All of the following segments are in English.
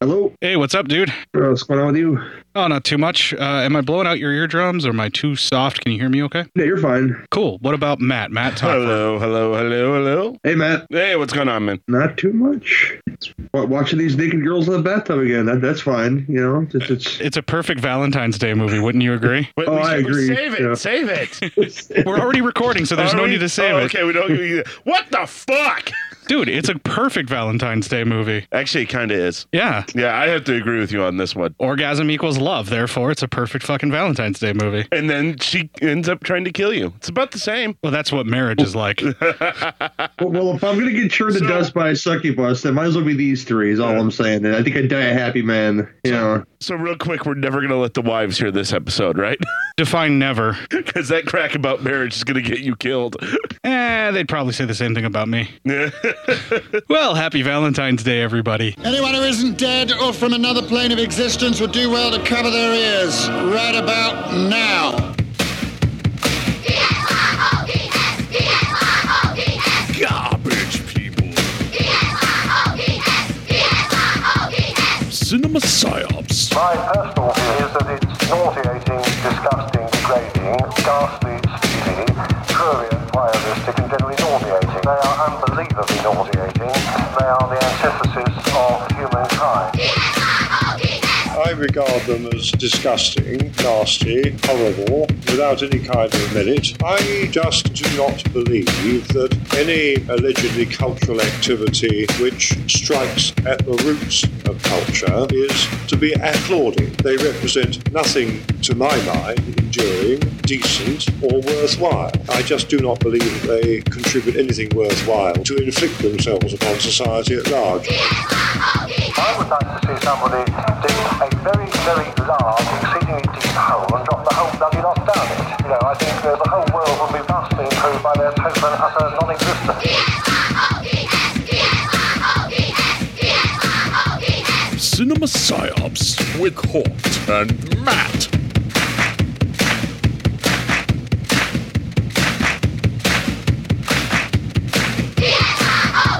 Hello. Hey, what's up, dude? Uh, what's going on with you? Oh, not too much. Uh, am I blowing out your eardrums or am I too soft? Can you hear me okay? No, you're fine. Cool. What about Matt? Matt, talk. Hello, hello, hello, hello. Hey, Matt. Hey, what's going on, man? Not too much. Wa- Watching these naked girls in the bathtub again. That, that's fine. You know, it's, it's It's a perfect Valentine's Day movie, wouldn't you agree? Wait, Oh, I agree, Save it, yeah. save it. We're already recording, so there's Are no we- need to save oh, it. Okay, we don't. We, what the fuck? Dude, it's a perfect Valentine's Day movie. Actually, it kind of is. Yeah. Yeah, I have to agree with you on this one. Orgasm equals love, therefore it's a perfect fucking Valentine's Day movie. And then she ends up trying to kill you. It's about the same. Well, that's what marriage is like. well, well, if I'm gonna get churned So- to dust by a succubus, then might as well be these three. Is all I'm saying. And I think I'd die a happy man. You know. So real quick, we're never gonna let the wives hear this episode, right? Define never. Because that crack about marriage is gonna get you killed. Eh, they'd probably say the same thing about me. Well, happy Valentine's Day, everybody. Anyone who isn't dead or from another plane of existence would do well to cover their ears right about now. Garbage people. Cinema psyops. My personal view is that it's nauseating, disgusting, degrading, ghastly, sleazy, prurient, voyeuristic, and generally nauseating. They are unbelievably nauseating. They are the antithesis of humankind. I regard them as disgusting, nasty, horrible, without any kind of merit. I just do not believe that any allegedly cultural activity which strikes at the roots of culture is to be applauded. They represent nothing, to my mind, enduring, decent, or worthwhile. I just do not believe that they contribute anything worthwhile to inflict themselves upon society at large. I would like to see somebody dig a very, very large, exceedingly deep hole and drop the whole bloody lot down it. You know, I think uh, the whole world would be vastly improved by their total and utter non-existence. Cinema psyops with Hort and Matt.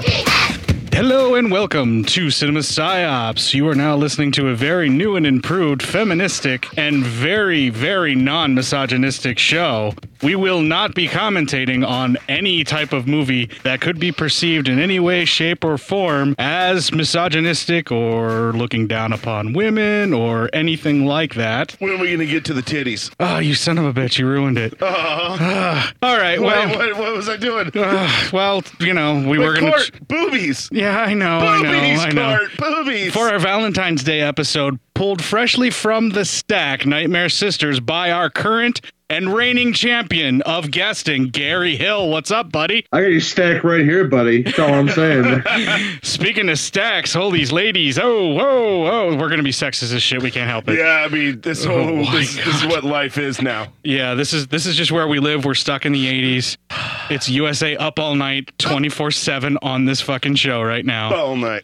Hello and welcome to Cinema Psyops. You are now listening to a very new and improved feministic and very, very non misogynistic show. We will not be commentating on any type of movie that could be perceived in any way, shape, or form as misogynistic or looking down upon women or anything like that. when are we gonna get to the titties? Oh, you son of a bitch, you ruined it. Ah, all right, well, Wait, what, what was I doing? ah, well, you know, we were But going Court, to. boobies. Yeah, I know, I know, boobies, I know. Court, boobies. For our Valentine's Day episode, pulled freshly from the stack, Nightmare Sisters by our current and reigning champion of guesting, Gary Hill. What's up, buddy? I got your stack right here, buddy. That's all I'm saying. Speaking of stacks, hold these ladies. Oh, whoa, oh, we're gonna be sexist as shit. We can't help it. yeah, I mean, this whole Oh my this, this is what life is now. Yeah, this is this is just where we live. We're stuck in the '80s. It's USA up all night, 24/7 on this fucking show right now. All night.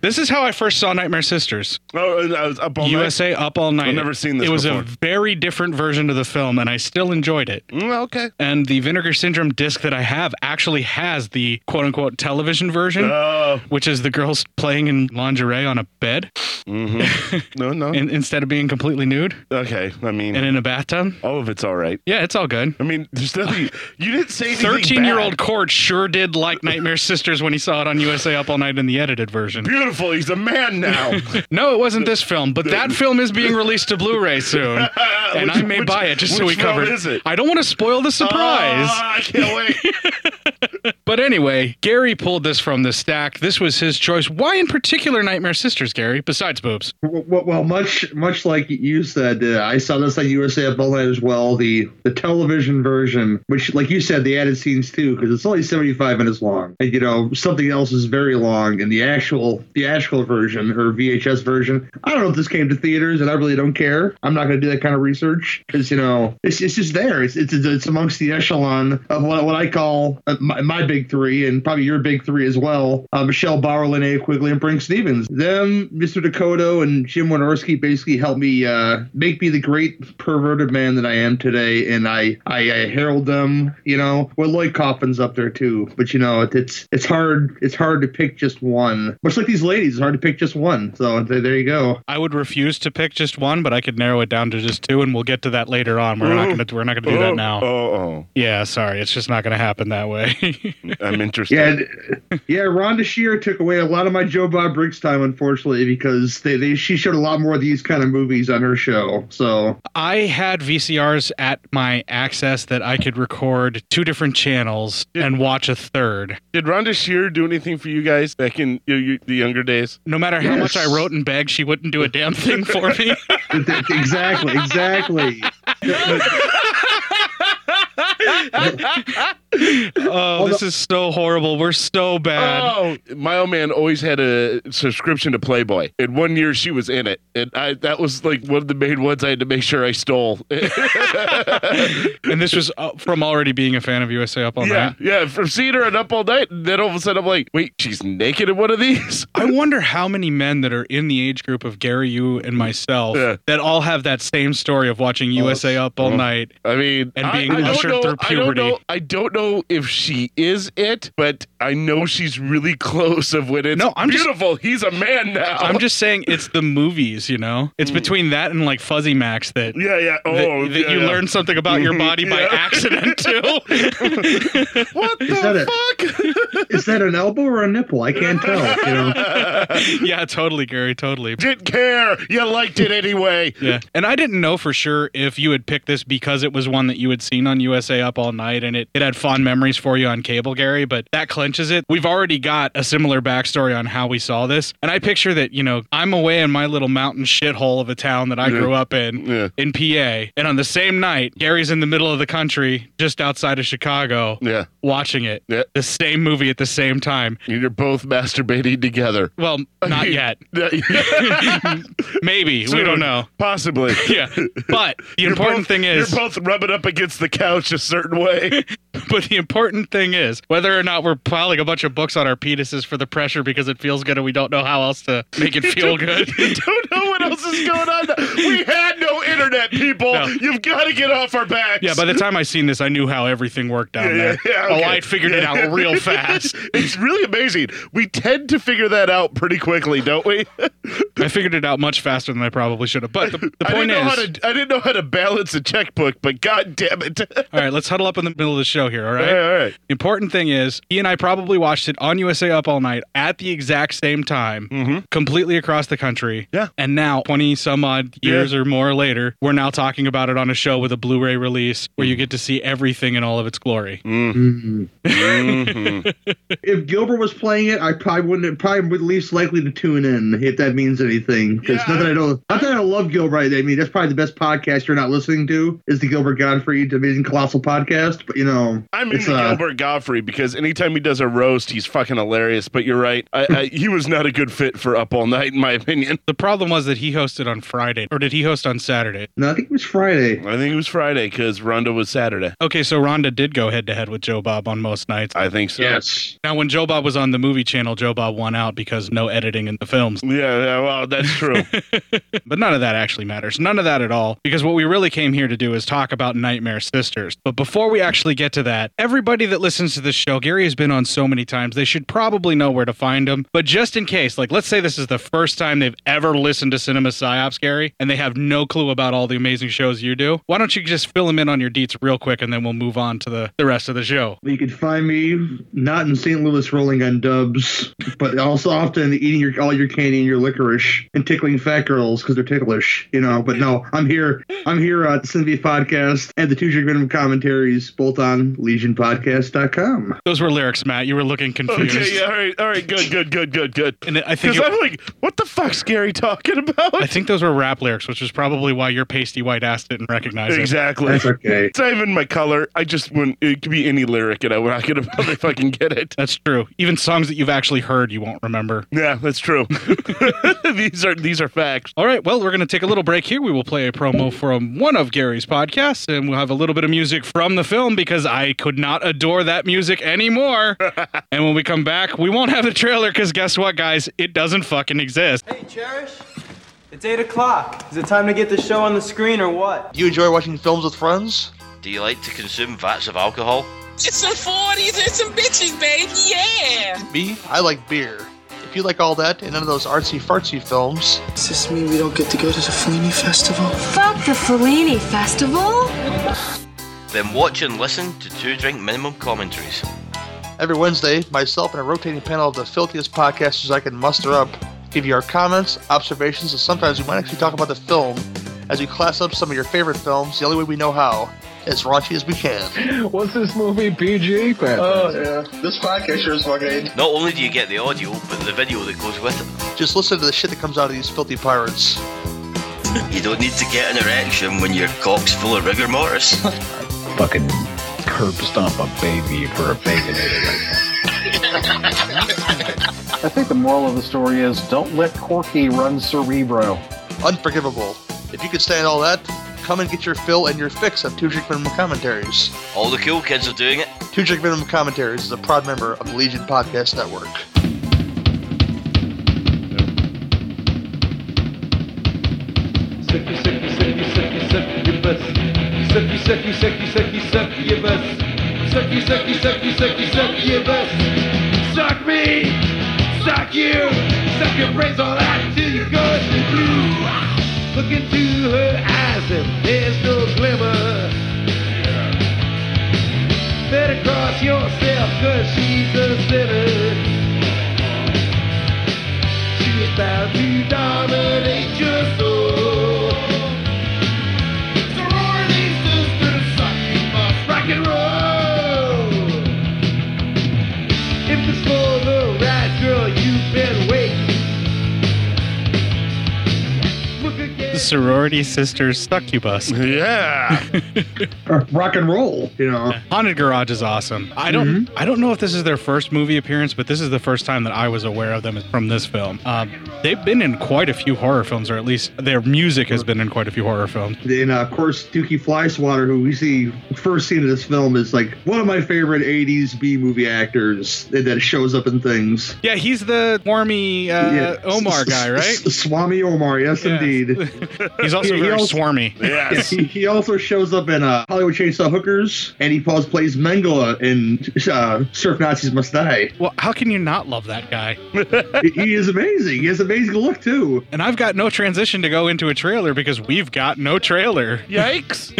This is how I first saw Nightmare Sisters. Oh, and I was up all night. USA Up All Night. never seen this It was a before. very different version of the film, and I still enjoyed it. Mm, okay. And the Vinegar Syndrome disc that I have actually has the quote unquote television version, Oh, which is the girls playing in lingerie on a bed Mm-hmm. no, no. in, instead of being completely nude okay, I mean, and in a bathtub. all of it's all right. Yeah, it's all good. I mean, there's nothing. You didn't say anything. 13 year old bad. Cord sure did like Nightmare Sisters when he saw it on USA Up All Night in the edited version. Beautiful. He's a man now. No, it wasn't this film, but that film is being released to Blu ray soon. And Which- I may which- buy it just so we which film cover is it? I don't want to spoil the surprise. Ah, I can't wait. But anyway, Gary pulled this from the stack. This was his choice. Why in particular Nightmare Sisters, Gary, besides boobs? Well, well, much much like you said, uh, I saw this on USA Up All Night as well. The the television version, which, like you said, they added scenes too because it's only seventy five minutes long, and you know something else is very long. And the actual theatrical version or VHS version, I don't know if this came to theaters, and I really don't care. I'm not going to do that kind of research because you know it's it's just there. It's it's, it's amongst the echelon of what what I call uh, my, my big three and probably your big three as well. Uh, Michelle Bauer, Linnea Quigley, and Brink Stevens. Them, Mr. Dakota, and Jim Wynorski basically helped me uh, make me the great perverted man that I am today, and I I, I herald them. You know, well Lloyd Coffin's up there too, but you know it, it's it's hard it's hard to pick just one. Much like these ladies, it's hard to pick just one. So th- there you go. I would refuse to pick just one, but I could narrow it down to just two, and we'll get to that later on. We're not gonna we're not gonna do that now. Oh, Yeah, sorry, it's just not gonna happen that way. oh, I'm interested. Yeah, d- yeah. Rhonda Shear took away a lot of my Joe Bob Briggs time, unfortunately, because they, they she showed a lot more of these kind of movies on her show. So I had VCRs at my access that I could record two different channels and watch a third. Did Rhonda Shear do anything for you guys back in you, you, the younger days? No matter how much I Yes. wrote and begged, she wouldn't do a damn thing for me. th- th- exactly, exactly. oh, this is so horrible. We're so bad. Oh, my old man always had a subscription to Playboy, and one year she was in it, and I that was like one of the main ones I had to make sure I stole. And this was uh, from already being a fan of USA Up All yeah, Night. yeah, from seeing her and up all night, and then all of a sudden I'm like, wait, she's naked in one of these. I wonder how many men that are in the age group of Gary, you, and myself Yeah. Oh, that all have that same story of watching USA Up All Night. I mean, And I- being I, don't ushered know- through I don't puberty. know. I don't know if she is it, but I know she's really close. Of when it's No, I'm just- beautiful. He's a man now. I'm just saying it's the movies, you know? Mm. It's between that and like Fuzzy Max that Yeah, yeah. Oh, that, that yeah, you yeah. learn something about your body by Yeah. accident too. What that the a- Is that an elbow or a nipple? I can't tell. You know, fuck? yeah, totally, Gary, totally. Didn't care. You liked it anyway. Yeah. And I didn't know for sure if you had picked this because it was one that you had seen on USA Up All Night and it, it had fond memories for you on cable, Gary, but that clinches it. We've already got a similar backstory on how we saw this. And I picture that, you know, I'm away in my little mountain shithole of a town that I grew up in, Yeah. in PA. And on the same night, Gary's in the middle of the country, just outside of Chicago, Yeah. watching it. Yeah. The same movie at the same time. You're both masturbating together. Well, not yet. Maybe. we don't know. Possibly. Yeah. But the You're important both- thing is you're both rubbing up against the couch a certain way. but the important thing is whether or not we're piling a bunch of books on our penises for the pressure because it feels good and we don't know how else to make it feel good. you don't know what else is going on. We had no internet, people. No. You've got to get off our backs. Yeah, by the time I seen this, I knew how everything worked down Yeah, yeah, there. yeah, okay. Oh, I figured it out real fast. it's really amazing. We tend to figure that out pretty quickly, don't we? I figured it out much faster than I probably should have. But the, the I didn't point know how is, to. I didn't know how to balance a checkbook, but god damn it! all right, let's huddle up in the middle of the show here. All all right. right, all right. The important thing is, he and I probably watched it on USA Up All Night at the exact same time, completely across the country. Mm-hmm. Yeah. And now, 20 some odd years or more later, we're now talking about it on a show with a Blu ray release where you Mm. get to see everything in all of its glory. Mm-hmm. if Gilbert was playing it, I probably wouldn't. Probably would least likely to tune in if that means anything. Because Yeah. not that I don't, not that I don't love Gilbert. I mean, that's probably the best podcast you're not listening to is the Gilbert Gottfried Amazing Colossal Podcast. But you know, I'm into uh, Gilbert Godfrey because anytime he does a roast, he's fucking hilarious. But you're right. I, I, he was not a good fit for Up All Night, in my opinion. The problem was that he hosted on Friday, or did he host on Saturday? No, I think it was Friday. I think it was Friday because Ronda was Saturday. Okay, so Rhonda did go head to head with Joe Bob on most nights. I think so. Yes. Now, when Joe Bob was on the movie channel, Joe Bob won out because no editing in the films. Yeah, yeah, well, that's true. But none of that actually matters. None of that at all. Because what we really came here to do is talk about Nightmare Sisters. But before we actually get to that, everybody that listens to this show, Gary has been on so many times, they should probably know where to find him. But just in case, like, let's say this is the first time they've ever listened to Cinema Psyops, Gary, and they have no clue about all the amazing shows you do. Why don't you just fill them in on your deets real quick and then we'll move on to the, the rest of the show? You could find me not in St. Louis rolling on dubs, but also often eating your all your candy and your licorice and tickling fat girls because they're ticklish, you know. But no, I'm here. I'm here at the Cynthia Podcast and the Two Drink Minimum commentaries, both on LegionPodcast.com. Those were lyrics, Matt. You were looking confused. okay, yeah, all right, all right, good, good, good, good, good. And I think Because it- I'm like, what the fuck's Gary talking about? I think those were rap lyrics, which is probably why your pasty white ass didn't recognize it. Exactly. That's okay. It's not even my color. I just wouldn't. It could be any lyric, and I'm not gonna motherfucking get it. That's true. Even songs that you've actually heard, you won't remember. Yeah, that's true. these are these are facts. All right, well, we're going to take a little break here. We will play a promo from one of Gary's podcasts, and we'll have a little bit of music from the film because I could not adore that music anymore. and when we come back, we won't have the trailer because guess what, guys? It doesn't fucking exist. Hey, Cherish. It's 8 o'clock. Is it time to get the show on the screen or what? Do you enjoy watching films with friends? Do you like to consume vats of alcohol? It's some 40s and some bitches, babe. Yeah. Me? I like beer. If you like all that and none of those artsy fartsy films, Does this mean we don't get to go to the Fellini Festival? Fuck the Fellini Festival! Then watch and listen to Two Drink Minimum commentaries. every Wednesday, myself and a rotating panel of the filthiest podcasters I can muster up give you our comments, observations, and sometimes we might actually talk about the film as we class up some of your favorite films the only way we know how, as raunchy as we can. What's this movie PG? Oh, yeah. This podcast sure is fucking. Not only do you get the audio, but the video that goes with it. Just listen to the shit that comes out of these filthy pirates. You don't need to get an erection when your cock's full of rigor mortis. Fucking curb stomp a baby for a baconator. I think the moral of the story is don't let Corky run Cerebro. Unforgivable. If you can stand all that, come and get your fill and your fix of Two Drink Minimum Commentaries. All the cool kids are doing it. Two Drink Minimum Commentaries is a proud member of the Legion Podcast Network. Sorority Sisters Succubus. Yeah. Or rock and roll, you know. Haunted Garage is awesome. I don't, I don't know if this is their first movie appearance, but this is the first time that I was aware of them is from this film. Um, they've been in quite a few horror films, or at least their music has been in quite a few horror films. And uh, of course, Dookie Flyswatter, who we see first seen in this film, is like one of my favorite 80s B movie actors that shows up in things. Yeah, he's the warmy uh, Yeah. Omar guy, right? Swami Omar, yes, Yeah. indeed. He's also He- he very also- swarmy. Yeah, Yes. he, he also shows up in uh, Hollywood Chainsaw Hookers, and he also plays Mengele in uh, Surf Nazis Must Die. Well, how can you not love that guy? He- he is amazing. He has amazing look too. And I've got no transition to go into a trailer because we've got no trailer. Yikes.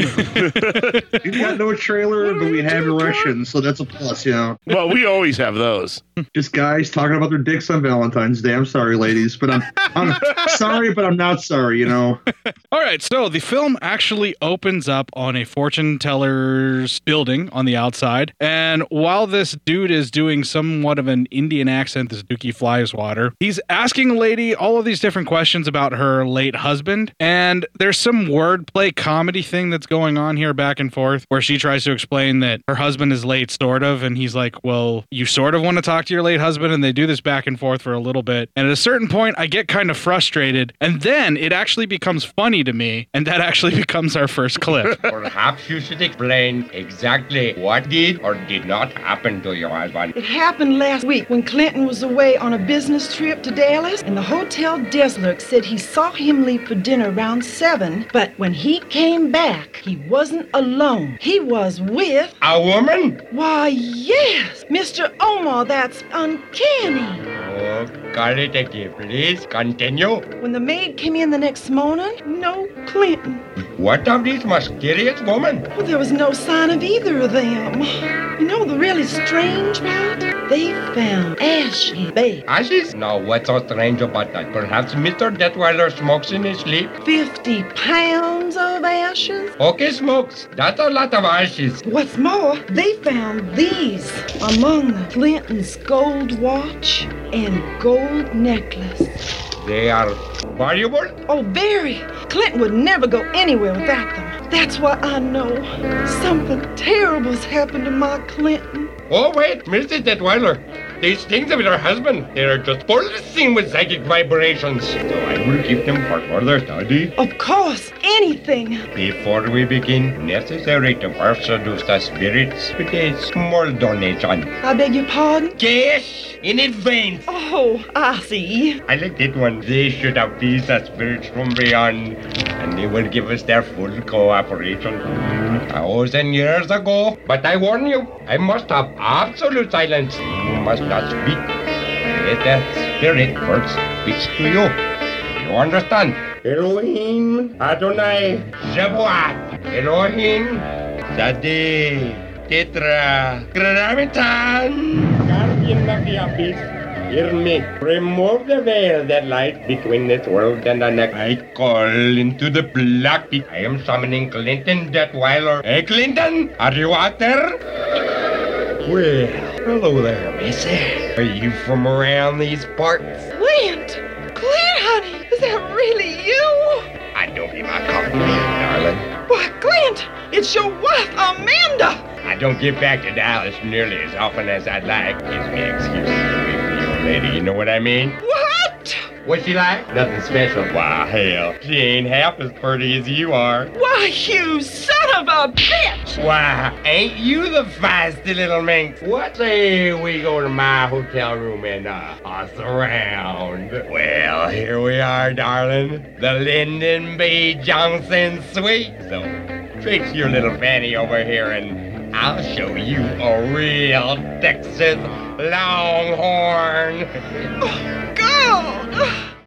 We got no trailer, but we have erections, so that's a plus, you know. well, we always have those. Just guys talking about their dicks on Valentine's Day. I'm sorry, ladies, but I'm, I'm sorry, but I'm not sorry, you know. All right, so the film actually opens up on a fortune teller's building on the outside. And while this dude is doing somewhat of an Indian accent, this Dookie flies water, he's asking a lady all of these different questions about her late husband. And there's some wordplay comedy thing that's going on here back and forth where she tries to explain that her husband is late, sort of. And he's like, Well, you sort of want to talk to your late husband. And they do this back and forth for a little bit. And at a certain point, I get kind of frustrated. And then it actually becomes funny to me. And that actually becomes our first clip. Perhaps you should explain exactly what did or did not happen to your husband. It happened last week when Clinton was away on a business trip to Dallas, and the hotel Deslerk said he saw him leave for dinner around 7, but when he came back, he wasn't alone. He was with, A woman? why, yes, Mr. Omar, that's uncanny. Oh, qualitative, please. Continue. When the maid came in the next morning, no Clinton. What of this mysterious woman? Well, there was no sign of either of them. You know the really strange part? They found Ashley Bay Ashes? Now, what's so strange about that? Perhaps Mr. Detweiler smokes in his sleep? 50 pounds of ashes. Okay, smokes. That's a lot of ashes. What's more, they found these among Clinton's gold watch and gold necklace. They are valuable. Oh, very. Clinton would never go anywhere without them. That's why I know something terrible's happened to my Clinton. Oh, wait, Mrs. Detweiler. These things of your husband, they are just pulsing with psychic vibrations. So I will keep them for further study. Of course, anything. Before we begin, necessary to first seduce the spirits with a small donation. I beg your pardon? Yes, in advance. Oh, I see. I like that one. They should appease the spirits from beyond, and they will give us their full cooperation. A thousand years ago, but I warn you, I must have absolute silence. You must not speak. Let the spirit first speaks to you. You understand? Elohim Adonai Shavuot Elohim Zadeh Tetra Gravitan Guardian of the Abyss Hear me. Remove the veil that lies between this world and the next. I call into the black pit. I am summoning Clinton Detweiler. Hey, Clinton, are you out there? Well, hello there, Missy. Are you from around these parts? Clint! Clint, honey! Is that really you? I don't give my card, darling. Why, Clint! It's your wife, Amanda! I don't get back to Dallas nearly as often as I'd like. Gives me excuses to be with your lady. You know what I mean? What? What's she like? Nothing special. Why, hell, she ain't half as pretty as you are. Why, you son of a bitch! Why, ain't you the feisty little minx? What say we go to my hotel room and uh, us around? Well, here we are, darling. The Lyndon B. Johnson Suite. So, fix your little fanny over here and I'll show you a real Texas longhorn. Girl!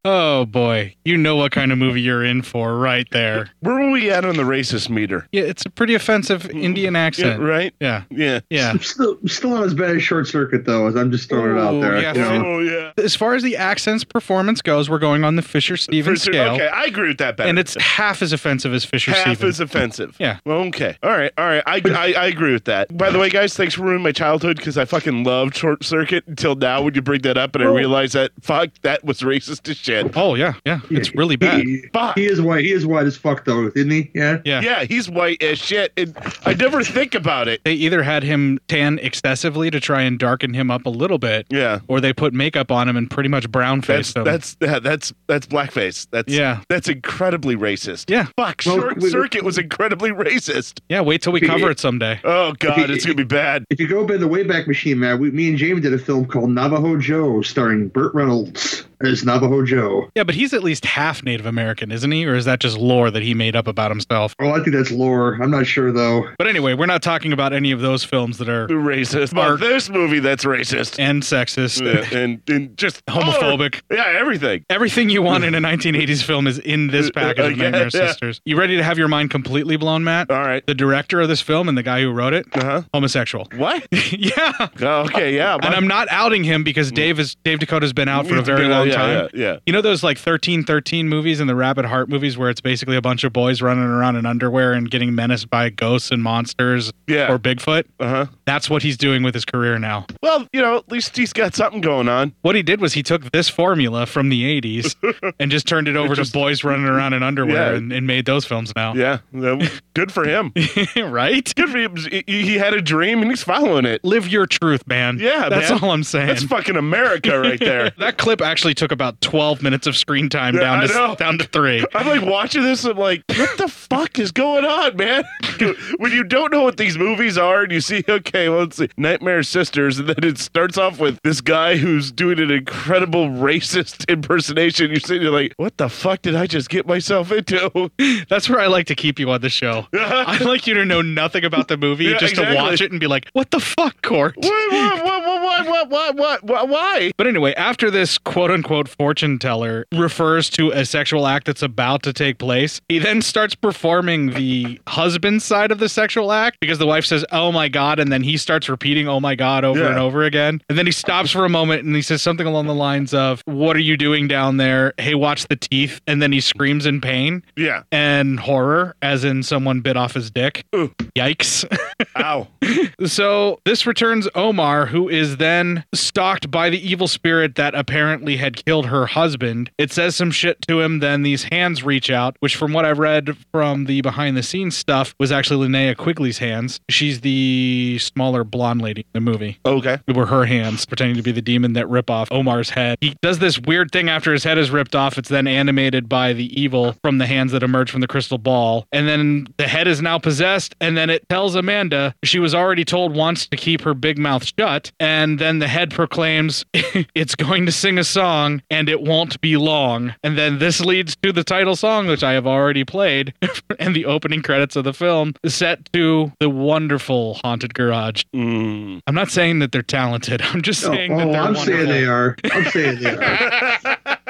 Oh boy, you know what kind of movie you're in for right there. Where were we at on the racist meter? Yeah, it's a pretty offensive Indian accent, Yeah, right? Yeah, Yeah. yeah. I'm still, still not as bad as Short Circuit though, as I'm just throwing it out Ooh, there. yeah, you know? Oh yeah. As far as the accents performance goes, we're going on the Fisher Stevens For sure. scale, Okay, I agree with that better. and it's half as offensive as Fisher half Stevens. as offensive. Yeah. Well, okay. All right. All right. I, I, I agree with that. By the way, guys, thanks for ruining my childhood because I fucking loved Short Circuit until now when you bring that up and I realize that fuck that was racist as shit. Oh yeah, yeah. It's really bad. He, he is white. He is white as fuck though, isn't he? Yeah. Yeah. Yeah, he's white as shit, and I never think about it. They either had him tan excessively to try and darken him up a little bit, Yeah. or they put makeup on him and pretty much brown That's faced him. that's yeah, that's that's blackface. That's Yeah. That's incredibly racist. Yeah. Fuck, Well, Short we- Circuit was incredibly racist. yeah. Wait till we cover it someday. Oh god, it's gonna be bad. If you go up in the Wayback Machine, man, we, me and Jamie did a film called Navajo Joe, starring Burt Reynolds as Navajo Joe. Yeah, but he's at least half Native American, isn't he? Or is that just lore that he made up about himself? Well, Oh, I think that's lore. I'm not sure though. But anyway, we're not talking about any of those films that are Racist. Mark- But this movie that's racist. and sexist, Yeah, and, and just homophobic. Oh, yeah, everything. Everything you want in a 1980s film is in this package of Yeah, Nightmare yeah. Sisters. You ready to have your mind completely blown, Matt? All right. The director of this film and the guy who wrote it, Uh-huh. homosexual. What? yeah. Oh, okay, yeah. And I'm not outing him because Dave is Dave Dakota's been out for a It's very been- long Mm. yeah, time. yeah, yeah. You know those like 1313 movies and the Rabbit Heart movies where it's basically a bunch of boys running around in underwear and getting menaced by ghosts and monsters Yeah. or Bigfoot? Uh huh. That's what he's doing with his career now. Well, you know, at least he's got something going on. What he did was he took this formula from the 80s and just turned it over to boys running around in underwear Yeah. and, and made those films now. Yeah. that- Good for him. right? Good for him. He- He had a dream and he's following it. Live your truth, man. Yeah, That's man. all I'm saying. That's fucking America right there. that clip actually took about 12 minutes of screen time Yeah, down I to know. down to 3. I'm like watching this. I'm like, what the fuck is going on, man? when you don't know what these movies are, and you see, okay, well, let's see, Nightmare Sisters, and then it starts off with this guy who's doing an incredible racist impersonation. You're sitting there like, what the fuck did I just get myself into? That's where I like to keep you on the show. I'd like you to know nothing about the movie, Yeah, just to exactly. watch it and be like, "What the fuck, Court?" What? What? What? What? What? What? What? Why? But anyway, after this quote unquote fortune teller refers to a sexual act that's about to take place, he then starts performing the husband's side of the sexual act because the wife says, "Oh my god," and then he starts repeating "Oh my god" over Yeah. and over again, and then he stops for a moment and he says something along the lines of, "What are you doing down there? Hey, watch the teeth!" And then he screams in pain. Yeah. And horror, as in someone bit off his dick. Yikes. Ow. so this returns Omar, who is then stalked by the evil spirit that apparently had killed her husband. It says some shit to him, then these hands reach out, which, from what I read from the behind the scenes stuff, was actually Linnea Quigley's hands. She's the smaller blonde lady in the movie. Okay. It were her hands pretending to be the demon that rip off Omar's head. He does this weird thing after his head is ripped off. It's then animated by the evil from the hands that emerge from the crystal ball. And then the head is now possessed. And then it tells Amanda she was already told once to keep her big mouth shut. And then the head proclaims it's going to sing a song and it won't be long. And then this leads to the title song, which I have already played, and the opening credits of the film set to the wonderful Haunted Garage. I'm not saying that they're talented. I'm just Oh, saying oh, that they're I'm wonderful. saying they are. I'm saying they are.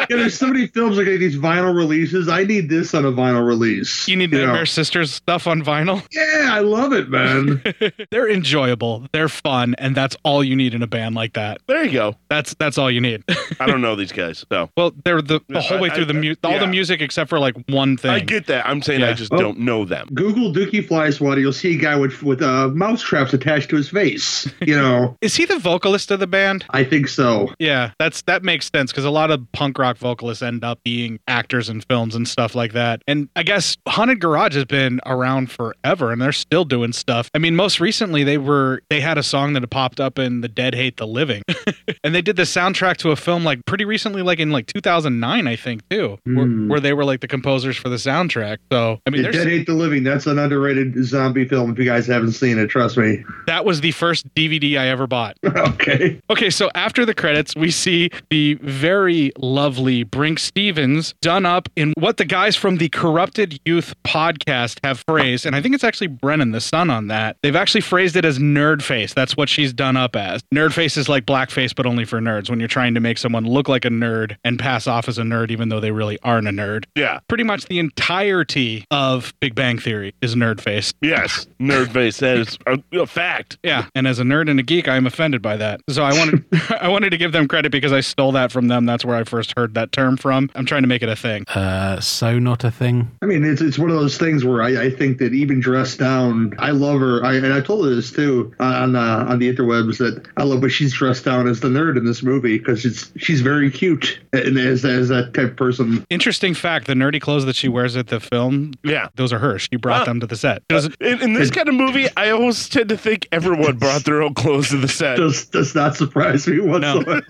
Yeah, there's so many films that get these vinyl releases. I need this on a vinyl release. You need know? Nightmare Sisters stuff on vinyl? Yeah, I love it, man. they're enjoyable. They're fun, and that's all you need in a band like that. There you go. That's that's all you need. I don't know these guys. So. Well, they're the, the whole I- way I- through the mu- all yeah. the music except for like one thing. I get that. I'm saying I Yeah. just Oh. don't know them. Google Dookie Fly Swatter. You'll see a guy with with uh, mouse traps attached to his face. You know, Is he the vocalist of the band? I think so. Yeah, that's that makes sense because a lot of punk rock vocalists end up being actors in films and stuff like that. And I guess Haunted Garage has been around forever, and they're still doing stuff. I mean, most recently they were they had a song that had popped up in The Dead Hate the Living, and they did the soundtrack to a film like pretty recently, like in like 2009, I think too, where, where they were like the composers for the soundtrack. So I mean, Hmm. The Dead there's, Hate the Living. That's an underrated zombie film. If you guys haven't seen it, trust me. that was the first DVD I ever bought. Okay. Okay, so after the credits, we see the very lovely Brink Stevens done up in what the guys from the Corrupted Youth podcast have phrased, and I think it's actually Brennan, the son on that. They've actually phrased it as nerd face. That's what she's done up as. Nerd face is like blackface, but only for nerds when you're trying to make someone look like a nerd and pass off as a nerd, even though they really aren't a nerd. Yeah. Pretty much the entirety of Big Bang Theory is nerd face. Yes, nerd face. That is a, a fact. Yeah, and as a nerd and a geek, I am offended by that. So I wanted I wanted to give them credit because I stole that from them. That's where I first heard that term from. I'm trying to make it a thing. Uh, so not a thing. I mean, it's it's one of those things where I, I think that even dressed down, I love her. I, and I told her this too on uh, on the interwebs that I love, but she's dressed down as the nerd in this movie because it's she's very cute and as as that type of person. Interesting fact: the nerdy clothes that she wears at the film, yeah, those are hers. She brought Ah. them to the set. She doesn't- In, in this kind of movie, I always tend to think everyone brought their own clothes to the set. Does does not surprise me whatsoever.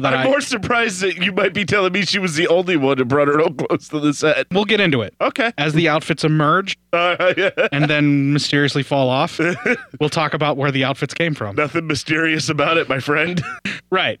I'm more surprised that you might be telling me she was the only one who brought her own clothes to the set. Oh, We'll get into it. Okay. Uh, As the outfits emerge and then mysteriously fall off, we'll talk about where the outfits came from. Nothing mysterious about it, my friend. Right.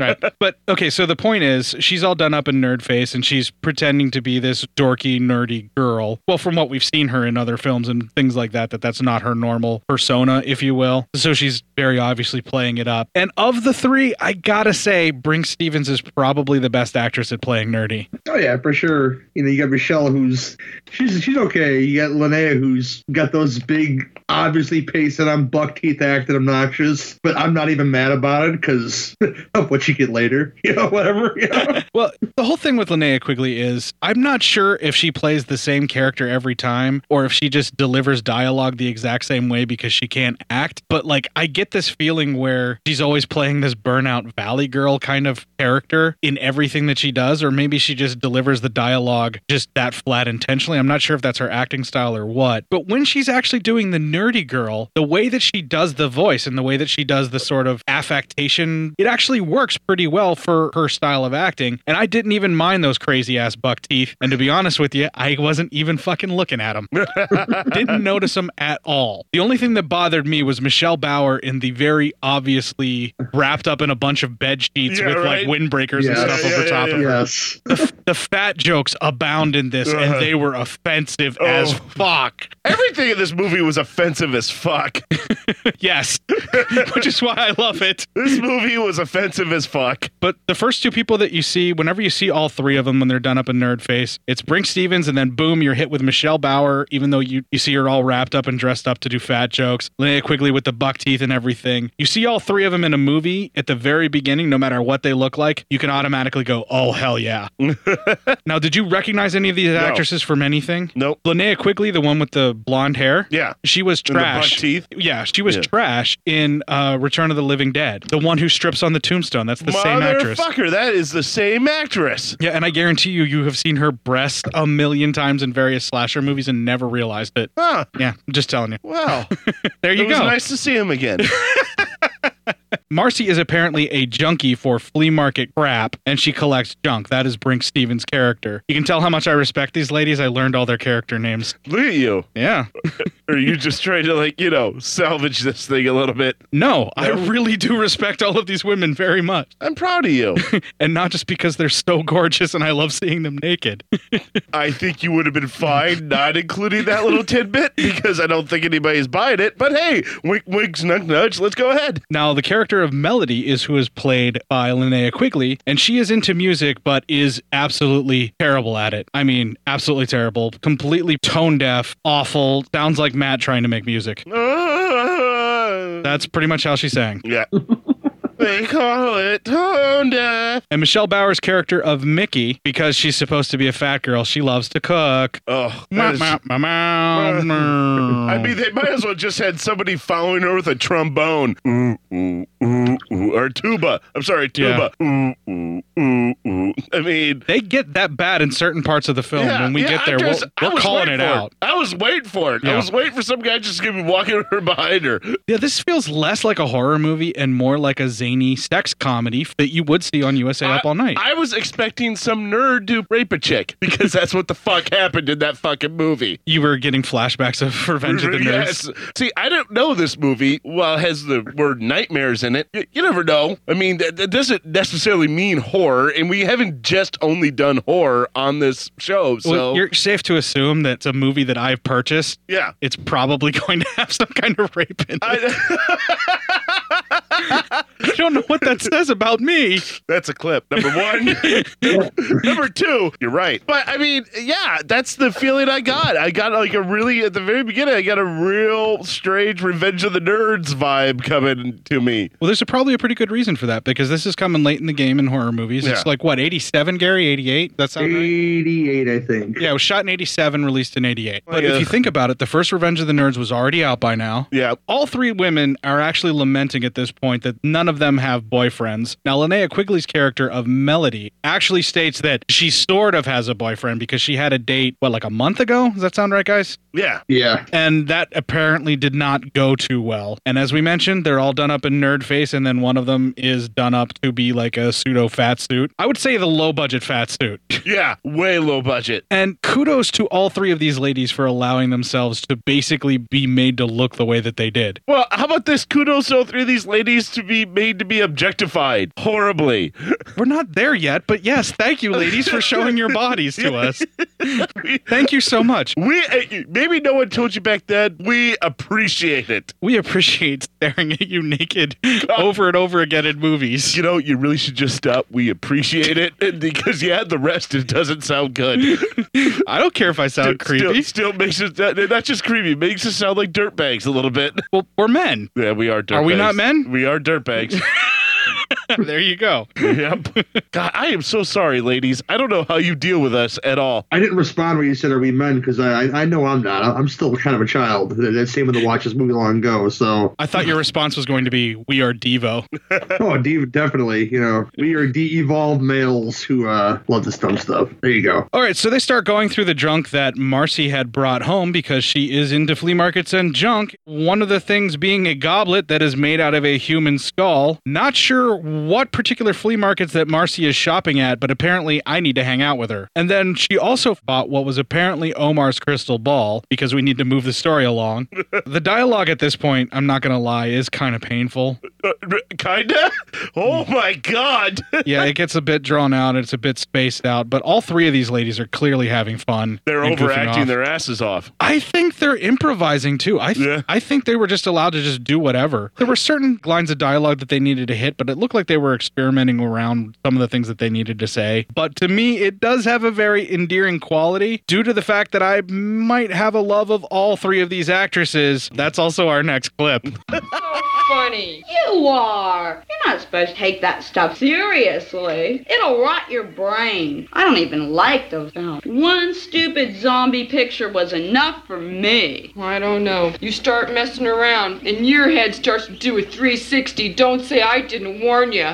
right. But okay, so the point is, she's all done up in nerd face and she's pretending to be this dorky, nerdy girl. Well, from what we've seen her in other films and things like that, that that's not her normal persona, if you will. So she's very obviously playing it up. And of the three, I gotta say, Brink Stevens is probably the best actress at playing nerdy. Oh yeah, for sure. You know, you got Michelle who's she's she's okay. You got Linnea who's got those big, obviously pasted on buck teeth, acting obnoxious. But I'm not even mad about it because of what you get later. You know, whatever. You know? well, the whole thing with Linnea Quigley is I'm not sure if she plays the same character every time or if she just delivers dialogue the exact same way because she can't act. But like, I get this feeling where she's always playing this burnout Valley girl kind of character in everything that she does, or maybe she just delivers the dialogue just that flat intentionally. I'm not sure if that's her acting style or what. But when she's actually doing the nerdy girl, the way that she does the voice and the way that she does the sort of affectation, it actually works pretty well for her style of acting. And I didn't even mind those crazy ass buck teeth. And to be honest with you, I wasn't even fucking looking at them. didn't notice them at all. The only thing that bothered me was Michelle Bauer in the very obviously wrapped up in a bunch of bed sheets Yeah, with like right. windbreakers and Yeah, stuff yeah, over yeah, top yeah. of her. Yes. The fat jokes abound in this, Uh-huh. and they were offensive as Oh. fuck. Everything in this movie was offensive as fuck. yes. Which is why I love it. This movie was offensive as fuck. But the first two people that you see, whenever you see all three of them when they're done up in nerd face, it's Brink Stevens, and then boom, you're hit with Michelle Bauer, even though you, you see her all wrapped up and dressed up to do fat jokes. Linnea Quigley with the buck teeth and everything. You see all three of them in a movie at the very beginning, no matter what they look like, you can automatically go, oh, hell yeah. now, did you recognize any of these actresses from anything? Nope. Linnea Quigley, the one with the blonde hair. Yeah. She was And the buck trash. teeth. Yeah, she was Yeah. trash in uh, Return of the Living Dead. The one who strips on the tombstone. That's the same actress. Motherfucker, that is the same actress. Yeah, and I guarantee you, you have seen her breast a million times in various slasher movies and never realized it. Huh. Yeah, I'm just telling you. Wow. There you it was go. nice to see him again. Marcy is apparently a junkie for flea market crap, and she collects junk. That is Brink Stevens' character. You can tell how much I respect these ladies. I learned all their character names. Look at you. Yeah. Or you just trying to like, you know, salvage this thing a little bit? No, I really do respect all of these women very much. I'm proud of you. and not just because they're so gorgeous and I love seeing them naked. I think you would have been fine not including that little tidbit because I don't think anybody's buying it. But hey, wink, wink, nudge, nudge. Let's go ahead. Now, the character of Melody is who is played by Linnea Quigley, and she is into music but is absolutely terrible at it. I mean, absolutely terrible, completely tone deaf, awful, sounds like Matt trying to make music. That's pretty much how she sang. Yeah. They call it tone deaf. And Michelle Bauer's character of Mickey, because she's supposed to be a fat girl, she loves to cook. Oh, Meow, that is- meow, meow, meow, meow. I mean, they might as well just had somebody following her with a trombone. Ooh, ooh, ooh, ooh. Or tuba. I'm sorry, tuba. Ooh, ooh, ooh, ooh. I mean, they get that bad in certain parts of the film. Yeah, when we yeah, get I there, just- I we're, we're was calling waiting it for out. I was waiting for it. I Yeah. was waiting for some guy just to be walking her behind her. Yeah, this feels less like a horror movie and more like a zany sex comedy that you would see on USA Up All Night. I was expecting some nerd to rape a chick because that's what the fuck happened in that fucking movie. you were getting flashbacks of Revenge of the Nerds. Yes. See, I don't know this movie. Well, it has the word nightmares in it. You, you never know. I mean, that, that doesn't necessarily mean horror, and we haven't just only done horror on this show. So Well, you're safe to assume that it's a movie that I've purchased. Yeah. It's probably going to have some kind of rape in it. I, don't know what that says about me. That's a clip. Number one. Number two, you're right. But I mean, yeah, that's the feeling I got. I got like a really at the very beginning, I got a real strange Revenge of the Nerds vibe coming to me. Well, there's a, probably a pretty good reason for that because this is coming late in the game in horror movies. Yeah. It's like, what, 87, Gary? 88? That sound right? 88, I think. Yeah, it was shot in 87, released in 88. But Yeah. if you think about it, the first Revenge of the Nerds was already out by now. Yeah. All three women are actually lamenting at this point that none of them have boyfriends. Now, Linnea Quigley's character of Melody actually states that she sort of has a boyfriend because she had a date, what, like a month ago? Does that sound right, guys? Yeah. Yeah. And that apparently did not go too well. And as we mentioned, they're all done up in nerd face, and then one of them is done up to be like a pseudo fat suit. I would say the low budget fat suit. Yeah, way low budget. And kudos to all three of these ladies for allowing themselves to basically be made to look the way that they did. Well, how about this? Kudos to all three of these ladies to be made to be objectified horribly. We're not there yet, but yes, thank you, ladies, for showing your bodies to us. Thank you so much. We uh, maybe no one told you back then. We appreciate it. Uh, We appreciate staring at you naked over and over again in movies. You know, you really should just stop. We appreciate it and because you had the rest. It doesn't sound good. I don't care if I sound creepy. Still, makes it that- not just creepy. It makes us sound like dirtbags a little bit. Well, we're men. Yeah, we are. Dirtbags. Are we not men? We are dirtbags. there you go. yep. God, I am so sorry, ladies. I don't know how you deal with us at all. I didn't respond when you said "Are we men?" because I, I I know I'm not. I'm still kind of a child. That same with the watch this movie long ago. So I thought your response was going to be, We are Devo. oh, de- definitely. You know, we are de-evolved males who uh, love this dumb stuff. There you go. All right, so they start going through the junk that Marcy had brought home because she is into flea markets and junk. One of the things being a goblet that is made out of a human skull. Not sure what particular flea markets that Marcy is shopping at, but apparently I need to hang out with her. And then she also bought what was apparently Omar's crystal ball because we need to move the story along. the dialogue at this point, I'm not going to lie, is kind of painful. Kinda? Oh my god. Hmm. yeah, it gets a bit drawn out. It's a bit spaced out, but all three of these ladies are clearly having fun. They're and goofing overacting off. their asses off. I think they're improvising too. I th- I think they were just allowed to just do whatever. There were certain lines of dialogue that they needed to hit, but it looked like they were experimenting around some of the things that they needed to say. But to me, it does have a very endearing quality due to the fact that I might have a love of all three of these actresses. That's also our next clip. funny. You are. You're not supposed to take that stuff seriously. It'll rot your brain. I don't even like those films. One stupid zombie picture was enough for me. I don't know. You start messing around, and your head starts to do a 360. Don't say I didn't warn you.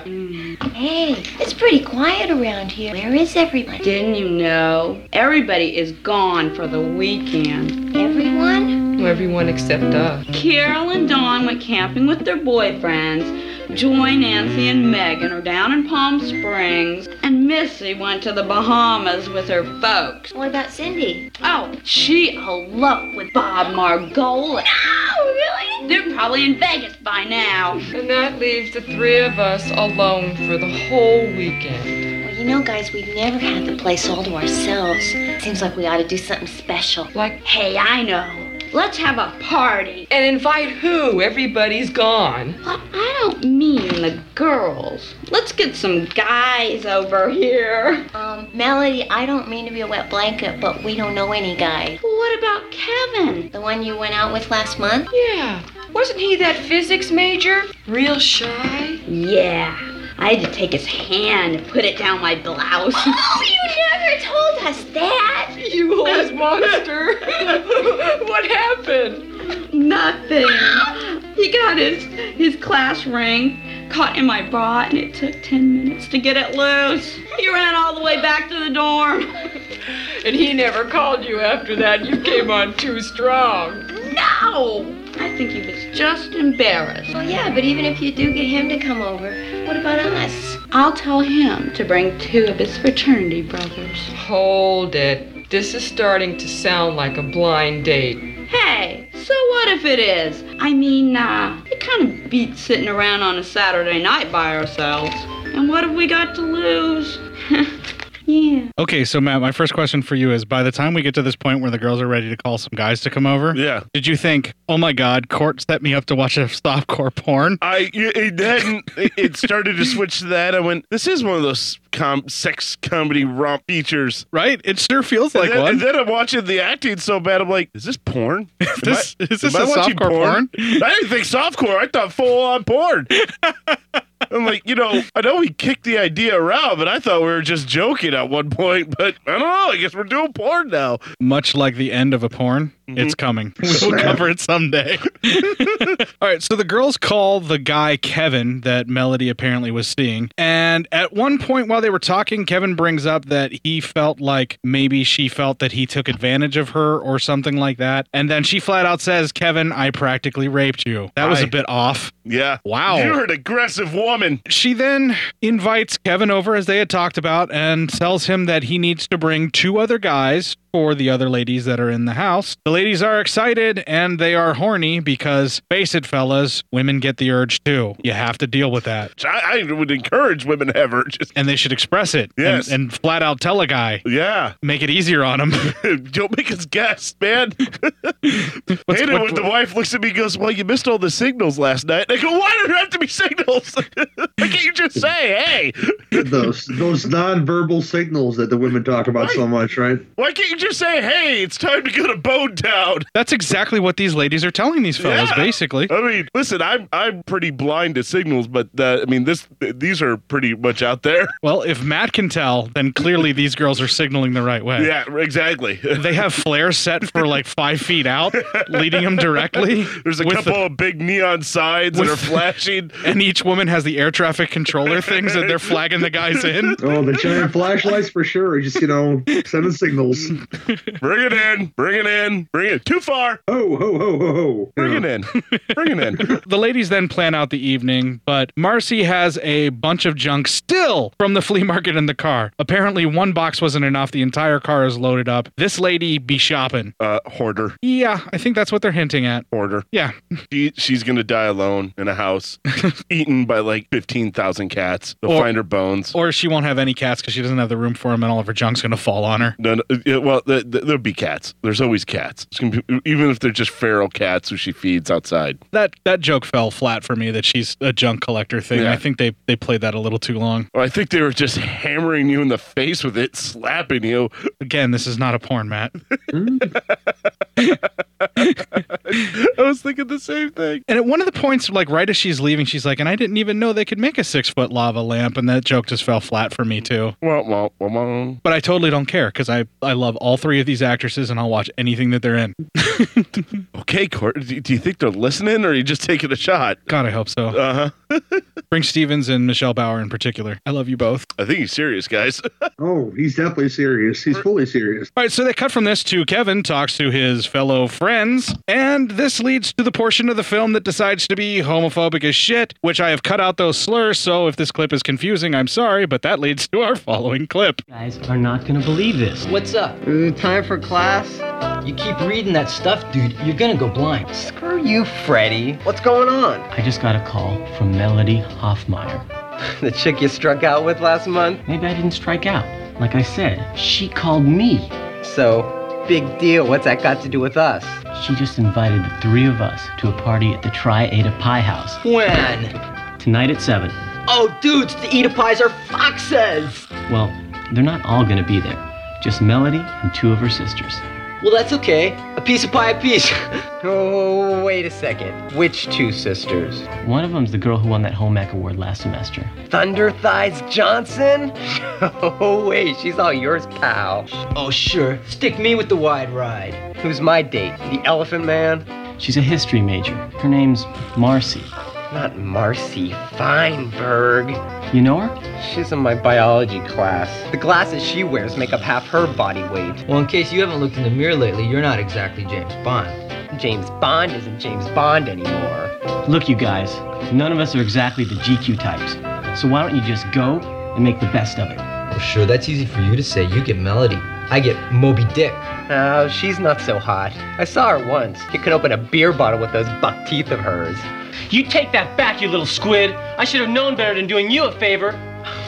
Hey, it's pretty quiet around here. Where is everybody? Didn't you know? Everybody is gone for the weekend. Everyone? Everyone except us. Carol and Don went camping with their boyfriends. Joy, Nancy, and Megan are down in Palm Springs. And Missy went to the Bahamas with her folks. What about Cindy? Oh, she eloped with Bob Margolis. Oh, really? They're probably in Vegas by now. And that leaves the three of us alone for the whole weekend. Well, you know, guys, we've never had the place all to ourselves. Seems like we ought to do something special. Like, hey, I know. Let's have a party. And invite who? Everybody's gone. I don't mean the girls. Let's get some guys over here. Um, Melody, I don't mean to be a wet blanket, but we don't know any guy. What about Kevin? The one you went out with last month? Yeah. Wasn't he that physics major? Real shy? Yeah. I had to take his hand and put it down my blouse. Oh, you never told us that! You old monster! what happened? Nothing. He got his his class ring caught in my bra, and it took ten minutes to get it loose. He ran all the way back to the dorm. And he never called you after that. You came on too strong. No. I think he was just embarrassed. Well, yeah, but even if you do get him to come over, what about us? I'll tell him to bring two of his fraternity brothers. Hold it. This is starting to sound like a blind date. Hey, so what if it is? I mean, uh, it kind of beats sitting around on a Saturday night by ourselves. And what have we got to lose? yeah. Okay, so Matt, my first question for you is: By the time we get to this point where the girls are ready to call some guys to come over, yeah, did you think, "Oh my God, Court set me up to watch a softcore porn"? I it hadn't it started to switch to that. I went, this is one of those com- sex comedy romp features, right? It sure feels and like then, one. And then I'm watching the acting so bad, I'm like, is this porn? Is this- is this a softcore I didn't think softcore. I thought full on porn. I'm like, you know, I know we kicked the idea around, but I thought we were just joking at one point. But I don't know. I guess we're doing porn now. Much like the end of a porn, it's Mm-hmm. coming. We'll cover it someday. All right, so the girls call the guy Kevin that Melody apparently was seeing. And at one point while they were talking, Kevin brings up that he felt like maybe she felt that he took advantage of her or something like that. And then she flat out says, Kevin, I practically raped you. That was I- a bit off. Yeah. Wow. You're an aggressive woman. She then invites Kevin over, as they had talked about, and tells him that he needs to bring two other guys for the other ladies that are in the house. The ladies are excited and they are horny because, face it, fellas, women get the urge too. You have to deal with that. I, I would encourage women to have urges. And they should express it. and- Yes. And, flat out tell a guy. Yeah. Make it easier on him. Don't make us guess, man. Hate it when the wife looks at me and goes, Well, you missed all the signals last night. And I go, Why did there have to be signals? Why can't you just say, Hey? those those nonverbal signals that the women talk about so much, right? Why can't you just say, Hey, it's time to go to Bone Town? That's exactly what these ladies are telling these fellas, Yeah. basically. I mean, listen, I'm I'm pretty blind to signals, but uh, I mean, this these are pretty much out there. Well, if Matt can tell, then clearly these girls are signaling the right way. Yeah, exactly. they have flares set for like five feet out, leading them directly. There's a with couple of big neon signs that with- are flashing. and each woman has the air traffic controller things that they're flagging the guys in. Oh, the giant flashlights for sure. Just you know, sending signals. Bring it in. Bring it in. Bring it too far. Ho ho ho ho ho. Bring it in. Bring it in. the ladies then plan out the evening, but Marcy has a bunch of junk still from the flea market in the car. Apparently, one box wasn't enough. The entire car is loaded up. This lady be shopping. Uh, hoarder. Yeah, I think that's what they're hinting at. Hoarder. Yeah. She, she's going to die alone in a house, eaten by like 15,000 cats. They'll Or- find her bones. Or she won't have any cats because she doesn't have the room for them, and all of her junk's going to fall on her. No, no yeah, well, th- th- there'll be cats. There's always cats. It's gonna be, even if they're just feral cats who she feeds outside. That that joke fell flat for me that she's a junk collector thing. Yeah. I think they, they played that a little too long. Well, I think they were just hammering you in the face with it, slapping you. Again, this is not a porn, Matt. I was thinking the same thing. And at one of the points, like right as she's leaving, she's like, and I didn't even know they could make a six foot lava lamp. And that joke just fell flat for me, too. Wah, wah, wah, wah. But I totally don't care because I, I love all three of these actresses and I'll watch anything that they're in. Okay, Court. Do, do you think they're listening, or are you just taking a shot? God, I hope so. Uh huh. Brink Stevens and Michelle Bauer in particular. I love you both. I think he's serious, guys. Oh, he's definitely serious. He's fully serious. All right, so they cut from this to Kevin talks to his fellow friends, and this leads to the portion of the film that decides to be homophobic as shit, which I have cut out those slurs, so if this clip is confusing, I'm sorry, but that leads to our following clip. guys are not gonna believe this. What's up? Uh, time for class? You keep reading that stuff, dude, you're gonna go blind. Screw you, Freddy. What's going on? I just got a call from Melody Hoffmeyer. the chick you struck out with last month? Maybe I didn't strike out. Like I said, she called me. So, big deal. What's that got to do with us? She just invited the three of us to a party at the Tri Ada Pie House. When? Tonight at 7. Oh, dudes, the eat pies are foxes! Well, they're not all gonna be there. Just Melody and two of her sisters. Well, that's okay. A piece of pie apiece. oh, wait a second. Which two sisters? One of them's the girl who won that home ec award last semester. Thunder Thighs Johnson? oh, wait, she's all yours, pal. Oh, sure. Stick me with the wide ride. Who's my date? The Elephant Man? She's a history major. Her name's Marcy. Not Marcy Feinberg. You know her? She's in my biology class. The glasses she wears make up half her body weight. Well, in case you haven't looked in the mirror lately, you're not exactly James Bond. James Bond isn't James Bond anymore. Look, you guys, none of us are exactly the GQ types. So why don't you just go and make the best of it? Well, sure, that's easy for you to say. You get Melody. I get Moby Dick. Oh, she's not so hot. I saw her once. You could open a beer bottle with those buck teeth of hers. You take that back, you little squid. I should have known better than doing you a favor.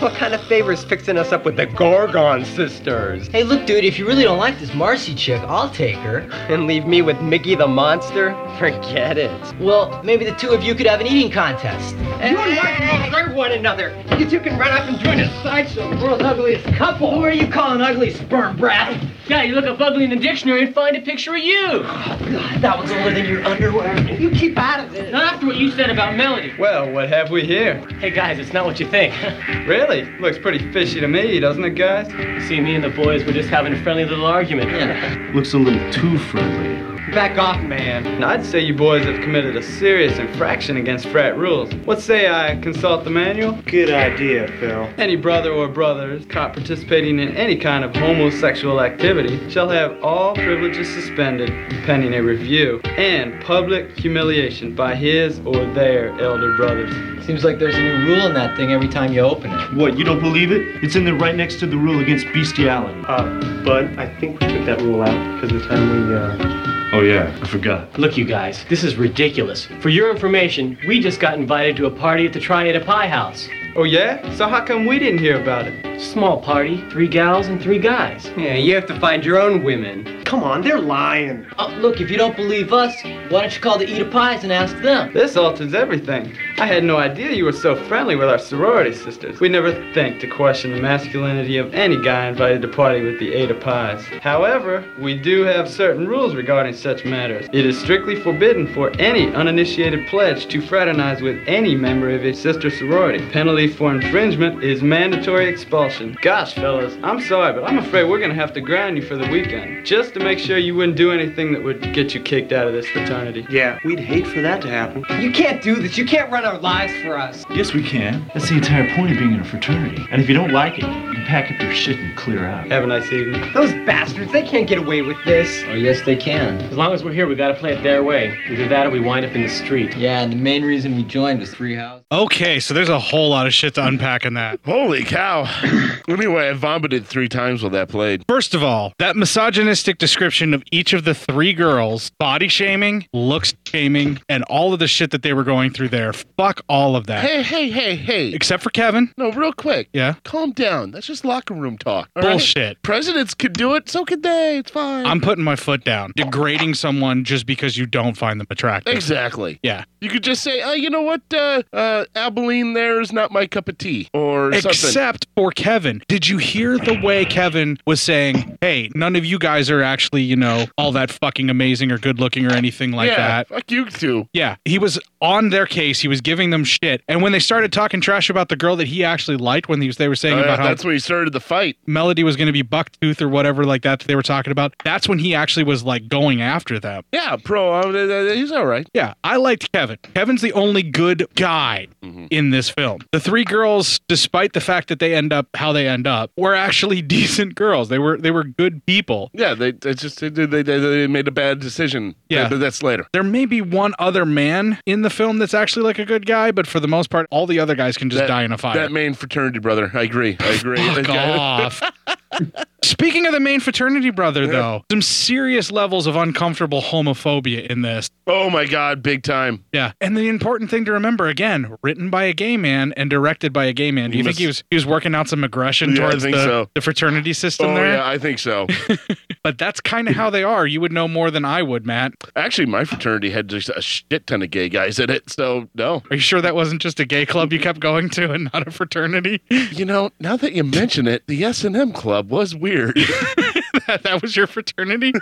What kind of favor is fixing us up with the Gorgon sisters? Hey, look, dude, if you really don't like this Marcy chick, I'll take her. And leave me with Mickey the monster? Forget it. Well, maybe the two of you could have an eating contest. And you and I can hurt one another. You two can run off and join a sideshow, the world's ugliest couple. Who are you calling ugly, sperm brat? Yeah, you look up ugly in the dictionary and find a picture of you. Oh, That one's older than your underwear. You keep out of this. Not after what you said about Melody. Well, what have we here? Hey guys, it's not what you think. Really? Looks pretty fishy to me, doesn't it, guys? See, me and the boys were just having a friendly little argument. Looks a little too friendly. Back off, man. Now, I'd say you boys have committed a serious infraction against frat rules. What say I consult the manual? Good idea, Phil. Any brother or brothers caught participating in any kind of homosexual activity shall have all privileges suspended pending a review and public humiliation by his or their elder brothers. Seems like there's a new rule in that thing every time you open it. What, you don't believe it? It's in there right next to the rule against bestiality. Uh, but I think we took that rule out because the time we, uh... Oh, yeah, I forgot. Look, you guys, this is ridiculous. For your information, we just got invited to a party at the Triada Pie House. Oh, yeah? So how come we didn't hear about it? Small party, three gals and three guys. Yeah, you have to find your own women. Come on, they're lying. Oh, Uh, look, if you don't believe us, why don't you call the Eat a Pies and ask them? This alters everything. I had no idea you were so friendly with our sorority sisters. We never think to question the masculinity of any guy invited to party with the Eight of Pies. However, we do have certain rules regarding such matters. It is strictly forbidden for any uninitiated pledge to fraternize with any member of a sister sorority. Penalty for infringement is mandatory expulsion. Gosh, fellas, I'm sorry, but I'm afraid we're gonna have to ground you for the weekend just to make sure you wouldn't do anything that would get you kicked out of this fraternity. Yeah, we'd hate for that to happen. You can't do this. You can't run our lives for us. Yes, we can. That's the entire point of being in a fraternity. And if you don't like it, pack up your shit and clear out. Have a nice evening. Those bastards, they can't get away with this. Oh, yes, they can. As long as we're here, we gotta play it their way. Either that or we wind up in the street. Yeah, and the main reason we joined was Three House. Okay, so there's a whole lot of shit to unpack in that. Holy cow. anyway, I vomited three times while that played. First of all, that misogynistic description of each of the three girls, body shaming, looks shaming, and all of the shit that they were going through there. Fuck all of that. Hey, hey, hey, hey. Except for Kevin. No, real quick. Yeah. Calm down. That's just locker room talk. all right? Bullshit. Presidents could do it. So could they. It's fine. I'm putting my foot down. Degrading someone just because you don't find them attractive. Exactly. Yeah. You could just say, oh, you know what? Uh, uh, Abilene there is not my cup of tea or something. Except for Kevin. Did you hear the way Kevin was saying, hey, none of you guys are actually, you know, all that fucking amazing or good looking or anything like yeah, that? Fuck you too. Yeah, he was on their case. He was giving them shit. And when they started talking trash about the girl that he actually liked, when he was, they were saying Oh, yeah, about how that's when he started the fight. Melody was going to be Bucktooth or whatever like that, that they were talking about, that's when he actually was like going after them. Yeah, pro. uh, uh, he's all right. Yeah, I liked Kevin. Kevin's the only good guy Mm-hmm. in this film. The three girls, despite the fact that they end up how they end up, were actually decent girls. They were they were good people. Yeah, they, they just they, they, they, they made a bad decision. Yeah. but that's later. There may be one other man in the film that's actually like a good guy, but for the most part, all the other guys can just That- die in a fire. That main fraternity brother. I agree. I agree. Fuck That guy- off. Speaking of the main fraternity brother, Yeah. though, some serious levels of uncomfortable homophobia in this. oh my god, big time. Yeah, and the important thing to remember again, written by a gay man and directed by a gay man. Do you You think he was must- he was working out some aggression Yeah, I towards think the, so. the fraternity system oh there? yeah, I think so. But that's kind of how they are. You would know more than I would, Matt. Actually, my fraternity had just a shit ton of gay guys in it. So no. Are you sure that wasn't just a gay club you kept going to and not a fraternity? You know, now that you mention it, the S and M club was weird. that, that was your fraternity?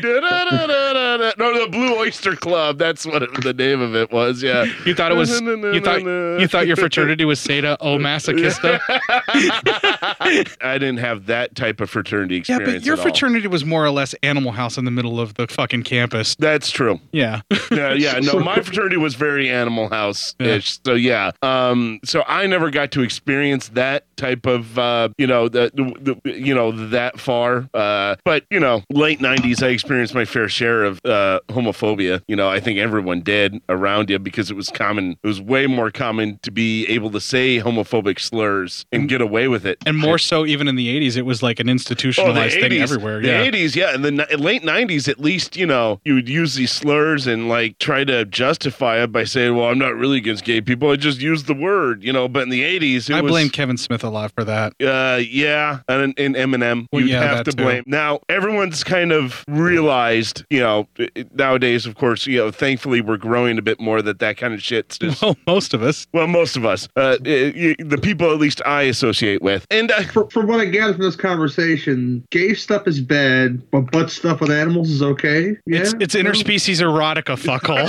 Da-da-da-da-da-da. no, the Blue Oyster Club. That's what it, the name of it was. Yeah, You thought it was you thought you thought your fraternity was Seda O Masochista? I didn't have that type of fraternity Yeah, experience. but your at all. fraternity was more or less Animal House in the middle of the fucking campus. That's true. Yeah. yeah, yeah. No, my fraternity was very Animal House ish. So yeah. Um. So I never got to experience that type of uh. You know the, the the- you know that far. Uh. But you know, late '90s, I experienced my fair share of uh homophobia. You know, I think everyone did around you because it was common. It was way more common to be able to say homophobic slurs and get away with it. And more so, even in the 80s, it was like an institutionalized Oh, the thing 80s. everywhere. The yeah. 80s, yeah, and the ni- late 90s, at least you know you would use these slurs and like try to justify it by saying, "Well, I'm not really against gay people. I just use the word," you know. But in the 80s, it I was, blame Kevin Smith a lot for that. Uh, yeah, and, and Eminem, Well, you yeah, have that to too. blame. Now everyone's kind of realized, you know, it- it- nowadays, of course, you know, thankfully we're growing a bit more that that kind of shit's just. Well, most of us. Well, most of us. Uh, it- it- the people, at least I associate with. And uh, from, from what I gather from this conversation, gay stuff is bad, but butt stuff with animals is okay. Yeah, It's, it's interspecies erotica, fuckhole.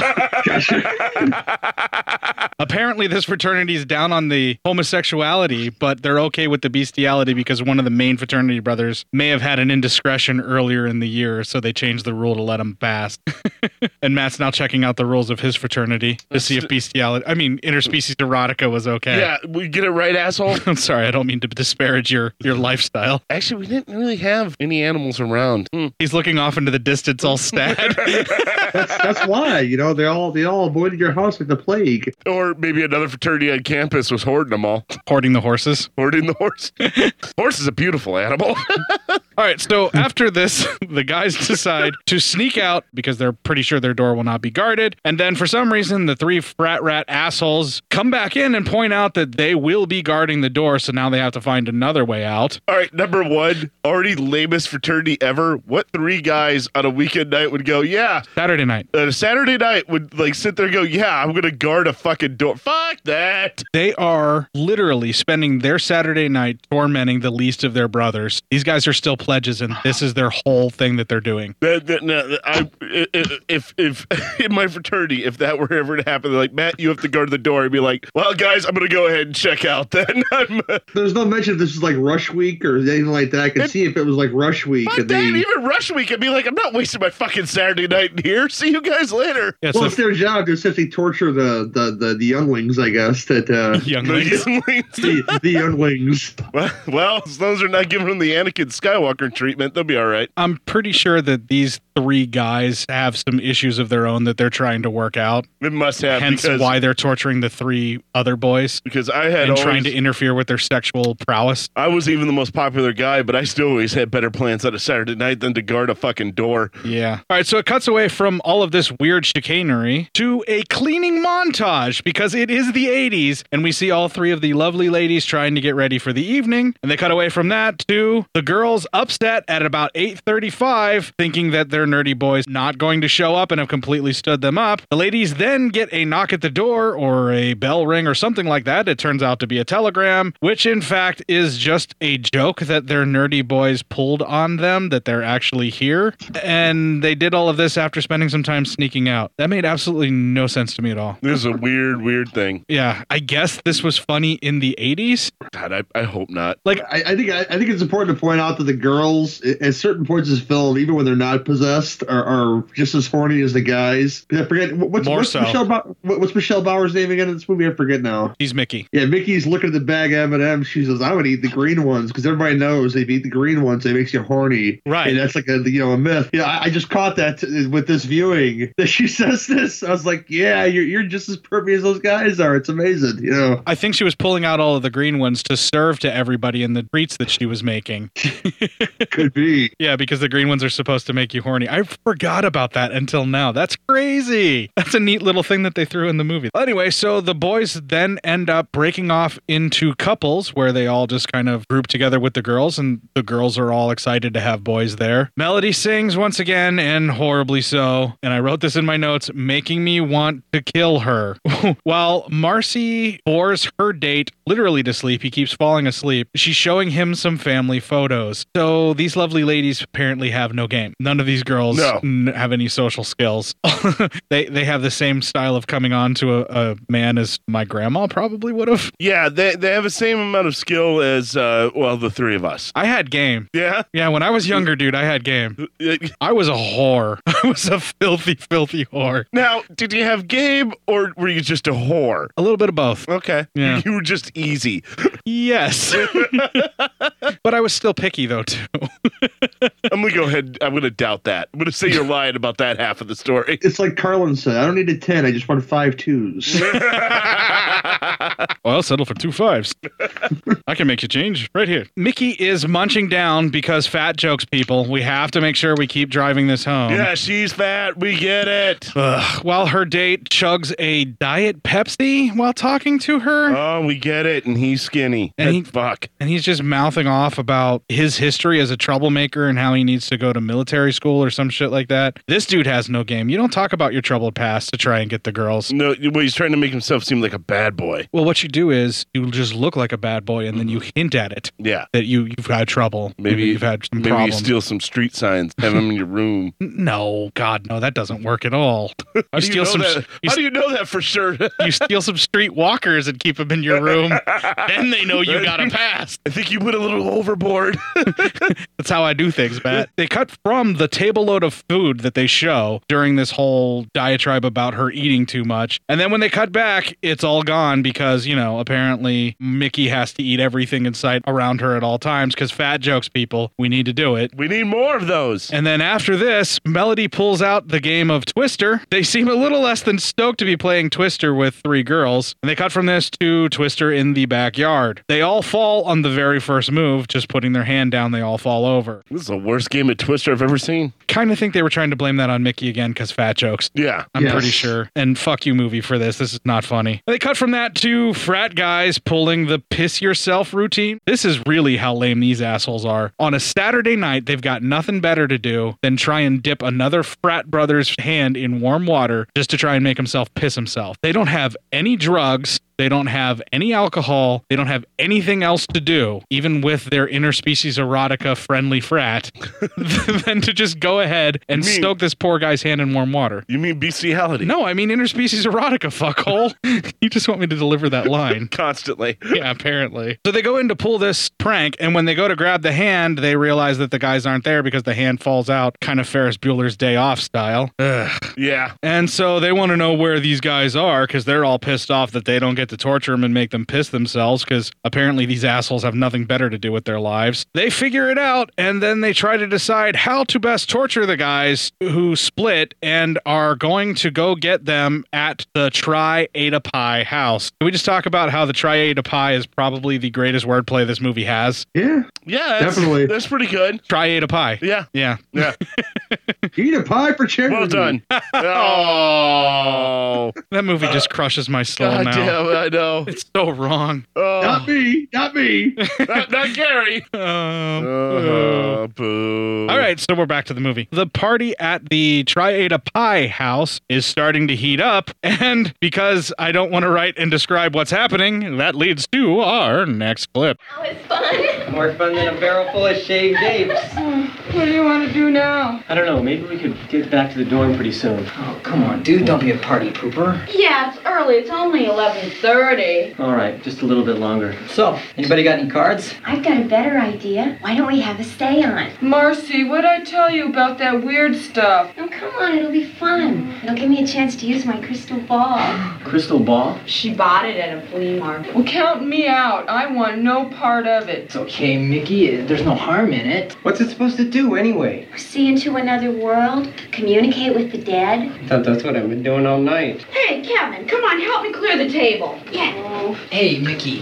Apparently, this fraternity is down on the homosexuality, but they're okay with the bestiality because one of the main fraternity brothers may have had an indiscretion earlier in the year, so they changed the rule to let him pass. and Matt's now checking out the rules of his fraternity to see if bestiality, I mean, interspecies erotica was okay. yeah, we get it right, asshole. I'm sorry, I don't mean to disparage your your lifestyle. Actually, we didn't really have any animals around. Hmm. He's looking off into the distance, all sad. that's, that's why you know they all they all avoided your house like the plague. Or maybe another fraternity on campus was hoarding them all. Hoarding the horses. Hoarding the horse. horse is a beautiful animal. All right, so after this, the guys decide to sneak out because they're pretty sure their door will not be guarded. And then for some reason, the three frat rat assholes come back in and point out that they will be guarding the door, so now they have to find another way out. all right, number one, already lamest fraternity ever. What three guys on a weekend night would go, yeah. Saturday night. Uh, Saturday night would like sit there and go, yeah, I'm going to guard a fucking door. Fuck that. They are literally spending their Saturday night tormenting the least of their brothers. These guys are still pledges, and this is their whole thing that they're doing. That, that, no, I, i- i- if if in my fraternity, if that were ever to happen, they're like Matt, you have to go to the door and be like, "Well, guys, I'm going to go ahead and check out." Then I'm, There's no mention if this is like Rush Week or anything like that. I could see if it was like Rush Week. but and then they- even rush week and be like, "I'm not wasting my fucking Saturday night in here. See you guys later." well, it's their job to essentially torture the the, the, the younglings, I guess. That uh, younglings. the, the younglings. Well, well, as long as they're not giving them the Anakin Skywalker treatment, they'll be all right. I'm pretty sure that these three guys have some issues of their own that they're trying to work out. It must have Hence because- why they're torturing the three other boys. Because I had and trying always- to interfere with their sexual prowess. I was even the most popular guy, but I still always had better plans on a Saturday night than to guard a fucking door. Yeah. All right, so it cuts away from all of this weird chicanery to a cleaning montage because it is the 80s and we see all three of the lovely ladies trying to get ready for the evening and they cut away from that to the girls upset at about 8:35 thinking that their nerdy boys not going to show up and have completely stood them up. The ladies then get a knock at the door or a bell ring or something like that. It turns out to be a telegram, which in fact is just a joke that their nerdy boys pulled on them that they're actually here. And they did all of this after spending some time sneaking out. That made absolutely no sense to me at all. This is a weird, weird thing. Yeah, I guess this was funny in the 80s. God, I, I hope not. Like, I, I think I, I think it's important to point out that the girls i- at certain points of this film, even when they're not possessed, are, are just as horny as the guys. 'Cause I forget wh- what's, More what's so. Michelle Bau- what- what's Michelle Bauer's name again in this movie? I forget now. He's Mickey. Yeah, Mickey's looking at the bag of M&M's. She says, "I'm gonna eat the green ones because everybody knows if you eat the green ones, it makes you horny." Right. And that's like a you know a myth. Yeah, I, I just caught that t- with this viewing that she says this. I was like, "Yeah, you're you're just as pervy as those guys are. It's amazing." You know. I think she was pulling out all of the green ones to serve to everybody in the treats that she was making. Could be. Yeah, because the green ones are supposed to make you horny. I forgot about that until now. That's crazy. That's a neat little thing that they threw in the movie. Anyway, so the boys then end up breaking off into couples where they all just kind of group together with the girls, and the girls are all excited to have boys there. Melody sings once again, and horribly so. And I wrote this in my notes, making me want to kill her. While Marcy bores her date literally to sleep, he keeps falling asleep. She's showing him some family photos. So these lovely ladies apparently have no game. None of these girls No. n- have any social skills. they they have the same style of coming on to a, a man as my grandma probably would have. Yeah, they, they have the same amount of skill as, uh, well, the three of us. I had game. Yeah. Yeah, when I was younger, dude, I had game. I was a whore. I was a filthy, filthy whore. Now, did you have game or were you just a whore? A little bit of both. Okay. Yeah. You, you were just easy. Yes. but I was still picky though too. I'm going to go ahead. I'm going to doubt that. I'm going to say you're lying about that half of the story. It's like Carlin said, I don't need a 10, I just want five twos. Well, I'll settle for two fives. I can make you change right here. Mickey is munching down because fat jokes, people. We have to make sure we keep driving this home. yeah, she's fat. We get it. Um, Ugh. While her date chugs a diet Pepsi while talking to her. Oh, we get it. And he's skinny. And he- fuck. And he's just mouthing off about his history as a troublemaker and how he needs to go to military school or some shit like that. This dude has no game. You don't talk about your troubled past to try and get the girls. No, well, he's trying to make himself seem like a bad boy. Well, what you do is you just look like a bad boy and then you hint at it. Yeah. That you, you've had trouble. Maybe you've had some Maybe problems. you steal some street signs, have them in your room. No, God, no, that doesn't work at all. You How do you, know that? How do you know that for sure? you steal some street walkers and keep them in your room. then they know you got a pass. I think you went a little overboard. That's how I do things, Matt. They cut from the table load of food that they show during this whole diatribe about her eating too much. And then when they cut back, it's all gone because, you know, apparently Mickey has to eat everything in sight around her at all times because fat jokes, people. We need to do it. We need more of those. And then after this, Melody pulls out the game of Twister. They seem a little less than stoked to be playing Twister with three girls. And they cut from this to Twister in the backyard. They all fall on the very first move, just putting their hand down, they all fall over. This is the worst game of Twister I've ever seen. kind of think they were trying to blame that on Mickey again because fat jokes. Yeah. I'm Yes. pretty sure. And fuck you, movie, for this. This is not funny. They cut from that to frat guys pulling the piss yourself routine. This is really how lame these assholes are. On a Saturday night, they've got nothing better to do than try and dip another frat brother's hand in warm water just to try and make himself piss himself. They don't have any drugs. They don't have any alcohol. They don't have anything else to do, even with their interspecies erotica friendly frat, than to just go ahead and You mean- soak this poor guy's hand in warm water. You mean bestiality? No, I mean interspecies erotica, fuckhole. you just want me to deliver that line. Constantly. Yeah, apparently. So they go in to pull this prank, and when they go to grab the hand, they realize that the guys aren't there because the hand falls out, kind of Ferris Bueller's Day Off style. Ugh. Yeah. And so they want to know where these guys are because they're all pissed off that they don't get to torture them and make them piss themselves because apparently these assholes have nothing better to do with their lives. They figure it out and then they try to decide how to best torture the guys who split and are going to go get them at the Tri Ada Pi house. Can we just talk about how the Tri Ada Pi is probably the greatest wordplay this movie has? Yeah. Yeah, that's, Definitely. That's pretty good. Try Ada Pie. Yeah. Yeah. Yeah. Eat a pie E for charity. Well done. oh. That movie just crushes my soul God now. damn it, I know. It's so wrong. Oh. Not me. Not me. not, not Gary. Uh-huh, Uh, boo. Um, All right, so we're back to the movie. The party at the Triada Pie house is starting to heat up, and because I don't want to write and describe what's happening, that leads to our next clip. Fun? More fun than a barrel full of shaved apes. what do you want to do now? I don't know. Maybe we could get back to the dorm pretty soon. Oh, come on, dude. Don't be a party pooper. Yeah, it's early. It's only 11.30. All right, just a little bit longer. So, anybody got any cards? I've got a better idea. Why don't we have a stay on? Marcy, what'd I tell you about that weird stuff? Oh, come on, it'll be fun. It'll give me a chance to use my crystal ball. Crystal ball? She bought it at a flea market. Well, count me out. I want no part of it. It's Okay, Mickey, uh, there's no harm in it. What's it supposed to do anyway? See into another world, communicate with the dead. I thought that's what I've been doing all night. Hey, Kevin, come on, help me clear the table. Yeah. Oh. Hey, Mickey,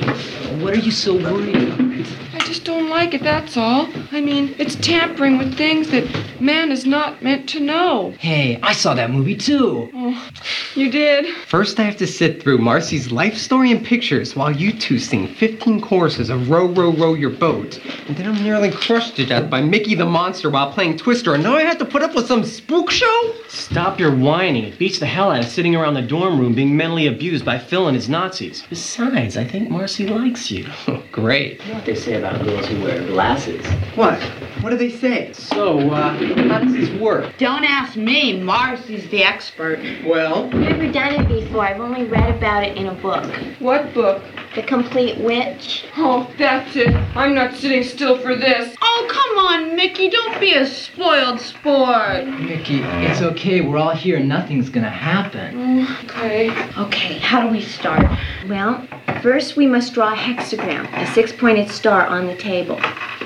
what are you so worried about? I just don't like it, that's all. I mean, it's tampering with things that man is not meant to know. Hey, I saw that movie too. Oh, you did? First, I have to sit through Marcy's life story and pictures while you two sing 15 choruses of Row, Row, Row Your Boat. And then I'm nearly crushed to death by Mickey the Monster while playing Twister, and now I have to put up with some spook show? Stop your whining. It beats the hell out of sitting around the dorm room being mentally abused by Phil and his Nazis. Besides, I think Marcy likes you. Great. You know what they say about girls who wear glasses? What? What do they say? So, uh, how does this work? Don't ask me. Marcy's the expert. Well? Never done it before. I've only read about it in a book. What book? The Complete Witch. Oh, that's it. I'm not sitting still for this. Oh, come on, Mickey. Don't be a spoiled sport. Mickey, it's okay. We're all here. Nothing's gonna happen. Oh, Okay. Okay, how do we start? Well, first we must draw a hexagram, a six pointed star on the table.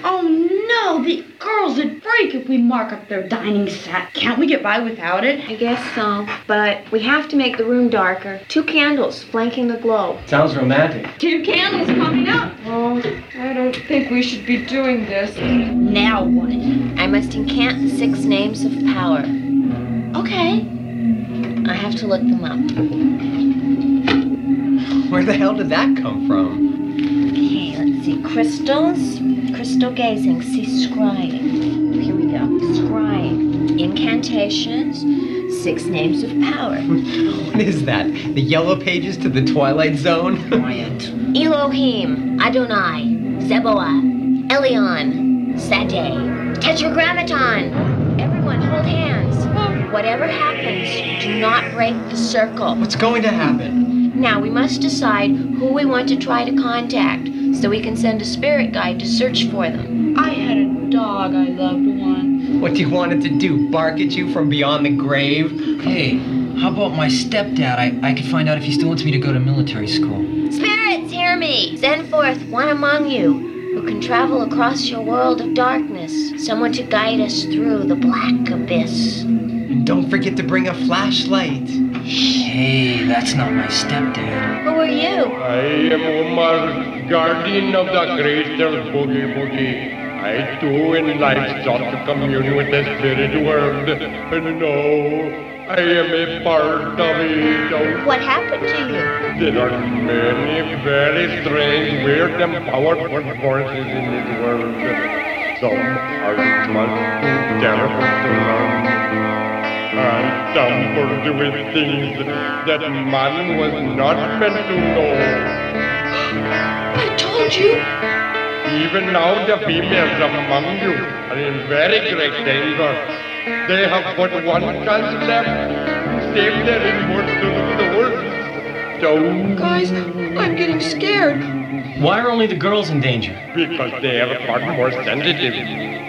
Oh, no. The girls would break if we mark up their dining set. Can't we get by without it? I guess so, but we have to make the room darker. Two candles flanking the globe. Sounds romantic. Two candles coming up. Oh, I don't think we should be doing this. Now what? I must incant the six names of power. Okay. I have to look them up. Where the hell did that come from? Okay, let's see. Crystals, crystal gazing, see scrying. Here we go. Scrying. Incantations, six names of power. What is that? The Yellow Pages to the Twilight Zone? Quiet. Elohim, Adonai, Zeboah, Elion, Sade, Tetragrammaton. Everyone hold hands. Whatever happens, do not break the circle. What's going to happen? Now we must decide who we want to try to contact so we can send a spirit guide to search for them. I had a dog I loved once. What do you want it to do? Bark at you from beyond the grave? Hey, how about my stepdad? I, I could find out if he still wants me to go to military school. Spirits, hear me! Send forth one among you who can travel across your world of darkness, someone to guide us through the black abyss. And don't forget to bring a flashlight. Hey, that's not my stepdad. Who are you? I am Omar, guardian of the greater boogie boogie. I too in life sought to commune with the spirit world, and now I am a part of it. Oh, What happened to you? There are many very strange, weird, and powerful forces in this world. Some are much too terrible to learn. And some for doing things that man was not meant to know. I told you. Even now the females among you are in very great danger. They have but one chance left. Save their inwards to the world. So Guys, I'm getting scared. Why are only the girls in danger? Because they are far more sensitive.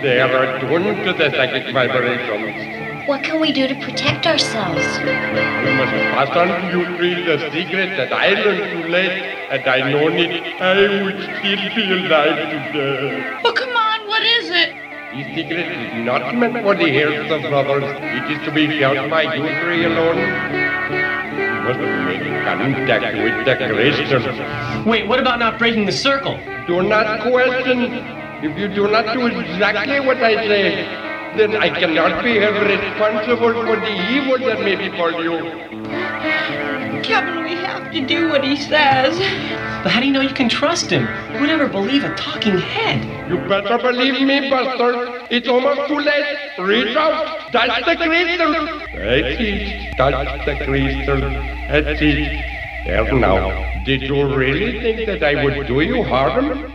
They are attuned to the psychic vibrations. What can we do to protect ourselves? You must pass on to you three the secret that I learned too late, and I known it, I would still be alive today. Oh, come on, what is it? This secret is not meant for the heirs of brothers. It is to be felt by you three alone. You must make contact with the Christians. Wait, what about not breaking the circle? Do not question. If you do not do exactly what I say, then I cannot be held responsible for the evil that may befall you. Kevin, we have to do what he says. But how do you know you can trust him? Who would ever believe a talking head? You better believe me, Buster. It's almost too late. Reach out. Touch the crystal. That's it. Touch the crystal. That's it. There now. Did you really think that I would do you harm?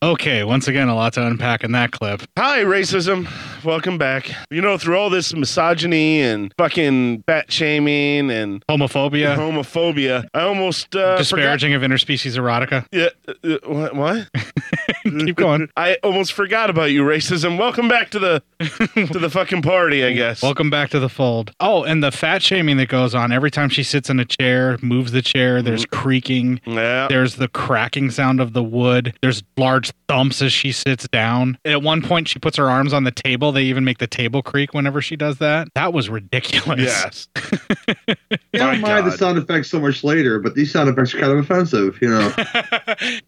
Okay, once again, a lot to unpack in that clip. Hi, racism. Welcome back. You know, through all this misogyny and fucking fat shaming and homophobia, homophobia, I almost uh, Disparaging of interspecies erotica. Forgot, yeah, uh, uh, what? what? Keep going. I almost forgot about you, racism. Welcome back to the to the fucking party, I guess. Welcome back to the fold. Oh, and the fat shaming that goes on every time she sits in a chair, moves the chair, there's creaking, there's the cracking sound of the wood, there's large thumps as she sits down. And at one point, she puts her arms on the table. They even make the table creak whenever she does that. That was ridiculous. Yes. I don't mind the sound effects so much later, but these sound effects are kind of offensive, you know.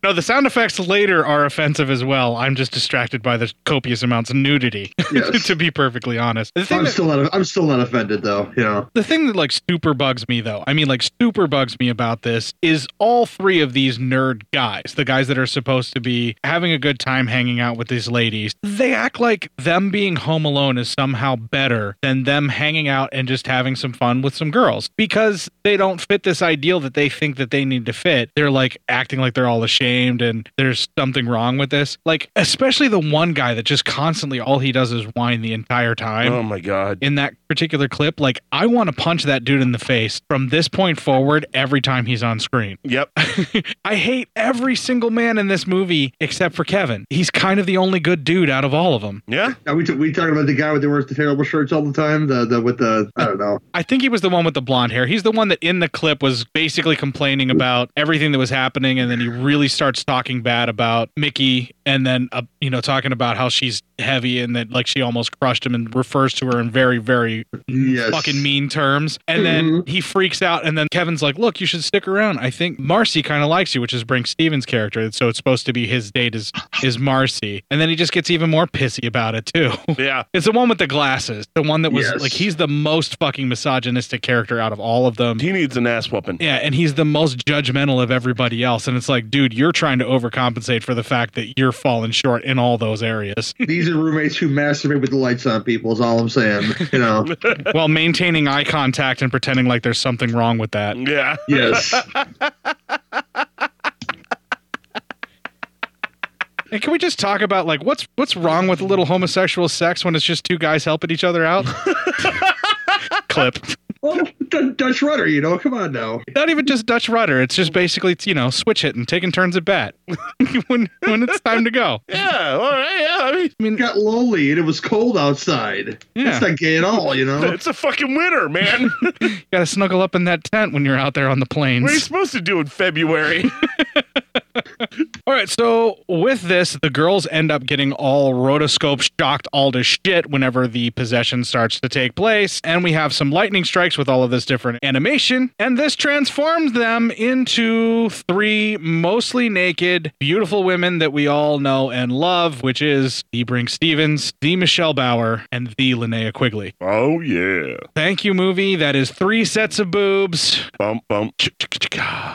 No, the sound effects later are offensive as well. I'm just distracted by the copious amounts of nudity, to be perfectly honest. The thing I'm that- still not I'm still not offended though, you know. The thing that like super bugs me though, I mean like super bugs me about this is all three of these nerd guys, the guys that are supposed to be having a good time hanging out with these ladies, they act like them being home alone is somehow better than them hanging out and just having some fun with some girls because they don't fit this ideal that they think that they need to fit. They're like acting like they're all ashamed and there's something wrong with this. Like especially the one guy that just constantly all he does is whine the entire time. Oh my god. In that particular clip, like I want to punch that dude in the face from this point forward every time he's on screen. Yep. I hate every single man in this movie except for Kevin. He's kind of the only good dude out of all of them. Yeah. Are we, t- we talking about the guy with the worst terrible shirts all the time? The the with the I don't know. I think he was the one with the blonde hair. He's the one that in the clip was basically complaining about everything that was happening, and then he really starts talking bad about Mickey, and then uh, you know talking about how she's heavy and that like she almost crushed him, and refers to her in very very fucking mean terms. And then he freaks out, and then Kevin's like, "Look, you should stick around. I think Marcy kind of likes you," which is Brink Stevens' character. So it's supposed to be his date is is Marcy, and then he just gets even more pissy about it too. Yeah, it's the one with the glasses, the one that was Yes. like he's the most fucking misogynistic character out of all of them. He needs an ass whooping. Yeah, and he's the most judgmental of everybody else. And it's like, dude, you're trying to overcompensate for the fact that you're falling short in all those areas. These are roommates who masturbate with the lights on. People is all I'm saying. You know. While maintaining eye contact and pretending like there's something wrong with that. Yeah. Yes. And can we just talk about like what's what's wrong with a little homosexual sex when it's just two guys helping each other out? Clip. Well, D- Dutch rudder, you know. Come on now. Not even just Dutch rudder. It's just basically you know switch hitting, taking turns at bat when when it's time to go. Yeah. All right. Yeah. I mean, it got lonely and it was cold outside. Yeah. That's not gay at all, you know. It's a fucking winter, man. what You gotta snuggle up in that tent when you're out there on the are you plains. supposed to do in February? All right, so with this, the girls end up getting all rotoscope shocked all to shit whenever the possession starts to take place, and we have some lightning strikes with all of this different animation, and this transforms them into three mostly naked, beautiful women that we all know and love, which is the Brink Stevens, the Michelle Bauer, and the Linnea Quigley. Oh yeah. Thank you, movie. That is three sets of boobs. Bum bum.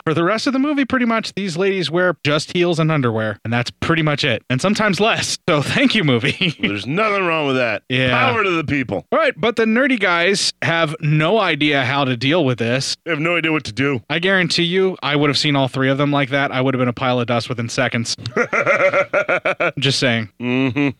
For the rest of the movie, pretty much these ladies wear just heels and and underwear, and that's pretty much it. And sometimes less. So thank you, movie. There's nothing wrong with that. Yeah. Power to the people. All right, but the nerdy guys have no idea how to deal with this. They have no idea what to do. I guarantee you, I would have seen all three of them like that. I would have been a pile of dust within seconds. Just saying. Mm-hmm.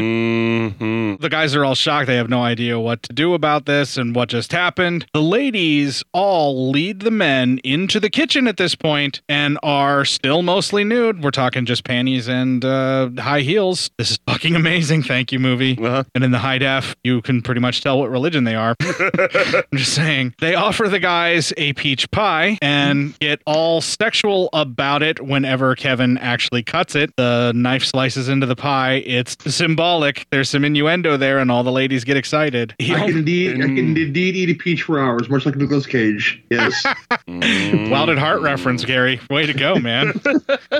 The guys are all shocked. They have no idea what to do about this and what just happened. The ladies all lead the men into the kitchen at this point and are still mostly nude. We're talking just panties and uh, high heels. This is fucking amazing. Thank you, movie. And in the high def, you can pretty much tell what religion they are. I'm just saying. They offer the guys a peach pie and get all sexual about it whenever Kevin actually cuts it. The knife slices into the pie. It's symbolic. There's some innuendo there, and all the ladies get excited. I can indeed, I can indeed eat a peach for hours, much like Nicolas Cage. Yes. Mm. Wild at Heart reference, Gary. Way to go, man.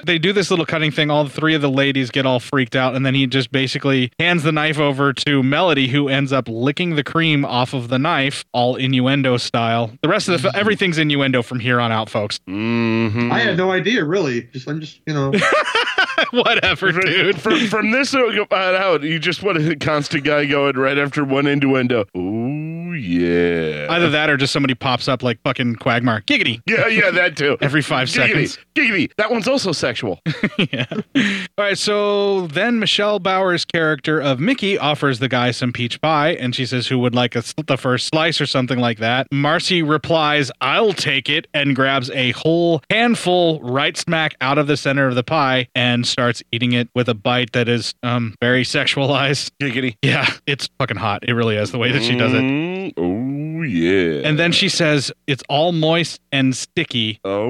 they do this little cutting thing. All three of the ladies get all freaked out, and then he just basically hands the knife over to Melody, who ends up licking the cream off of the knife, all innuendo style. The rest of the Mm-hmm. fi- everything's innuendo from here on out, folks. I had no idea, really. Just I'm just you know. Whatever, dude. From, from this on out, you just want a constant guy going right after one innuendo. Ooh, yeah. Either that or just somebody pops up like fucking Quagmire. Giggity. Yeah, yeah, that too. Every five Giggity, seconds. Giggity. That one's also sexual. All right, so then Michelle Bauer's character of Mickey offers the guy some peach pie, and she says, "Who would like a, sl- the first slice or something like that?" Marcy replies, "I'll take it," and grabs a whole handful right smack out of the center of the pie and starts eating it with a bite that is um, very sexualized. Giggity. Yeah, it's fucking hot. It really is the way that she does it. Mm, oh, yeah. And then she says, "It's all moist and sticky." Oh.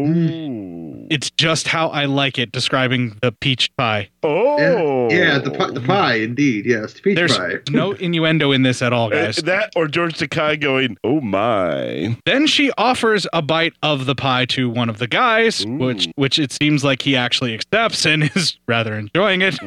It's just how I like it. Describing the peach pie. Oh. Yeah, yeah, the, pi- the pie, indeed. Yes, the peach Oh. There's pie. no innuendo in this at all, oh, guys. Uh, that or George Takai going, oh my. Then she offers a bite of the pie to one of the guys, which which it seems like he actually accepts and is rather enjoying it.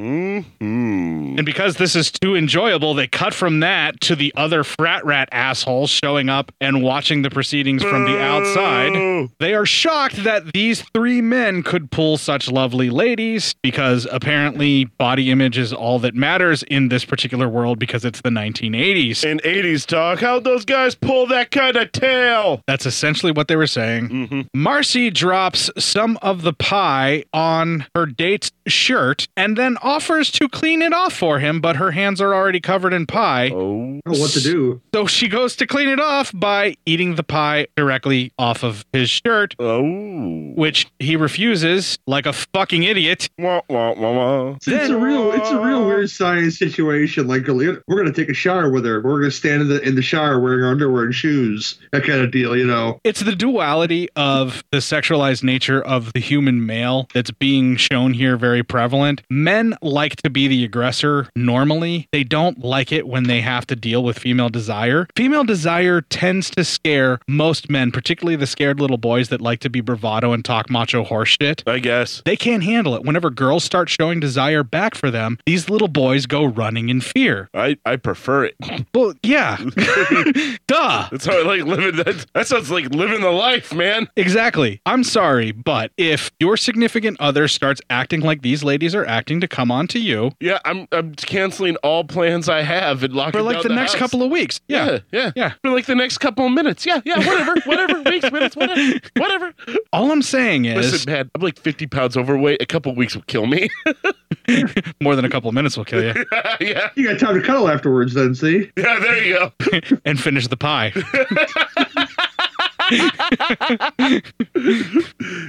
And because this is too enjoyable, they cut from that to the other frat rat assholes showing up and watching the proceedings from the outside. They are shocked that these three men could pull such lovely ladies because apparently body image is all that matters in this particular world because it's the 1980s. In 80s talk, how'd those guys pull that kind of tail? Mm-hmm. That's essentially what they were saying. Marcy drops some of the pie on her date's shirt and then offers to clean it off for him, but her hands are already covered in pie. Oh, what to do? So she goes to clean it off by eating the pie directly off of his shirt. Oh. Which he refuses like a fucking idiot. It's a Then- real, it's a real weird science situation. Like we're gonna take a shower with her. We're gonna stand in the in the shower wearing our underwear and shoes. That kind of deal, you know. It's the duality of the sexualized nature of the human male that's being shown here very prevalent. Men like to be the aggressor normally. They don't like it when they have to deal with female desire. Female desire tends to scare most men, particularly the scared little boys that like to be bravado and talk macho horse shit. I guess. They can't handle it. Whenever girls start showing desire back for them, these little boys go running in fear. I, I prefer it. Well, yeah. Duh. That's how I like living. That, that sounds like living the life, man. Exactly. I'm sorry, but if your significant other starts acting like these ladies are acting to come on to you, Yeah, I'm I'm canceling all plans I have and locking For, like, down the next house. couple of weeks. Yeah. yeah, yeah, yeah. For like the next couple of minutes. Yeah, yeah, whatever, whatever, weeks, minutes, whatever, whatever. all I'm saying is Listen, man, I'm like 50 pounds overweight. A couple of weeks will kill me. more than a couple of minutes will kill you. yeah, You got time to cuddle afterwards, then. See. yeah. There you go. and finish the pie.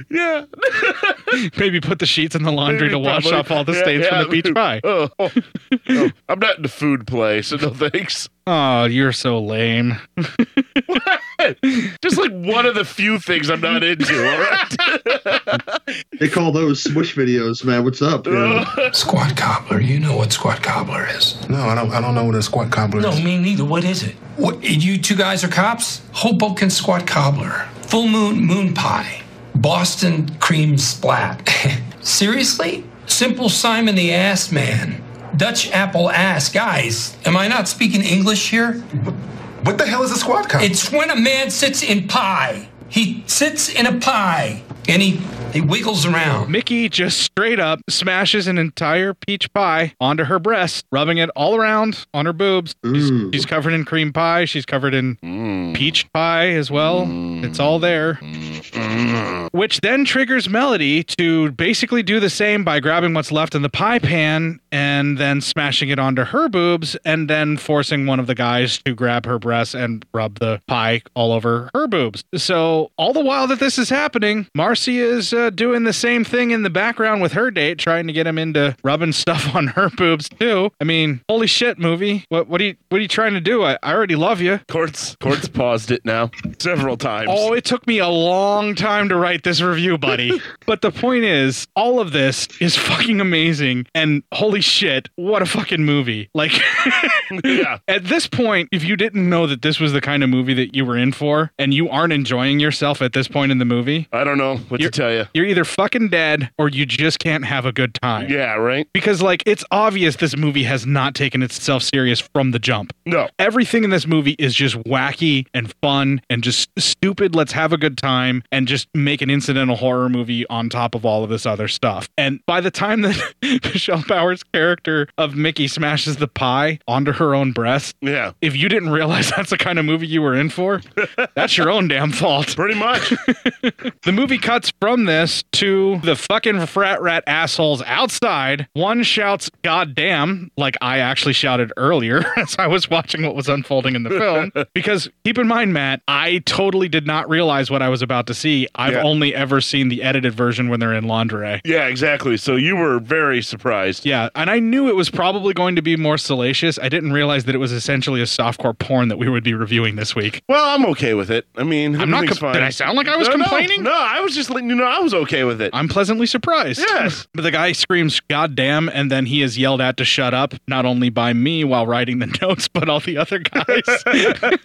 yeah. Maybe put the sheets in the laundry to wash Probably. off all the Yeah, stains yeah. from the peach pie. Oh, oh. Oh, I'm not in the food play, so no thanks. Oh, you're so lame. Just like one of the few things I'm not into. All right. They call those smush videos, man. What's up? man? Squat cobbler. You know what squat cobbler is. No, I don't. I don't know what a squat cobbler is. No, me neither. What is it? What? You two guys are cops. Hoboken squat cobbler. Full moon moon pie. Boston cream splat. Seriously? Simple Simon the ass man. Dutch apple ass. Guys, am I not speaking English here? What the hell is a squat cobbler? It's when a man sits in pie. He sits in a pie and he He wiggles around. Mickey just straight up smashes an entire peach pie onto her breast, rubbing it all around on her boobs. She's, she's covered in cream pie. She's covered in peach pie as well. It's all there. Which then triggers Melody to basically do the same by grabbing what's left in the pie pan and then smashing it onto her boobs and then forcing one of the guys to grab her breasts and rub the pie all over her boobs. So, all the while that this is happening, Marcy is uh, doing the same thing in the background with her date, trying to get him into rubbing stuff on her boobs too. I mean, holy shit, movie. What what are you what are you trying to do? I, I already love you. Courts Courts paused it now several times. Oh, it took me a long time to write this review, buddy. but the point is, all of this is fucking amazing. And holy shit, what a fucking movie. Like, at this point, if you didn't know that this was the kind of movie that you were in for and you aren't enjoying yourself at this point in the movie, I don't know what to tell you. you're either fucking dead or you just can't have a good time. Yeah, right? Because, like, it's obvious this movie has not taken itself serious from the jump. No. Everything in this movie is just wacky and fun and just stupid. Let's have a good time and just make an incidental horror movie on top of all of this other stuff. And by the time that Michelle Bauer's character of Mickey smashes the pie onto her own breast, yeah. if you didn't realize that's the kind of movie you were in for, that's your own damn fault. Pretty much. the movie cuts from this to the fucking frat rat assholes outside. One shouts, God damn, like I actually shouted earlier as I was watching what was unfolding in the film. because keep in mind, Matt, I totally did not realize what I was about to see. I've Yeah. only ever seen the edited version when they're in lingerie. Yeah, exactly. So you were very surprised. Yeah, and I knew it was probably going to be more salacious. I didn't realize that it was essentially a softcore porn that we would be reviewing this week. Well, I'm okay with it. I mean, I'm not. everything's Com- fine. did I sound like I was No, no, complaining? No, I was just letting you know I was okay with it. I'm pleasantly surprised. Yes. But the guy screams, God damn, and then he is yelled at to shut up, not only by me while writing the notes, but all the other guys.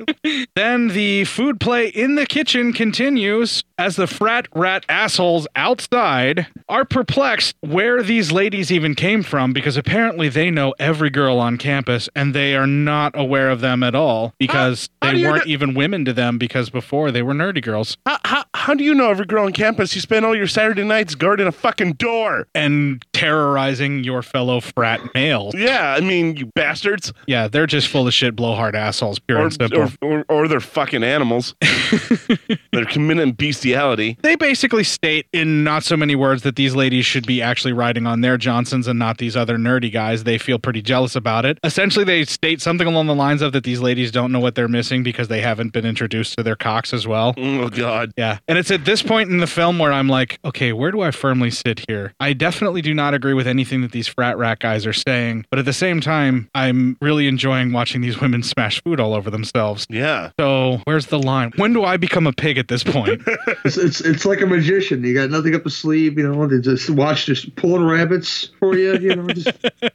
then the food play in the kitchen continues as the frat rat assholes outside are perplexed where these ladies even came from because apparently they know every girl on campus and they are not aware of them at all because they weren't even women to them because before they were nerdy girls. How, how, how do you know every girl on campus? You spend all your Saturday nights guarding a fucking door. And terrorizing your fellow frat males. Yeah, I mean, you bastards. Yeah, they're just full of shit, blowhard assholes, pure Or, and simple. or, or, or they're fucking animals. they're committing bestiality. they basically state in not so many words that these ladies should be actually riding on their Johnsons and not these other nerdy guys. They feel pretty jealous about it. Essentially, they state something along the lines of that these ladies don't know what they're missing because they haven't been introduced to their cocks as well. Oh, God. Yeah. And it's at this point in the film where I'm like, okay, where do I firmly sit here? I definitely do not agree with anything that these frat rat guys are saying, but at the same time, I'm really enjoying watching these women smash food all over themselves. Yeah. So where's the line? When do I become a pig at this point? It's, it's it's like a magician. You got nothing up his sleeve. You know, they just watch just pulling rabbits for you. You know, just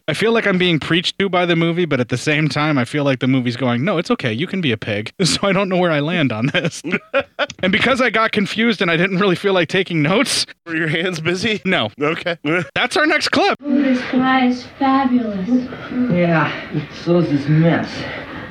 I feel like I'm being preached to by the movie, but at the same time, I feel like the movie's going, no, it's okay. You can be a pig. So I don't know where I land on this. and because I got confused and I didn't really feel like taking notes. Were your hands busy? No. Okay. That's our next clip. Oh, Ooh, this pie is fabulous. Yeah, so is this mess.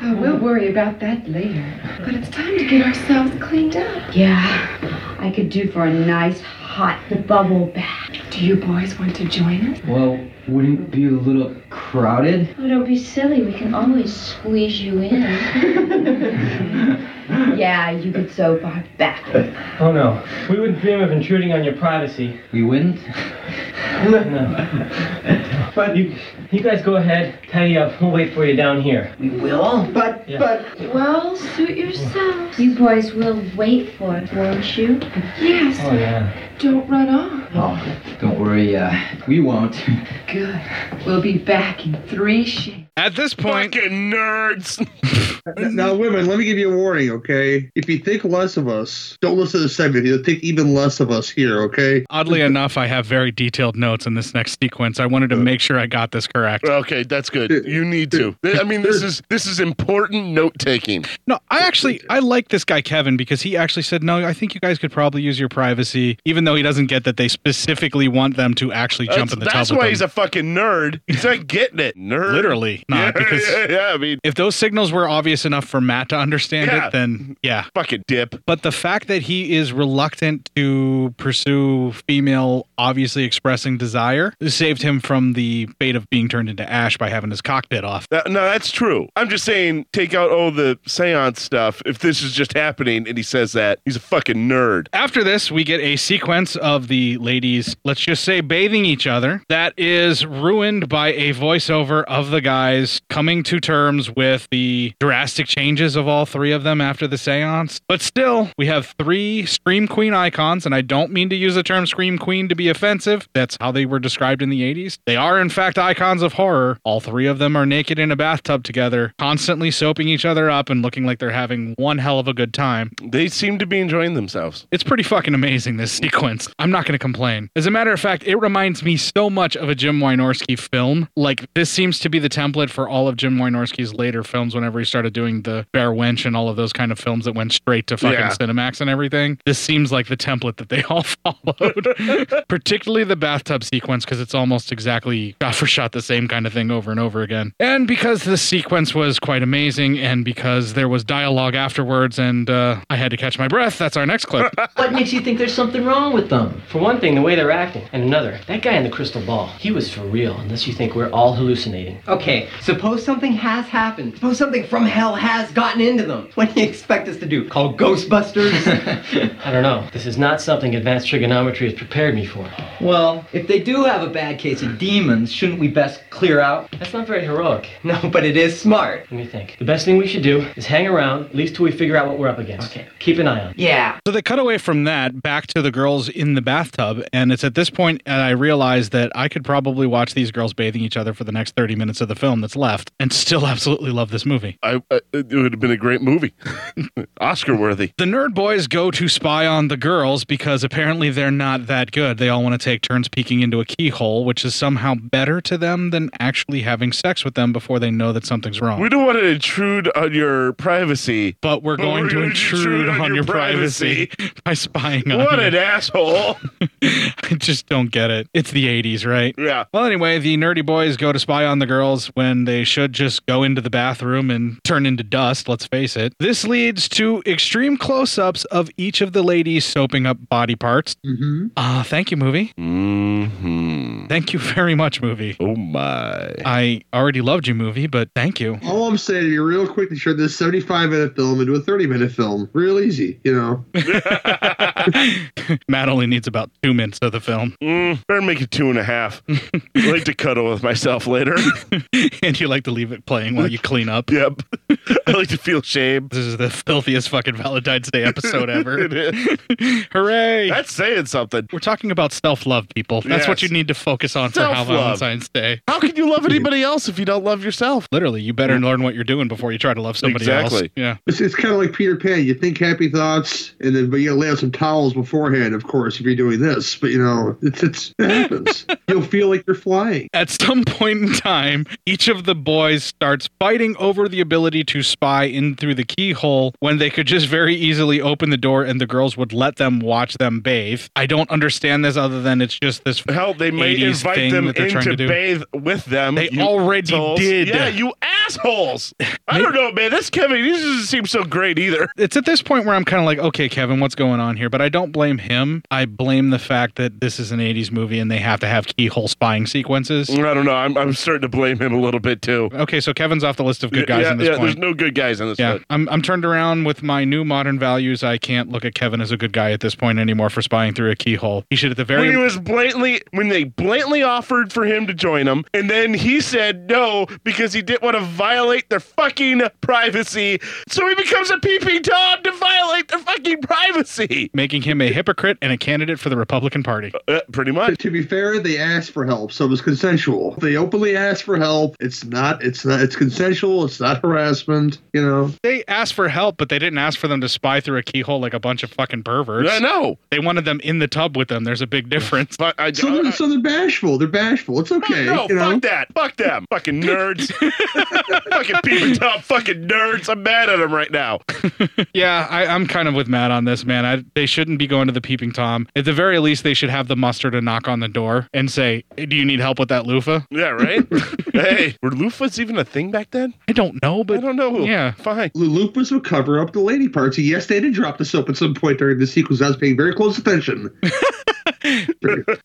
Oh, we'll worry about that later. But it's time to get ourselves cleaned up. Yeah, I could do for a nice hot bubble bath. Do you boys want to join us? Well, wouldn't it be a little crowded? Oh, don't be silly. We can always squeeze you in. yeah, you could so far back. Oh no, we would dream of intruding on your privacy. We wouldn't? no. but you, you guys go ahead, tidy up. We'll wait for you down here. We will? But, Well, suit yourselves. You boys will wait for it, won't you? Yes. Oh, yeah. Don't run off. Oh, don't worry, uh, we won't. Good. We'll be back in three shakes. At this point, fucking nerds. now, women, let me give you a warning, okay? If you think less of us, don't listen to this segment. You'll think even less of us here, okay? Oddly enough, I have very detailed notes in this next sequence. I wanted to Uh. make sure I got this correct. Okay, that's good. You need to. I mean, this is this is important note taking. No, I actually I like this guy Kevin because he actually said, "No, I think you guys could probably use your privacy," even though he doesn't get that they specifically want them to actually jump That's, in the tub. that's with why them. he's a fucking nerd. He's not getting it. Nerd. Literally not Yeah, because yeah, yeah, I mean if those signals were obvious enough for Matt to understand Yeah. it, then yeah. Fucking dip. But the fact that he is reluctant to pursue female, obviously expressing desire, saved him from the fate of being turned into ash by having his cockpit off. That- Uh, no, that's true. I'm just saying, take out all the seance stuff. If this is just happening and he says that, he's a fucking nerd. After this, we get a sequence of the ladies, let's just say, bathing each other. That is ruined by a voiceover of the guys coming to terms with the drastic changes of all three of them after the seance. But still, we have three Scream Queen icons, and I don't mean to use the term Scream Queen to be offensive. That's how they were described in the 80s. They are, in fact, icons of horror. All three of them are naked in a bathtub together, constantly soaping each other up and looking like they're having one hell of a good time. They seem to be enjoying themselves. It's pretty fucking amazing, this sequence. I'm not going to complain. As a matter of fact, it reminds me so much of a Jim Wynorski film. Like, this seems to be the template for all of Jim Wynorski's later films whenever he started doing the Bear Wench and all of those kind of films that went straight to fucking Yeah. Cinemax and everything. This seems like the template that they all followed, particularly the bathtub sequence, because it's almost exactly shot for shot the same kind of thing over and over again. And because the sequence was quite amazing, and because there was dialogue afterwards, and uh, I had to catch my breath, that's our next clip. What makes you think there's something wrong with them? For one thing, the way they're acting, and another, that guy in the crystal ball, he was for real, unless you think we're all hallucinating. Okay, suppose something has happened. Suppose something from hell has gotten into them. What do you expect us to do? Call Ghostbusters? I don't know. This is not something advanced trigonometry has prepared me for. well, if they do have a bad case of demons, shouldn't we best clear out? That's not very heroic. No, but it is smart. Let me think. The best thing we should do is hang around, at least till we figure out what we're up against. Okay. Keep an eye on. Yeah. So they cut away from that back to the girls in the bathtub. And it's at this point that I realized that I could probably watch these girls bathing each other for the next 30 minutes of the film that's left and still absolutely love this movie. I, I, it would have been a great movie, Oscar worthy. The nerd boys go to spy on the girls because apparently they're not that good. They all want to take turns peeking into a keyhole, which is somehow better to them than actually having sex with them before they know that something's wrong. We don't want to intrude on your privacy, but we're going to gonna intrude on your by spying on What you. an asshole! I just don't get it. It's the 80s, right? Yeah. Well, anyway, the nerdy boys go to spy on the girls when they should just go into the bathroom and turn into dust, let's face it. This leads to extreme close ups of each of the ladies soaping up body parts. Mm-hmm. Uh, thank you, movie. Mm-hmm. Thank you very much, movie. Oh, my. I already loved you, movie, but thank you. All I'm saying is, you real quick to turn this 75 minute film into a 30 minute film, real easy, you know. Matt only needs about two minutes of the film. Mm, better make it two and a half. I like to cuddle with myself later. and you like to leave it playing while you clean up. Yep. I like to feel shame. This is the filthiest fucking Valentine's Day episode ever. It Hooray! That's saying something. We're talking about self love, people. That's what you Yes. need to focus on for how Self-love. Valentine's Day. How can you love anybody else if you don't love yourself? Mm. Literally, you better learn what you're doing before you try to love somebody else. Exactly. Yeah. It's, it's kind of like Peter Pan. You think happy thoughts, and then but you gotta lay out some towels beforehand, of course, if you're doing this. But you know, it's, it's it happens. You'll feel like you're flying. At some point in time, each of the boys starts fighting over the ability to spy in through the keyhole when they could just very easily open the door and the girls would let them watch them bathe. I don't understand this other than it's just this. Hell, they may 80s invite thing them that they're in trying to, to do. bathe with them. They you already did. Yeah, you assholes. I don't know, man. This Kevin, he doesn't seem so great either. It's at this point where I'm kind of like, okay, Kevin, what's going on here? But I don't blame him. I blame the fact that this is an 80s movie and they have to have keyhole spying sequences. I don't know. I'm, I'm starting to blame him a little bit too. Okay, so Kevin's off the list of good guys yeah, in this yeah, point. There's no good guys in this. yeah, one. I'm, I'm turned around with my new modern values. I can't look at Kevin as a good guy at this point anymore for spying through a keyhole. He should at the when very he was blatantly when they blatantly offered for him to join them, and then he said no because he didn't want to violate their fucking privacy. So he becomes a PP Tom to violate their fucking privacy. making him a hypocrite and a candidate for the Republican Party. Uh, pretty much. To be fair, they asked for help, so it was consensual. They openly asked for help. It's not. It's not. It's consensual. It's not harassment. You know. They asked for help, but they didn't ask for them to spy through a keyhole like a bunch of fucking perverts. I know. They wanted them in the tub with them. There's a big difference. But I, So they're, so they're bashful. They're bashful. It's okay. no, you know? fuck that. Fuck them. Fucking nerds. fucking peeping top fucking nerds. I'm mad at him right now. yeah, I, I'm kind of with Matt on this, man. I, they shouldn't be going to the peeping tom. At the very least, they should have the muster to knock on the door and say, "Hey, "Do you need help with that loofah?" Yeah, right. hey, were loofahs even a thing back then? I don't know, but I don't know. Yeah, fine. Lupus would cover up the lady parts. And yes, they did drop the soap at some point during the sequence. I was paying very close attention.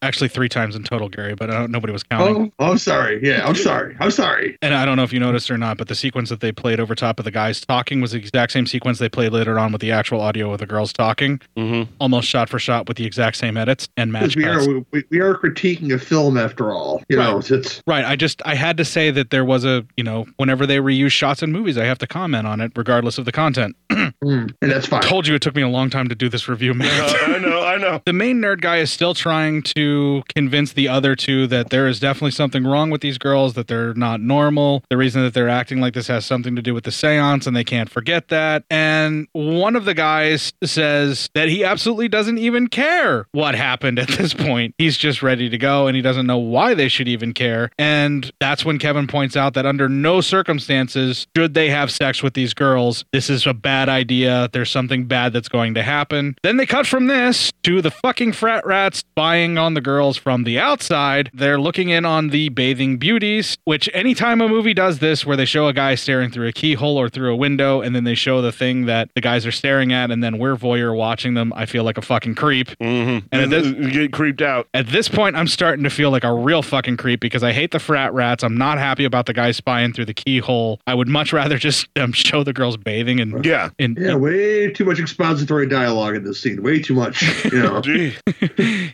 Actually, three times in total, Gary, but I don't, nobody was counting. Oh, I'm sorry. Yeah, I'm sorry. I'm sorry. And I don't know if you noticed or not, but the sequence that they played over top of the guys talking was the exact same sequence they played later on with the actual audio of the girls talking, mm-hmm. almost shot for shot with the exact same edits and match. Because we cuts. are we, we are critiquing a film after all. You know, it's, it's Right. I just I had to say that there was a you know whenever they reuse shots in movies, I have to comment on it regardless of the content. Mm, and that's fine. Told you it took me a long time to do this review, man. I know. I know. The main nerd guy is still trying to convince the other two that there is definitely something wrong with these girls, that they're not normal. The reason that they're acting like this has something to do with the seance and they can't forget that. And one of the guys says that he absolutely doesn't even care what happened at this point. He's just ready to go and he doesn't know why they should even care. And that's when Kevin points out that under no circumstances should they have sex with these girls. This is a bad idea. There's something bad that's going to happen. Then they cut from this to the fucking frat rats spying on the girls from the outside. They're looking in on the bathing beauties, which anytime a movie does this where they show a guy staring through a keyhole or through a window and then they show the thing that the guys are staring at and then we're voyeur watching them, I feel like a fucking creep. Mm-hmm. And at this, you get creeped out. At this point, I'm starting to feel like a real fucking creep because I hate the frat rats. I'm not happy about the guy spying through the keyhole. I would much rather just um, show the girls bathing and yeah, and yeah, way too much expository dialogue in this scene. Way too much. You know.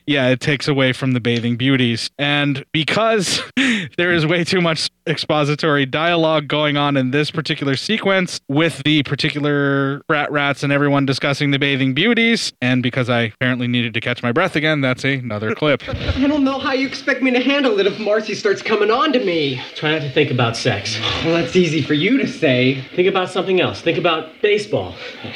yeah, it takes away from the bathing beauties. And because there is way too much expository dialogue going on in this particular sequence with the particular frat rats and everyone discussing the bathing beauties, and because I apparently needed to catch my breath again, that's another clip. I don't know how you expect me to handle it if Marcy starts coming on to me. Try not to think about sex. Well, that's easy for you to say. Think about something else. Think about baseball.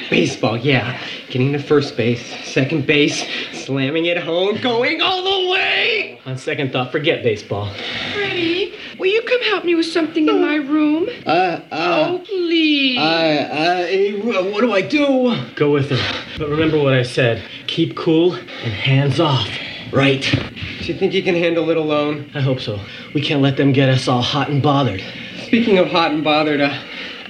Baseball, yeah. Getting to first base, second base, slamming it home, going all the way. On second thought, forget baseball. Freddie, will you come help me with something in my room? Uh, uh. Oh, please. uh, what do I do? Go with her. But remember what I said keep cool and hands off. Right. Do you think you can handle it alone? I hope so. We can't let them get us all hot and bothered. Speaking of hot and bothered, uh,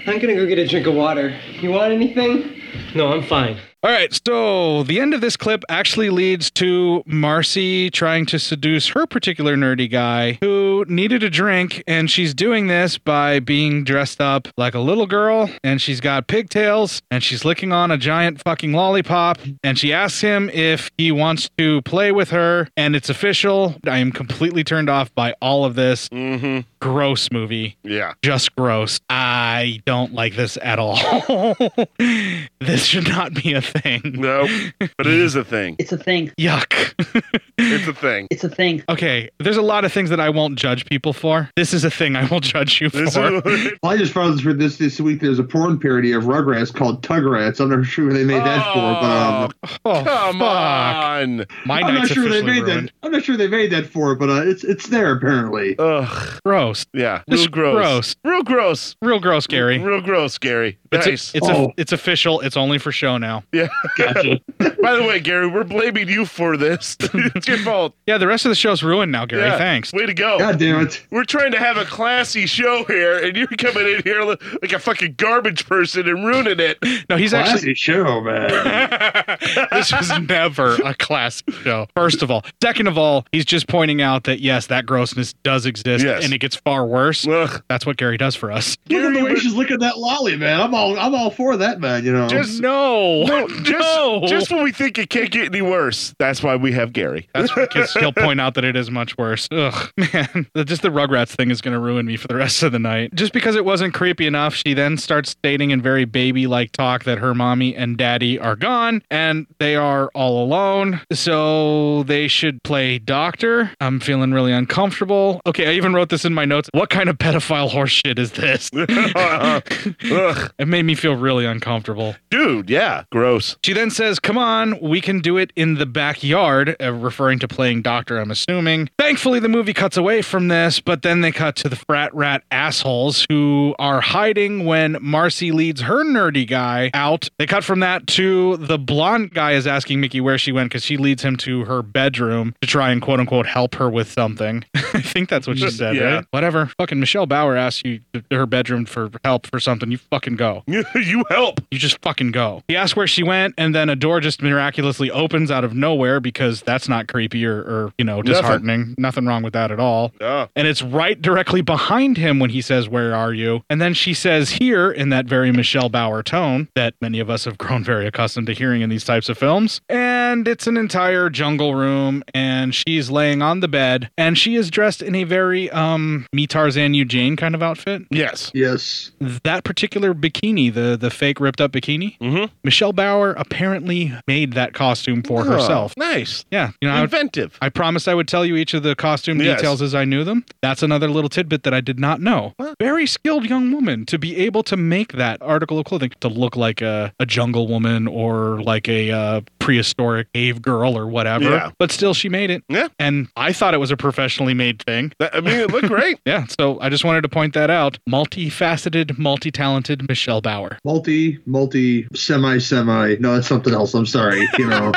I'm gonna go get a drink of water. You want anything? No, I'm fine. All right, so the end of this clip actually leads to Marcy trying to seduce her particular nerdy guy who needed a drink, and she's doing this by being dressed up like a little girl, and she's got pigtails, and she's licking on a giant fucking lollipop, and she asks him if he wants to play with her, and it's official. I am completely turned off by all of this. Mm-hmm. Gross movie. Yeah. Just gross. I don't like this at all. this should not be a thing. No, but it is a thing. It's a thing. Yuck. It's a thing. It's a thing. Okay, there's a lot of things that I won't judge people for. This is a thing I will judge you for. Well, I just found this for this this week. There's a porn parody of Rugrats called Tugrats. I'm not sure who they made that for, but Oh, um, come on. My I'm not night's sure they officially made ruined. that. I'm not sure they made that for, it, but uh, it's it's there apparently. Ugh, Gross. Yeah, This real is gross. gross. Real gross. Real gross, Gary. Real gross, Gary. It's, Nice. it's, Oh. a, it's official. It's only for show now. yeah. Gotcha. By the way, Gary, we're blaming you for this. it's your fault. Yeah, the rest of the show's ruined now, Gary. Yeah. Thanks. Way to go. God damn it. We're trying to have a classy show here, and you're coming in here li- like a fucking garbage person and ruining it. No, he's actually Oh, show, man. this was never a classic show. First of all, second of all, he's just pointing out that yes, that grossness does exist, Yes. and it gets far worse. That's what Gary does for us. Look at the way she's looking at that lolly, man. I'm all I'm all for that, man. You know. Just no, No, just, just when we think it can't get any worse, that's why we have Gary. That's because he'll point out that it is much worse. Ugh, man. The- Just the Rugrats thing is going to ruin me for the rest of the night. Just because it wasn't creepy enough, she then starts stating in very baby like talk that her mommy and daddy are gone and they are all alone. So they should play doctor. I'm feeling really uncomfortable. Okay, I even wrote this in my notes. What kind of pedophile horseshit is this? it made me feel really uncomfortable. Uh-huh. Dude, yeah. Gross. gross. She then says, Come on, we can do it in the backyard, uh, referring to playing doctor, I'm assuming. Thankfully, the movie cuts away from this, but then they cut to the frat rat assholes who are hiding when Marcy leads her nerdy guy out. They cut from that to the blonde guy is asking Mickey where she went because she leads him to her bedroom to try and quote unquote help her with something. I think that's what she said, Yeah. right? Whatever. Fucking Michelle Bauer asked you to her bedroom for help for something. You fucking go. you help. You just fucking go. He asks where she went, and then a door just miraculously opens out of nowhere because that's not creepy or, or you know, Nothing. disheartening. Nothing. wrong with that at all. No. And it's right directly behind him when he says, Where are you? And then she says, Here, in that very Michelle Bauer tone that many of us have grown very accustomed to hearing in these types of films. And it's an entire jungle room, and she's laying on the bed, and she is dressed in a very, um, me Tarzan, you Jane kind of outfit. Yes. Yes. That particular bikini, the, the fake ripped up bikini, mm-hmm. Michelle Bauer apparently made that costume for Oh, herself. Nice. Yeah, you know, I- Inventive. I promised I would tell you each of the costume Yes. details as I knew them. That's another little tidbit that I did not know. Very skilled young woman to be able to make that article of clothing to look like a, a jungle woman or like a uh, prehistoric cave girl or whatever. Yeah. But still, she made it. Yeah. And I thought it was a professionally made thing. I mean, it looked great. yeah. So I just wanted to point that out. Multifaceted, multi talented Michelle Bauer. Multi, multi, semi, semi. No, that's something else. I'm sorry. You know.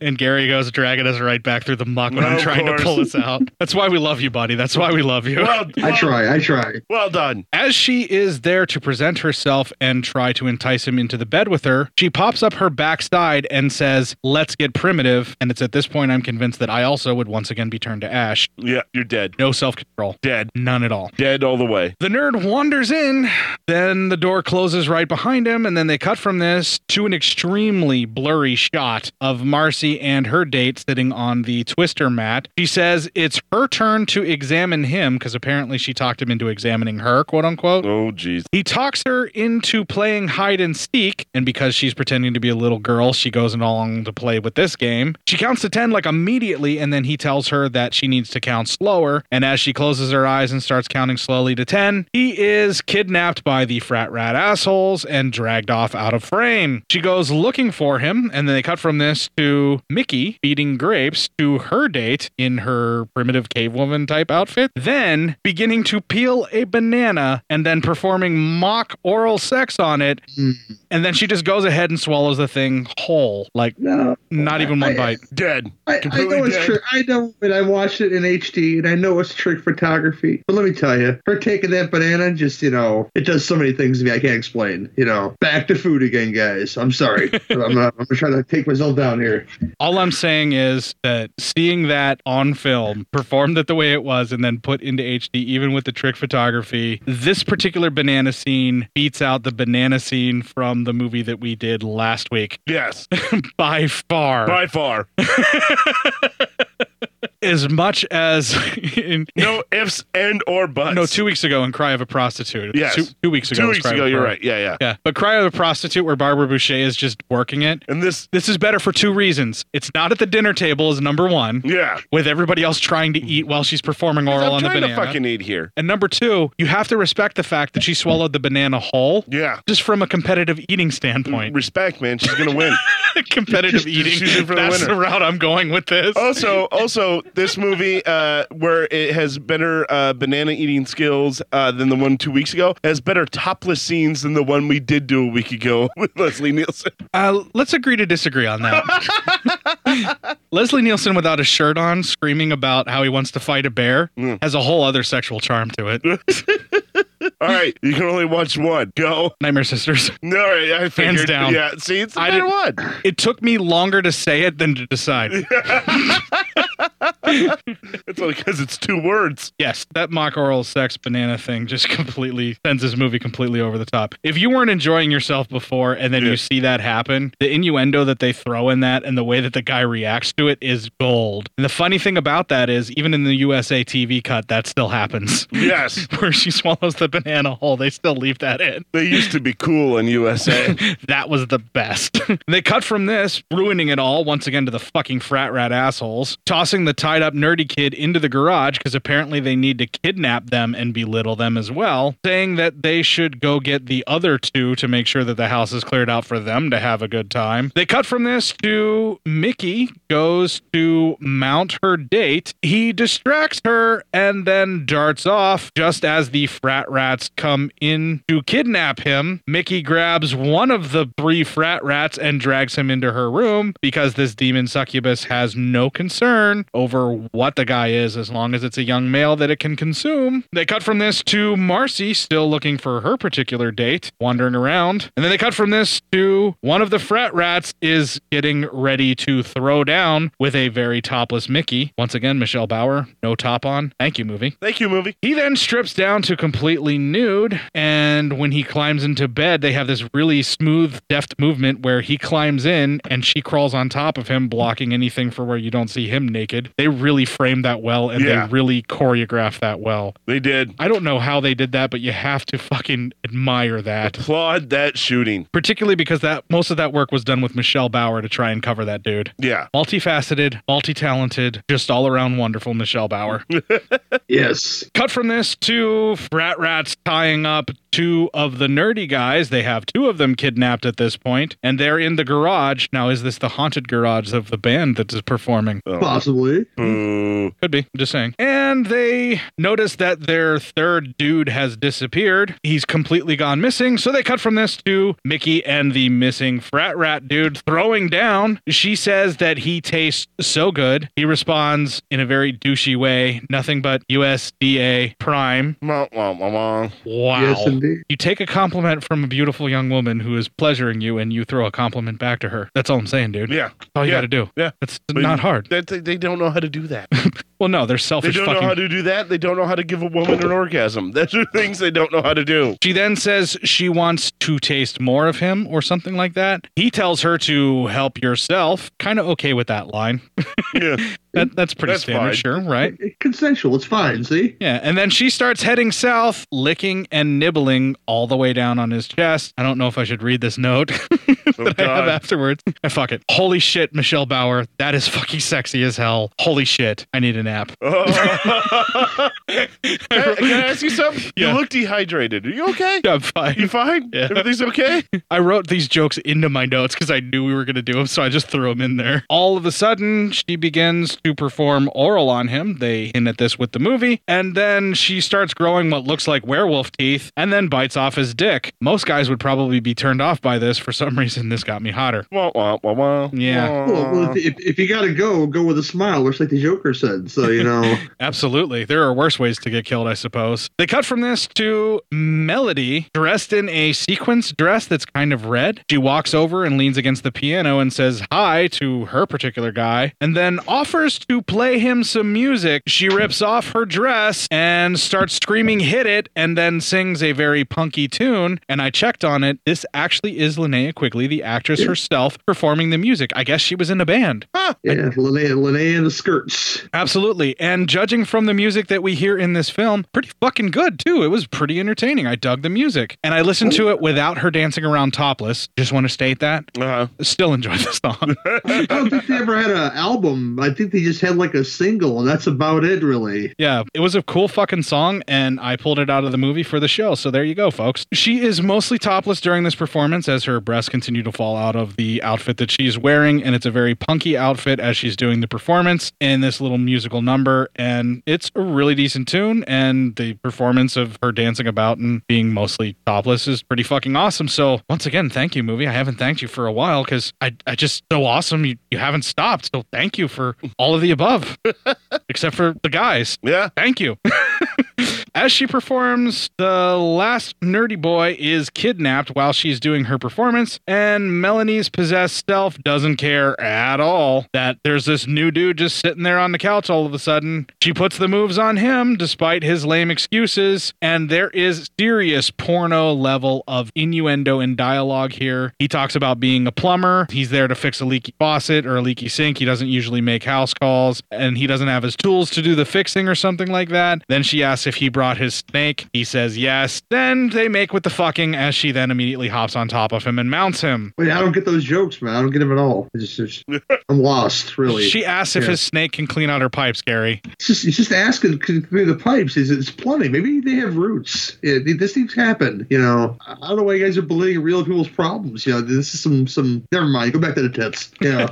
And Gary goes dragging us right back through the muck when I'm Of trying course. to pull us out. That's why we love you, buddy. That's why we love you. Well- I try, I try. Well done. As she is there to present herself and try to entice him into the bed with her, she pops up her backside and says, Let's get primitive. And it's at this point I'm convinced that I also would once again be turned to ash. Yeah, you're dead. No self control. Dead. None at all. Dead all the way. The nerd wanders in, then the door closes right behind him, and then they cut from this to an extremely blurry shot of Marcy and her date sitting on the twister mat. She says it's her turn to examine him because apparently she talked him into examining her, quote unquote. Oh, jeez. He talks her into playing hide and seek, and because she's pretending to be a little girl, she goes along to play with this game. She counts to 10 like immediately, and then he tells her that she needs to count slower. And as she closes her eyes and starts counting slowly to 10, he is kidnapped by the frat rat assholes and dragged off out of frame. She goes looking for him, and then they cut from this to Mickey feeding grapes to her date in her primitive cavewoman type outfit, then beginning to peel a banana and then performing mock oral sex on it. And then she just goes ahead and swallows the thing whole, like not even one bite. Dead. I, I know it's trick. I know when I watched it in HD, and I know it's trick photography. But let me tell you, her taking that banana just you know it does so many things to me I can't explain. You know, back to food again, guys. I'm sorry. I'm, not, I'm trying to take myself down here. All I'm saying is that seeing that on film, performed it the way it was, and then put into HD, even with the trick photography, this particular banana scene beats out the banana scene from the movie that we did last week. Yes. By far. By far. as much as in, no ifs and or buts. No, two weeks ago in Cry of a Prostitute. Yes. two, two weeks ago. Two was weeks Cry of ago, a you're Pro- right. Yeah, yeah. yeah. But Cry of a Prostitute, where Barbara Boucher is just working it, and this this is better for two reasons. It's not at the dinner table, is number one. Yeah, with everybody else trying to eat while she's performing oral I'm on the trying to banana. fucking eat here. And number two, you have to respect the fact that she swallowed the banana whole. Yeah. Just from a competitive eating standpoint. Respect, man. She's gonna win. competitive eating. She's in for the That's winner. the route I'm going with this. Also, also, this movie uh, where it has better uh, banana eating skills uh, than the one two weeks ago has better topless scenes than the one we did do a week ago with Leslie Nielsen. Uh, let's agree to disagree on that. Leslie Nielsen without a shirt on, screaming about how he wants to fight a bear, has a whole other sexual charm to it. All right, you can only watch one. Go Nightmare Sisters. No, all right, I figured. Hands down. Yeah, see, it's the I better did- one. It took me longer to say it than to decide. It's only because it's two words. Yes, that mock oral sex banana thing just completely sends this movie completely over the top. If you weren't enjoying yourself before and then you see that happen, the innuendo that they throw in that and the way that the guy reacts to it is gold. And the funny thing about that is, even in the USA TV cut, that still happens. Yes. Where she swallows the banana whole, they still leave that in. They used to be cool in USA. that was the best. they cut from this, ruining it all once again to the fucking frat rat assholes, toss tossing the tied up nerdy kid into the garage because apparently they need to kidnap them and belittle them as well, saying that they should go get the other two to make sure that the house is cleared out for them to have a good time. They cut from this to Mickey goes to mount her date. He distracts her and then darts off just as the frat rats come in to kidnap him. Mickey grabs one of the three frat rats and drags him into her room because this demon succubus has no concern over what the guy is as long as it's a young male that it can consume. They cut from this to Marcy still looking for her particular date, wandering around. And then they cut from this to one of the frat rats is getting ready to throw down with a very topless Mickey. Once again, Michelle Bauer, no top on. Thank you, movie. Thank you, movie. He then strips down to completely nude, and when he climbs into bed, they have this really smooth, deft movement where he climbs in and she crawls on top of him, blocking anything for where you don't see him naked. They really framed that well, and Yeah. they really choreographed that well. They did. I don't know how they did that, but you have to fucking admire that. Applaud that shooting. Particularly because that most of that work was done with Michelle Bauer to try and cover that dude. Yeah. Multifaceted, multi talented, just all around wonderful Michelle Bauer. yes. Cut from this to frat rats tying up two of the nerdy guys. They have two of them kidnapped at this point, and they're in the garage. Now, is this the haunted garage of the band that is performing? Oh, Possibly. Could be. I'm just saying. And they notice that their third dude has disappeared. He's completely gone missing. So they cut from this to Mickey and the missing frat rat dude throwing down. She says that he tastes so good. He responds in a very douchey way nothing but USDA prime. Wow. Yes, indeed. You take a compliment from a beautiful young woman who is pleasuring you and you throw a compliment back to her. That's all I'm saying, dude. Yeah. That's all you Yeah. got to do. Yeah. That's But not hard. That, they, they don't know how to do that. Well, no, they're they selfish don't know fucking how to do that. They don't know how to give a woman an orgasm. Those are things they don't know how to do. She then says she wants to taste more of him or something like that. He tells her to help yourself. Kind of okay with that line. Yeah. that, that's pretty That's standard, fine. sure, right? Consensual. It's fine. See? Yeah, and then she starts heading south, licking and nibbling all the way down on his chest. I don't know if I should read this note that I have Oh, God. afterwards. I fuck it. Holy shit, Michelle Bauer. That is fucking sexy as hell. Holy shit. I need a nap. Hey, can I ask you something? Yeah. You look dehydrated. Are you okay? Yeah, I'm fine. You fine? Yeah. Everything's okay? I wrote these jokes into my notes because I knew we were going to do them, so I just threw them in there. All of a sudden, she begins to perform oral on him. They hint at this with the movie. And then she starts growing what looks like werewolf teeth and then bites off his dick. Most guys would probably be turned off by this. For some reason, this got me hotter. Yeah. Well, well, if, if, if you got to go, go with a smile, just like the Joker said. So, you know. Absolutely. There are worse ways to get killed, I suppose. They cut from this to Melody dressed in a sequence dress that's kind of red. She walks over and leans against the piano and says hi to her particular guy and then offers to play him some music. She rips off her dress and starts screaming, hit it, and then sings a very punky tune. And I checked on it. This actually is Linnea Quigley, the actress herself, performing the music. I guess she was in a band. Yeah, Linnea, Linnea and the skirts. Absolutely. And judging from the music that we hear in this film, pretty fucking good too. It was pretty entertaining. I dug the music. And I listened to it without her dancing around topless. Just want to state that. Still enjoyed the song. I don't think they ever had an album. I think they just had like a single, and that's about it, really. Yeah, it was a cool fucking song, and I pulled it out of the movie for the show. So there you go, folks. She is mostly topless during this performance as her breasts continue to fall out of the outfit that she's wearing, and it's a very punky outfit as she's doing the performance in this little musical number. And it's a really decent tune, and the performance of her dancing about and being mostly topless is pretty fucking awesome. So once again, thank you, movie. I haven't thanked you for a while because I, I just so awesome. You, you haven't stopped. So thank you for all of the above except for the guys. Yeah. Thank you. As she performs, the last nerdy boy is kidnapped while she's doing her performance, and Melanie's possessed self doesn't care at all that there's this new dude just sitting there on the couch all of a sudden. She puts the moves on him despite his lame excuses, and there is serious porno level of innuendo and dialogue here. He talks about being a plumber, he's there to fix a leaky faucet or a leaky sink. He doesn't usually make house calls, and he doesn't have his tools to do the fixing or something like that. Then she asks if he brought out his snake. He says yes. Then they make with the fucking as she then immediately hops on top of him and mounts him. Wait, I don't get those jokes, man. I don't get them at all. I just, just- I'm lost, really. She asks if Yeah. his snake can clean out her pipes, Gary. It's just, it's just asking through the pipes. Is it's plumbing? Maybe they have roots. Yeah, this thing's happened. You know, I don't know why you guys are believing real people's problems. You know, this is some some. Never mind. Go back to the tits. You know,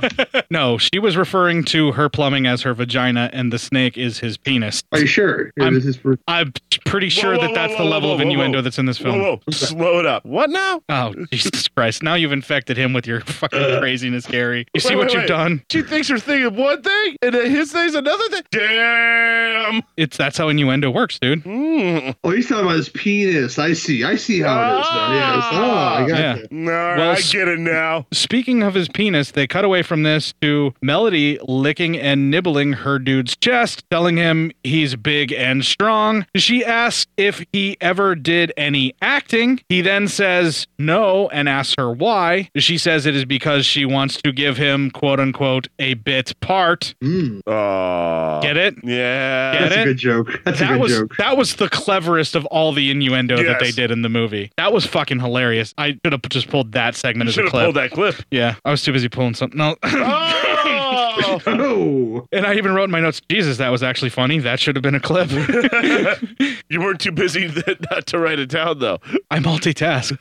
no, she was referring to her plumbing as her vagina, and the snake is his penis. Are you sure? Yeah, I'm, this is for- I'm pretty sure that that's the level of innuendo that's in this film. Whoa, whoa, slow it up. What now? Oh, Jesus Christ. Now you've infected him with your fucking Uh, craziness, Gary. You see Wait, what wait, you've wait. done? She thinks her thing is one thing, and then his thing's another thing. Damn. It's That's how innuendo works, dude. Hmm. Oh, he's talking about his penis. I see. I see how it is now. Yes. Oh, I got Yeah. it. No, I get it now. Speaking of his penis, they cut away from this to Melody licking and nibbling her dude's chest, telling him he's big and strong. She asks if he ever did any acting. He then says no and asks her why. She says it is because she wants to give him, quote unquote, a bit part. Get it? Yeah. Get Hmm. That's it? a good joke. That's that a good was joke. that was the cleverest of all the innuendo that they Yes. did in the movie. That was fucking hilarious. I should have just pulled that segment as a Should have clip. pulled that clip. Yeah, I was too busy pulling something. No. Oh! And I even wrote in my notes, Jesus, that was actually funny. That should have been a clip. You weren't too busy th- not to write it down, though. I multitask.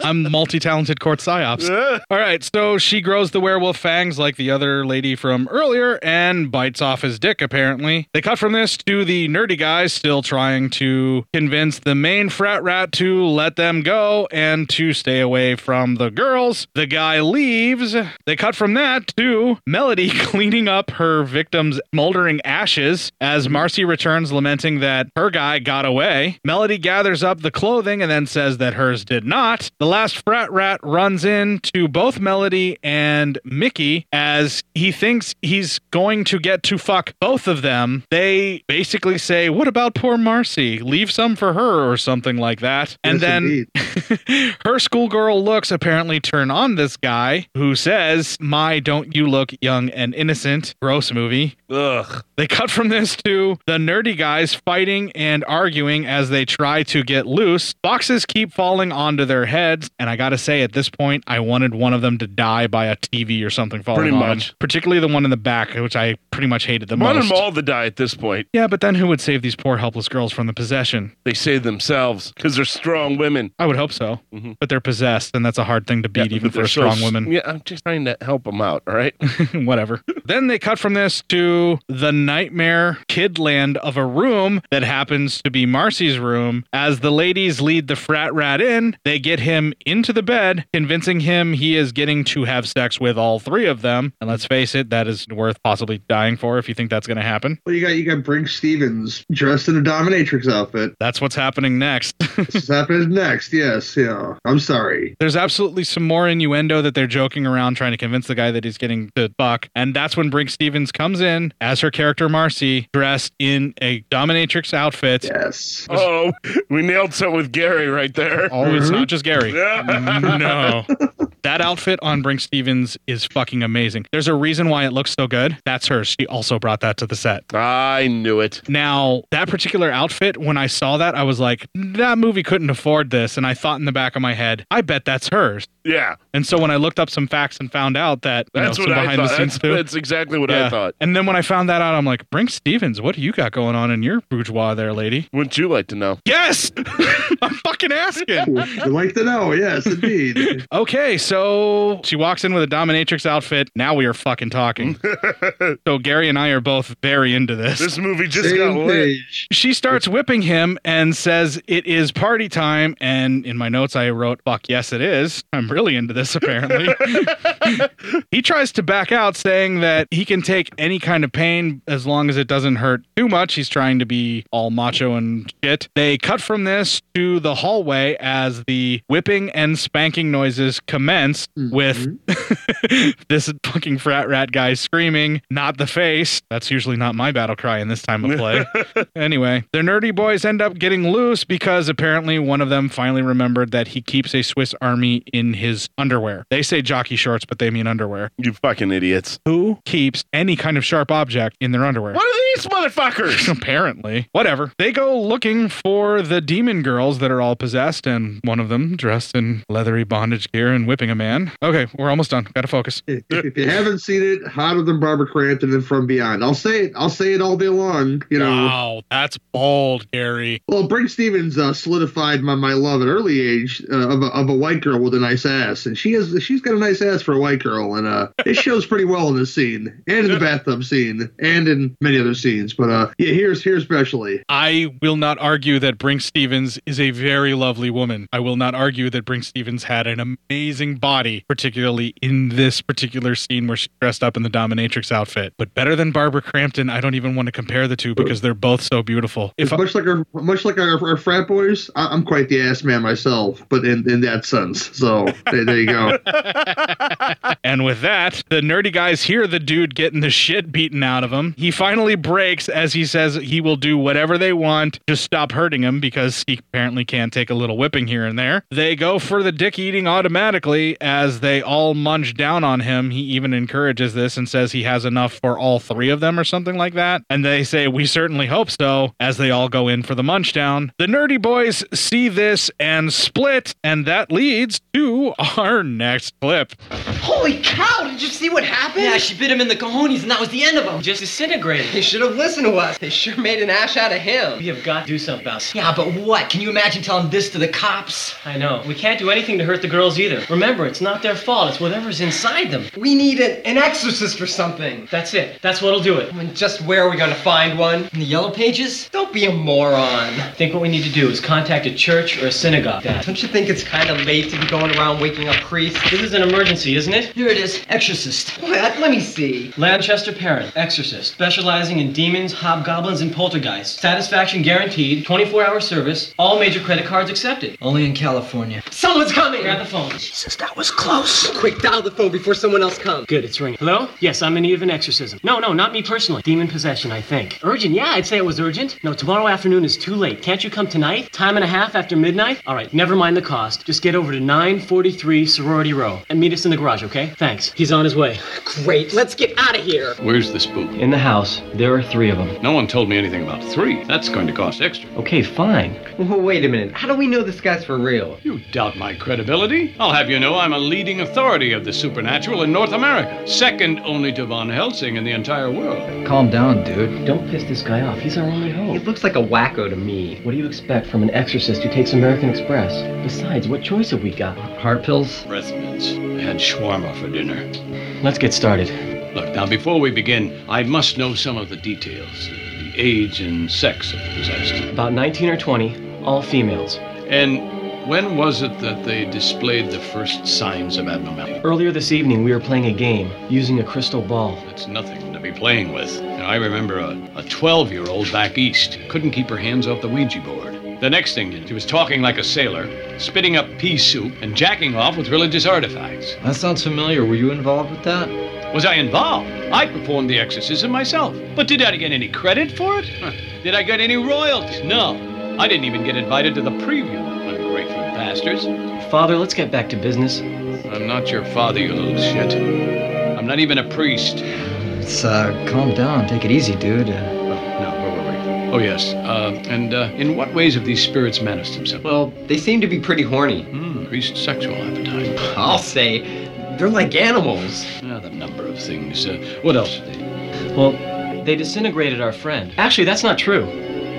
I'm the multi-talented court psyops. All right, so she grows the werewolf fangs like the other lady from earlier and bites off his dick. Apparently, they cut from this to the nerdy guys still trying to convince the main frat rat to let them go and to stay away from the girls. The guy leaves. They cut from that to Melody cleaning up her victim's smoldering ashes as Marcy returns, lamenting that her guy got away. Melody gathers up the clothing and then says that hers did not. The last frat rat runs in to both Melody and Mickey as he thinks he's going to get to fuck both of them. They basically say, What about poor Marcy? Leave some for her or something like that. And Yes, then indeed. her schoolgirl looks apparently turn on this guy who says, My, don't you look young and innocent. Gross movie. Ugh. They cut from this to the nerdy guys fighting and arguing as they try to get loose. Boxes keep falling onto their heads, and I gotta say, at this point, I wanted one of them to die by a TV or something falling Pretty on much. him. particularly the one in the back, which I pretty much hated the Wanted most. them all to die at this point. Yeah, but then who would save these poor helpless girls from the possession? They save themselves because they're strong women. Mm-hmm. I would hope so, but they're possessed, and that's a hard thing to beat, even But for they're a strong so- woman. Yeah, I'm just trying to help them out. All right. Whatever. then they cut from this to the nightmare kidland of a room that happens to be Marcy's room. As the ladies lead the frat rat in, they get him into the bed, convincing him he is getting to have sex with all three of them. And let's face it, that is worth possibly dying for if you think that's going to happen. Well, you got you got Brink Stevens dressed in a dominatrix outfit. That's what's happening next. this is happening next. Yes, yeah. I'm sorry. There's absolutely some more innuendo that they're joking around trying to convince the guy that he's getting to buck. And that's when Brink Stevens comes in as her character Marcy, dressed in a dominatrix outfit. Yes. Oh, we nailed something with Gary right there. Oh, it's not just Gary. Yeah. no. That outfit on Brink Stevens is fucking amazing. There's a reason why it looks so good. That's her. She also brought that to the set. I knew it. Now, that particular outfit, when I saw that, I was like, that movie couldn't afford this. And I thought in the back of my head, I bet that's hers. Yeah. And so when I looked up some facts and found out that you That's know, what some I behind thought. the That's, scenes too. that's exactly what I Yeah. thought. And then when I found that out, I'm like, Brink Stevens, what do you got going on in your bourgeois there, lady? Wouldn't you like to know? Yes! I'm fucking asking. Would like to know? Yes, indeed. okay, so she walks in with a dominatrix outfit. Now we are fucking talking. so Gary and I are both very into this. This movie just Same got lit. page. She starts whipping him and says it is party time. And in my notes, I wrote, "Fuck yes, it is." I'm really into this apparently. he tries to back out, saying that he can take any kind of pain as long as it doesn't hurt too much. He's trying to be all macho and shit. They cut from this to the hallway as the whipping and spanking noises commence commence Mm-hmm. with this fucking frat rat guy screaming, not the face. That's usually not my battle cry in this time of play. anyway, their nerdy boys end up getting loose because apparently one of them finally remembered that he keeps a Swiss army in his underwear. They say jockey shorts, but they mean underwear. You fucking idiots. Who keeps any kind of sharp object in their underwear? What are these motherfuckers? Apparently. Whatever. They go looking for the demon girls that are all possessed, and one of them dressed in leathery bondage gear and whipping a man. Okay, we're almost done. Gotta focus. if you haven't seen it, hotter than Barbara Crampton and From Beyond. I'll say it. I'll say it all day long. You know. Wow, that's bold, Gary. Well, Brink Stevens uh, solidified my, my love at early age uh, of, a, of a white girl with a nice ass, and she has she's got a nice ass for a white girl, and uh, it shows pretty well in this scene, and in the bathtub scene, and in many other scenes. But uh, yeah, here's here especially. I will not argue that Brink Stevens is a very lovely woman. I will not argue that Brink Stevens had an amazing body, particularly in this particular scene where she dressed up in the dominatrix outfit. But better than Barbara Crampton, I don't even want to compare the two because they're both so beautiful. If It's much like our much like our, our frat boys, I, I'm quite the ass man myself, but in, in that sense. So there, there you go. and with that, the nerdy guys hear the dude getting the shit beaten out of him. He finally breaks as he says he will do whatever they want, just stop hurting him because he apparently can take a little whipping here and there. They go for the dick eating automatically as they all munch down on him. He even encourages this and says he has enough for all three of them or something like that. And they say, We certainly hope so, as they all go in for the munch down. The nerdy boys see this and split, and that leads to our next clip. Holy cow, did you see what happened? Yeah, she bit him in the cojones and that was the end of him. Just disintegrated. They should have listened to us. They sure made an ash out of him. We have got to do something about it. Yeah, but what? Can you imagine telling this to the cops? I know. We can't do anything to hurt the girls either. Remember, it's not their fault. It's whatever's inside them. We need an, an exorcist or something. That's it. That's what'll do it. I mean, just where are we gonna find one? In the yellow pages? Don't be a moron. I think what we need to do is contact a church or a synagogue. Dad. Don't you think it's kind of late to be going around waking up priests? This is an emergency, isn't it? Here it is. Exorcist. What? Let me see. Lanchester Parent, exorcist, specializing in demons, hobgoblins, and poltergeists. Satisfaction guaranteed, 24 hour service, all major credit cards accepted. Only in California. Someone's coming! Grab the phone. Jesus, that was close. Quick, dial the phone before someone else comes. Good, it's ringing. Hello? Yes, I'm in need of an exorcism. No, no, not me personally. Demon possession, I think. Urgent, yeah, I'd say it was urgent. No, tomorrow afternoon is too late. Can't you come tonight? Time and a half after midnight? All right, never mind the cost. Just get over to 943 Sorority Row and meet us in the garage, okay? Thanks. He's on his way. Great. Let's get out of here. Where's the spook? In the house, there are three of them. No one told me anything about three. That's going to cost extra. Okay, fine. Wait a minute. How do we know this guy's for real? You doubt my credibility? I'll have you know I'm a leading authority of the supernatural in North America, second only to Von Helsing in the entire world. Calm down, dude. Don't piss this guy off. He's our only hope. He looks like a wacko to me. What do you expect from an exorcist who takes American Express? Besides, what choice have we got? Heart pills? Breath mints. I had shawarma for dinner. Let's get started. Look, now before we begin, I must know some of the details the age and sex of the possessed. About 19 or 20, all females. And when was it that they displayed the first signs of abnormality? Earlier this evening, we were playing a game using a crystal ball. That's nothing to be playing with. You know, I remember a 12 year old back east couldn't keep her hands off the Ouija board. The next thing, she was talking like a sailor, spitting up pea soup, and jacking off with religious artifacts. That sounds familiar. Were you involved with that? Was I involved? I performed the exorcism myself. But did I get any credit for it? Huh. Did I get any royalties? No. I didn't even get invited to the preview. Ungrateful bastards. Father, let's get back to business. I'm not your father, you little shit. I'm not even a priest. Let's uh, calm down. Take it easy, dude. Uh, No, where were we? Oh, yes. Uh, and uh, in what ways have these spirits managed themselves? Hmm, well, they seem to be pretty horny. Increased sexual appetite. I'll say, they're like animals. Ah, the number of things. Uh, what else? They, Well, they disintegrated our friend. Actually, that's not true.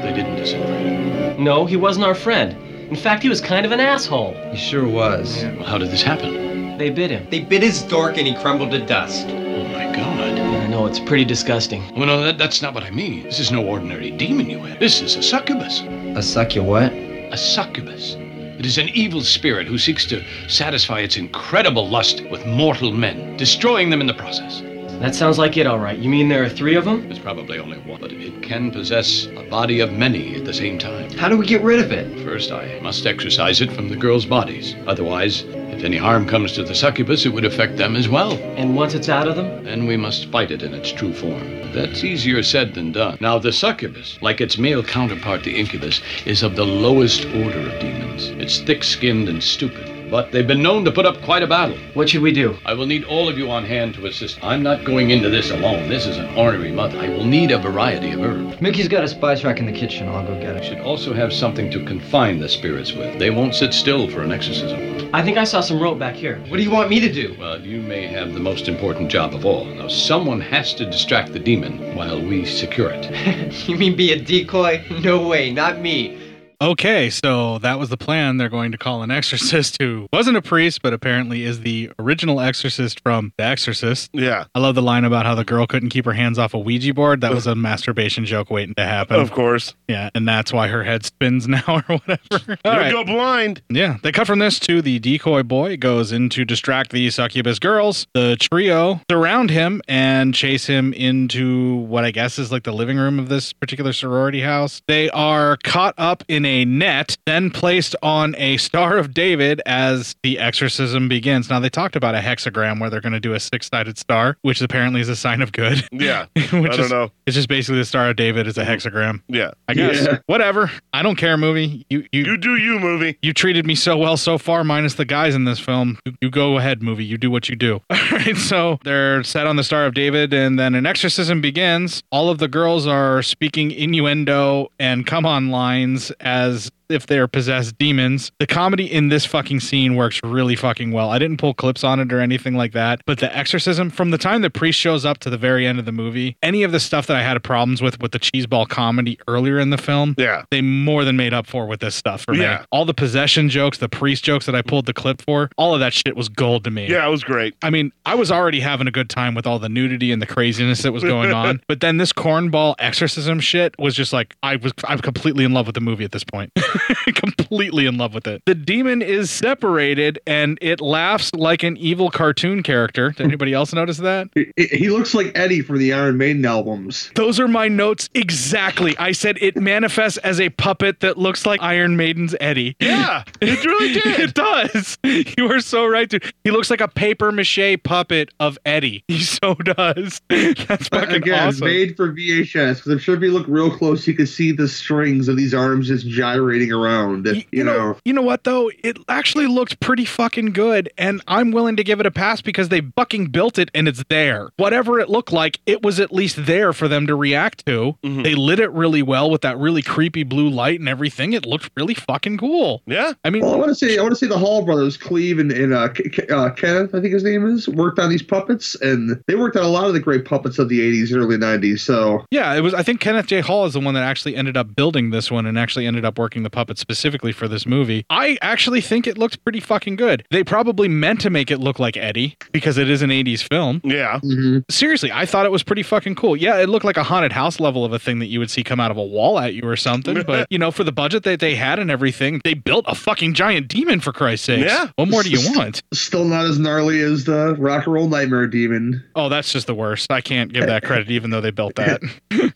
they didn't disintegrate. No, he wasn't our friend. In fact, he was kind of an asshole. He sure was. Well, how did this happen? They bit him. They bit his dork and he crumbled to dust. Oh, my God. I know, it's pretty disgusting. Well, Oh, no, that, that's not what I mean. This is no ordinary demon you have. This is a succubus. A Uh, suck you what? A succubus. It is an evil spirit who seeks to satisfy its incredible lust with mortal men, destroying them in the process. That sounds like it, all right. You mean there are three of them? There's probably only one, but it can possess a body of many at the same time. How do we get rid of it? First, I must exorcise it from the girls' bodies. Otherwise, if any harm comes to the succubus, it would affect them as well. And once it's out of them? Then we must fight it in its true form. That's easier said than done. Now, the succubus, like its male counterpart, the incubus, is of the lowest order of demons. It's thick skinned and stupid. But they've been known to put up quite a battle. What should we do? I will need all of you on hand to assist. I'm not going into this alone. This is an ornery month. I will need a variety of herbs. Mickey's got a spice rack in the kitchen. I'll go get it. should also have something to confine the spirits with. They won't sit still for an exorcism. I think I saw some rope back here. What do you want me to do? Well, you may have the most important job of all. Now, someone has to distract the demon while we secure it. You mean be a decoy? No way, not me. Okay, so that was the plan. They're going to call an exorcist who wasn't a priest, but apparently is the original exorcist from The Exorcist. Yeah. I love the line about how the girl couldn't keep her hands off a Ouija board. That was a masturbation joke waiting to happen. Of course. Yeah, and that's why her head spins now or whatever. You'll go blind. Yeah, they cut from this to the decoy boy goes in to distract the succubus girls. The trio surround him and chase him into what I guess is like the living room of this particular sorority house. They are caught up in a net, then placed on a Star of David as the exorcism begins. Now, they talked about a hexagram where they're going to do a six sided star, which apparently is a sign of good. Yeah. Which I don't is, know. Mm-hmm. It's just basically the Star of David is a hexagram. Yeah. I guess. Yeah. Whatever. I don't care, movie. You, you you do you, movie. You treated me so well so far, minus the guys in this film. You, you go ahead, movie. You do what you do. All right. So they're set on the Star of David, and then an exorcism begins. All of the girls are speaking innuendo and come on lines as if they're possessed demons. The comedy in this fucking scene works really fucking well. I didn't pull clips on it or anything like that, but the exorcism from the time the priest shows up to the very end of the movie, any of the stuff that I had problems with with the cheeseball comedy earlier in the film, yeah, they more than made up for with this stuff for Yeah. me. All the possession jokes, the priest jokes that I pulled the clip for, all of that shit was gold to me. Yeah, it was great. I mean, I was already having a good time with all the nudity and the craziness that was going on, but then this cornball exorcism shit was just like I was I'm completely in love with the movie at this point. completely in love with it. The demon is separated and it laughs like an evil cartoon character. Did anybody else notice that? He- He looks like Eddie from the Iron Maiden albums. Those are my notes exactly. I said it manifests as a puppet that looks like Iron Maiden's Eddie. Yeah, it really did. it does. You are so right, dude. He looks like a paper mache puppet of Eddie. He so does. That's But fucking again, awesome. made for VHS. Because I'm sure if you look real close, you could see the strings of these arms just gyrating around. You, know, you know what though? It actually looked pretty fucking good, and I'm willing to give it a pass because they fucking built it and it's there. Whatever it looked like, it was at least there for them to react to. They lit it really well with that really creepy blue light and everything. It looked really fucking cool. Yeah. I mean, well, I want to say I want to say the Hall brothers, Cleve and, and uh, K- K- uh, Kenneth, I think his name is, worked on these puppets, and they worked on a lot of the great puppets of the '80s, and early '90s. So Yeah, it was. I think Kenneth J. Hall is the one that actually ended up building this one and actually ended up working the puppet specifically for this movie. I actually think it looks pretty fucking good. They probably meant to make it look like Eddie because it is an 80s film. Yeah. Mm-hmm. Seriously, I thought it was pretty fucking cool. Yeah, it looked like a haunted house level of a thing that you would see come out of a wall at you or something. But, you know, for the budget that they had and everything, they built a fucking giant demon for Christ's sake. What more do you want? Still not as gnarly as the Rock and Roll Nightmare Demon. Oh, that's just the worst. I can't give that credit, even though they built that.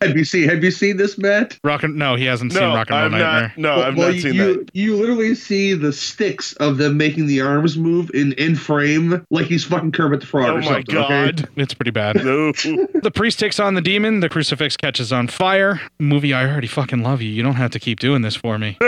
have you seen Have you seen this, Matt? Rock and no, he hasn't seen Rock and Roll Nightmare. well, you, You literally see the sticks of them making the arms move in in frame, like he's fucking Kermit the Frog. Oh or my something, God. It's pretty bad. No. the priest takes on the demon. The crucifix catches on fire. Movie, I already fucking love you. You don't have to keep doing this for me.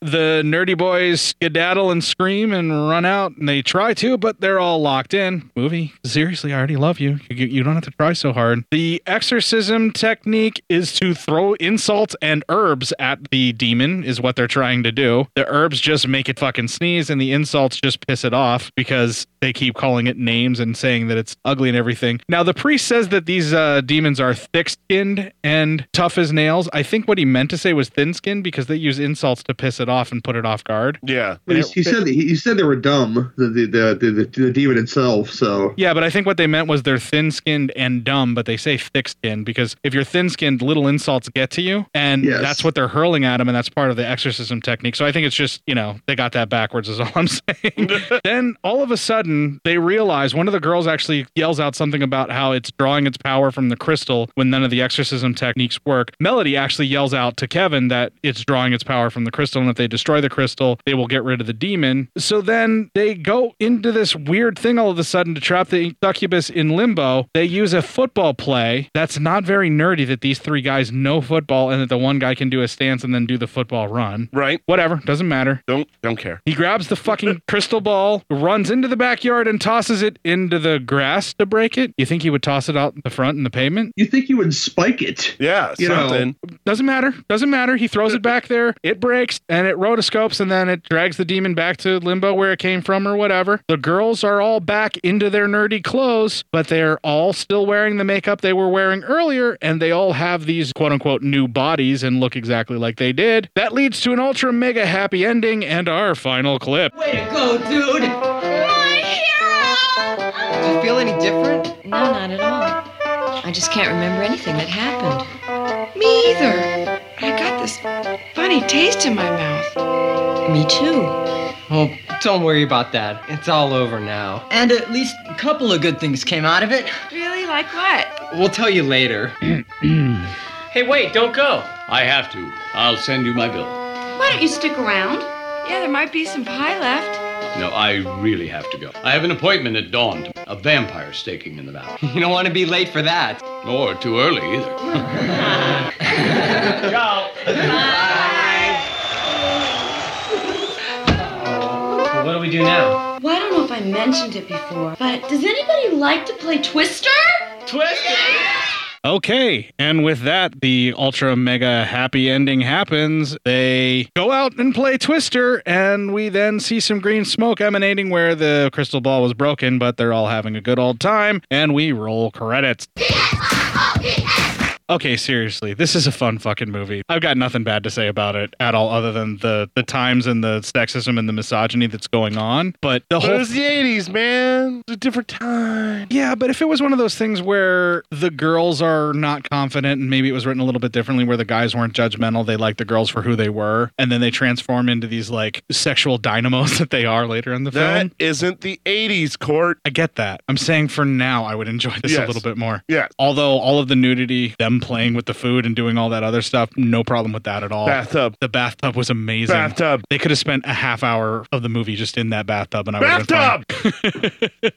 the nerdy boys skedaddle and scream and run out, and they try to, but they're all locked in. Movie, seriously, I already love you. You, you don't have to try so hard. The exorcism technique is to throw insults and herbs at the demon, is what they're trying to do. The herbs just make it fucking sneeze, and the insults just piss it off because they keep calling it names and saying that it's ugly and everything. Now, the priest says that these uh, demons are thick skinned and tough as nails. I think what he meant to say was thin skinned because they use insults to piss it off and put it off guard. Yeah. He, he said he, he said they were dumb. The the the, the, the, the demon itself. So Yeah, but I think what they meant was they're thin skinned and dumb, but they say thick skinned because if you're thin skinned, little insults get to you. And Yes. that's what they're hurling at him. And that's part of the exorcism technique. So I think it's just, you know, they got that backwards, is all I'm saying. then all of a sudden, sudden, they realize one of the girls actually yells out something about how it's drawing its power from the crystal when none of the exorcism techniques work. Melody actually yells out to Kevin that it's drawing its power from the crystal, and if they destroy the crystal, they will get rid of the demon. So then they go into this weird thing all of a sudden to trap the succubus in limbo. They use a football play that's not very nerdy that these three guys know football and that the one guy can do a stance and then do the football run. Right. Whatever. Doesn't matter. Don't don't care. He grabs the fucking crystal ball, runs into the backyard, and tosses it into the grass to break it. You think he would toss it out the front in the pavement? You think he would spike it? Yeah, You know, something. doesn't matter. Doesn't matter. He throws it back there. It breaks and it rotoscopes and then it drags the demon back to limbo where it came from or whatever. The girls are all back into their nerdy clothes, but they're all still wearing the makeup they were wearing earlier and they all have these quote unquote new bodies and look exactly like they did. That leads to an ultra mega happy ending and our final clip. Way to go, dude! Do you feel any different? No, not at all. I just can't remember anything that happened. Me either. I got this funny taste in my mouth. Me too. Well, don't worry about that. It's all over now. And at least a couple of good things came out of it. Really? Like what? We'll tell you later. Hey, wait, don't go. I have to. I'll send you my bill. Why don't you stick around? Yeah, there might be some pie left. No, I really have to go. I have an appointment at dawn. A vampire staking in the valley. You don't want to be late for that. Or too early either. Ciao. Well, what do we do now? Well, I don't know if I mentioned it before, but does anybody like to play Twister? Twister? Okay, and with that, the ultra mega happy ending happens. They go out and play Twister, and we then see some green smoke emanating where the crystal ball was broken, but they're all having a good old time, and we roll credits. Okay, seriously, this is a fun fucking movie. I've got nothing bad to say about it at all, other than the the times and the sexism and the misogyny that's going on. But the But whole it was the 80s, man. It was a different time. Yeah, but if it was one of those things where the girls are not confident and maybe it was written a little bit differently where the guys weren't judgmental, they liked the girls for who they were, and then they transform into these like sexual dynamos that they are later in the That film. isn't the 80s, Court. I get that. I'm saying for now I would enjoy this a Yes. little bit more. Yes. Although all of the nudity, them playing with the food and doing all that other stuff, no problem with that at all. Bathtub. The bathtub was amazing. Bathtub. They could have spent a half hour of the movie just in that bathtub and I would have been fine. Bathtub!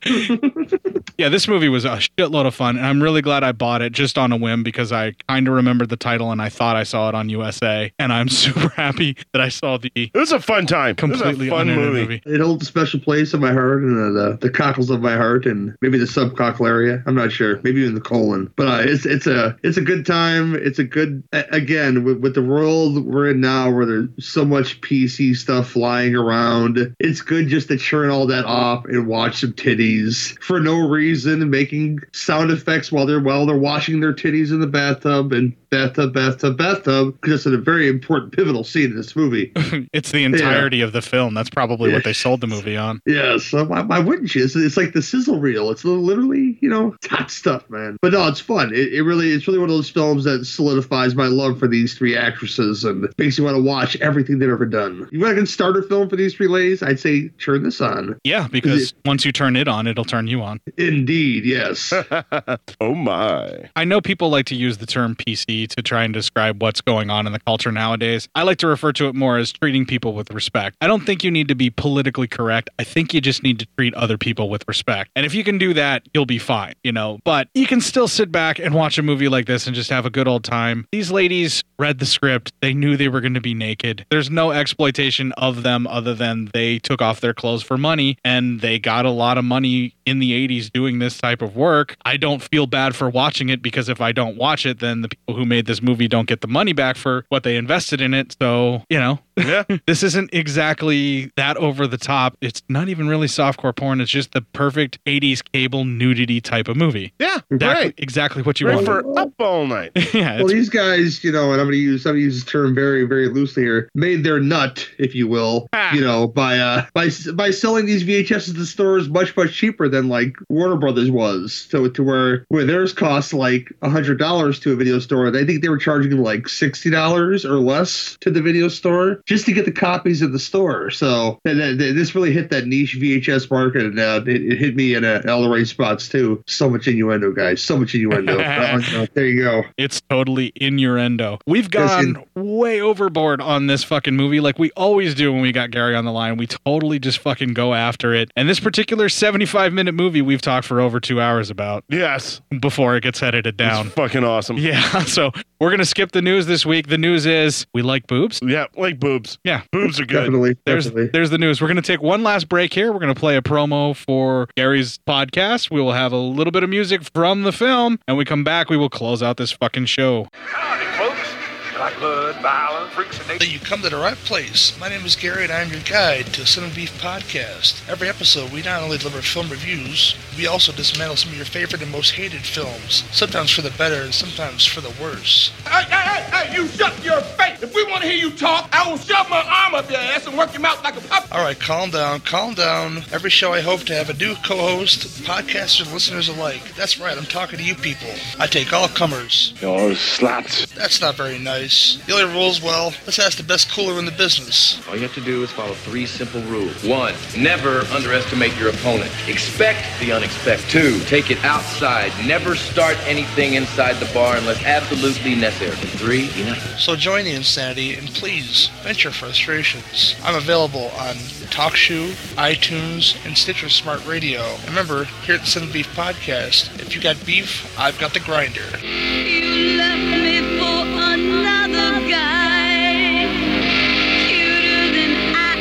Yeah, this movie was a shitload of fun, and I'm really glad I bought it just on a whim because I kind of remembered the title and I thought I saw it on USA, and I'm super happy that I saw the. It was a fun time. It was a Completely fun unedited movie. movie. It holds a special place in my heart and uh, the, the cockles of my heart and maybe the subcockle area. I'm not sure. Maybe even the colon. But uh, it's it's a it's a good time. It's a good a- again with, with the world we're in now where there's so much PC stuff flying around. It's good just to churn all that off and watch some titties for no reason, making sound effects while they're while they're washing their titties in the bathtub and bathtub bathtub bathtub because it's a very important pivotal scene in this movie. It's the entirety of the film. That's probably what they sold the movie on. Yeah, so why, why wouldn't you? It's, it's like the sizzle reel. It's literally, you know, it's hot stuff, man. But no, it's fun. It, it really, it's really one of those films that solidifies my love for these three actresses and makes you want to watch everything they've ever done. You want to start a film for these three ladies? I'd say turn this on. Yeah, because once you turn it on, it'll turn you on. Indeed, yes. oh my. I know people like to use the term PC to try and describe what's going on in the culture nowadays. I like to refer to it more as treating people with respect. I don't think you need to be politically correct. I think you just need to treat other people with respect. And if you can do that, you'll be fine, you know. But you can still sit back and watch a movie like this and just have a good old time. These ladies read the script. They knew they were going to be naked. There's no exploitation of them other than they took off their clothes for money and they got a lot of money in the 80s doing this type of work. I don't feel bad for watching it because if I don't watch it, then the people who made this movie don't get the money back for what they invested in it. So, you know, yeah. this isn't exactly that over the top. It's not even really softcore porn. It's just the perfect 80s cable nudity type of movie. Yeah, exactly, right. exactly what you Right want. for up all night. yeah, well, these guys, you know, and I'm going to use I'm going to use the term very, very loosely here. Made their nut, if you will, you know, by uh by by selling these VHSs to stores much much cheaper than like Warner Brothers was. So to where where theirs cost like hundred dollars to a video store, I think they were charging like sixty dollars or less to the video store just to get the copies at the store. So and then- then this really hit that niche VHS market, and uh, it, it hit me in uh, all the right spots too. So much innuendo, guys. So much innuendo. Uh, there you go. It's totally innuendo. We've Yes, gone way overboard on this fucking movie, like we always do when we got Gary on the line. We totally just fucking go after it. And this particular 75 minute movie, we've talked for over two hours about. Yes. Before it gets edited down. fucking awesome. Yeah. So we're going to skip the news this week. The news is we like boobs. Yeah. Like boobs. Yeah. Boobs are good. Definitely, There's, definitely. there's the news. We're going to take one last break here. We're going to play a promo for Gary's podcast. We will have a little bit of music from the film. And we come back, we will close out this fucking show. Like blood, violence, freaks, and You come to the right place. My name is Gary, and I'm your guide to Cinema Beef Podcast. Every episode, we not only deliver film reviews, we also dismantle some of your favorite and most hated films, sometimes for the better and sometimes for the worse. Hey, hey, hey, hey, you shut your face. If we want to hear you talk, I will shove my arm up your ass and work your mouth like a puppy. All right, calm down, calm down. Every show, I hope to have a new co-host, podcasters, and listeners alike. That's right, I'm talking to you people. I take all comers. Yo, slapped. That's not very nice. The only rules, well, let's ask the best cooler in the business. All you have to do is follow three simple rules. One, never underestimate your opponent. Expect the unexpected. Two, take it outside. Never start anything inside the bar unless absolutely necessary. And three, you know. So join the insanity and please vent your frustrations. I'm available on TalkShoe, iTunes, and Stitcher Smart Radio. And Remember, here at the Sin Beef Podcast, if you got beef, I've got the grinder. You left me for another guy, cuter than I.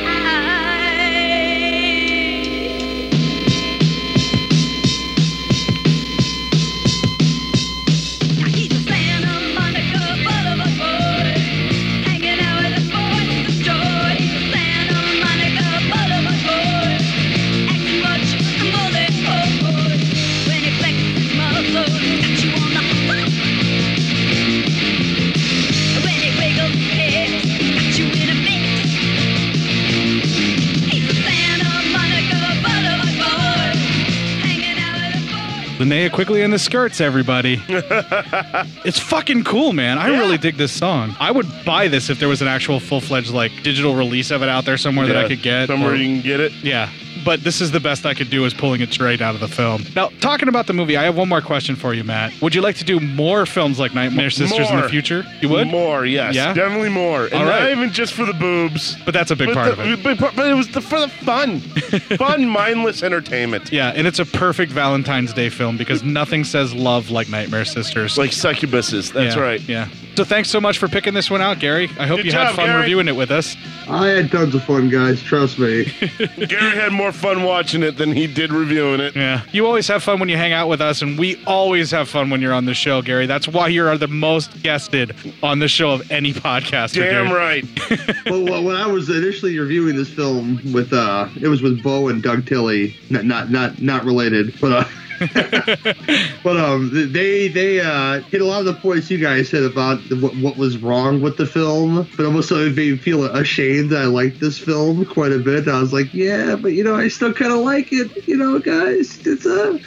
He's a Santa Monica Boulevard boy, hanging out with the boys at the store. He's a Santa Monica Boulevard boy, acting much and bullet boy. When he flexes his muscles, got you on the hook. When he wiggles his hips, got you in a mix. He's a Santa Monica Boulevard boy, hanging out with the Linnea quickly in the skirts, everybody. it's fucking cool, man. I really dig this song. I would buy this if there was an actual full fledged like digital release of it out there somewhere that Yeah, I could get. somewhere or- you can get it. Yeah. But this is the best I could do is pulling it straight out of the film. Now, talking about the movie, I have one more question for you, Matt. Would you like to do more films like Nightmare Sisters in the More. future? You would? More, yes. Yeah? Definitely more. And All right. not even just for the boobs. But that's a big But part the- of it. But, but- but it was the, for the fun. fun, mindless entertainment. Yeah, and it's a perfect Valentine's Day film because nothing says love like Nightmare Sisters. Like succubuses, that's Yeah, right. Yeah. So thanks so much for picking this one out, Gary. I hope Good you had job, fun Gary. reviewing it with us. I had tons of fun, guys. Trust me. Gary had more fun watching it than he did reviewing it. Yeah. You always have fun when you hang out with us, and we always have fun when you're on the show, Gary. That's why you are the most guested on the show of any podcaster. dude. right. well, well, when I was initially reviewing this film with, uh, it was with Bo and Doug Tilley, not not not, not related, but. Uh, but um, they they uh, hit a lot of the points you guys hit about the, what, what was wrong with the film, but almost so it made me feel ashamed that I liked this film quite a bit. I was like, yeah, but you know, I still kind of like it, you know, guys. It's a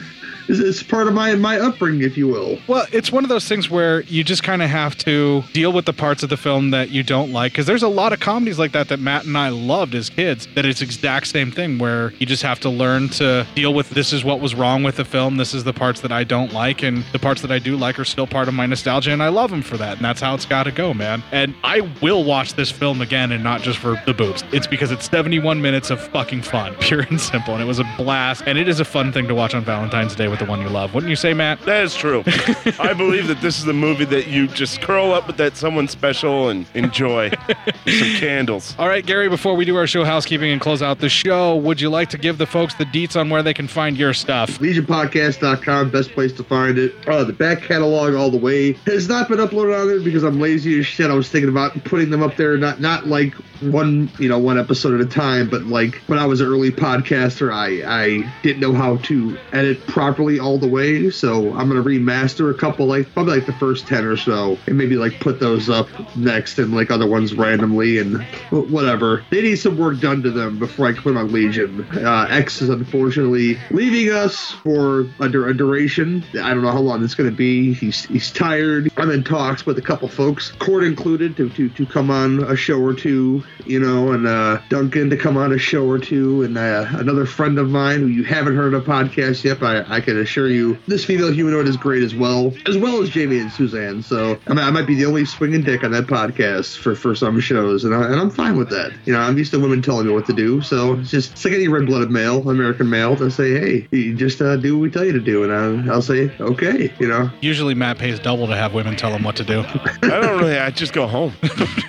it's, it's part of my my upbringing, if you will. Well, it's one of those things where you just kind of have to deal with the parts of the film that you don't like because there's a lot of comedies like that that Matt and I loved as kids that it's exact same thing where you just have to learn to deal with this is what was wrong with the film, this is the parts that I don't like and the parts that I do like are still part of my nostalgia and I love them for that and that's how it's got to go, man. And I will watch this film again and not just for the boobs. It's because it's 71 minutes of fucking fun, pure and simple, and it was a blast and it is a fun thing to watch on Valentine's Day with the one you love. Wouldn't you say, Matt? That is true. I believe that this is a movie that you just curl up with that someone special and enjoy some candles. All right, Gary, before we do our show housekeeping and close out the show, would you like to give the folks the deets on where they can find your stuff? LegionPodcast.com, best place to find it. Uh, the back catalog all the way has not been uploaded on there because I'm lazy as shit. I was thinking about putting them up there, not not like one you know one episode at a time, but like when I was an early podcaster, I I didn't know how to edit properly properly all the way, so I'm gonna remaster a couple, like probably like the first ten or so, and maybe like put those up next and like other ones randomly and wh- whatever. They need some work done to them before I can put them on Legion. Uh, X is unfortunately leaving us for a, dur- a duration. I don't know how long it's gonna be. He's he's tired. I'm in talks with a couple folks, Court included, to to to come on a show or two, you know, and uh, Duncan to come on a show or two, and uh, another friend of mine who you haven't heard of podcast yet, but I, I can assure you this female humanoid is great as well, as well as Jamie and Suzanne. So I, mean, I might be the only swinging dick on that podcast for, for some shows, and, I, and I'm fine with that. You know, I'm used to women telling me what to do, so it's just it's like any red blooded male, American male, to say, hey, you just uh, do what we tell you to do, and I, I'll say, okay, you know. Usually, Matt pays double to have women tell him what to do. I don't really. I just go home.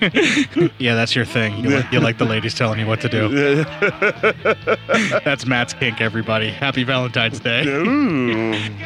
yeah, that's your thing. You, like, you like the ladies telling you what to do. that's Matt's kink, everybody. Happy Valentine's Day.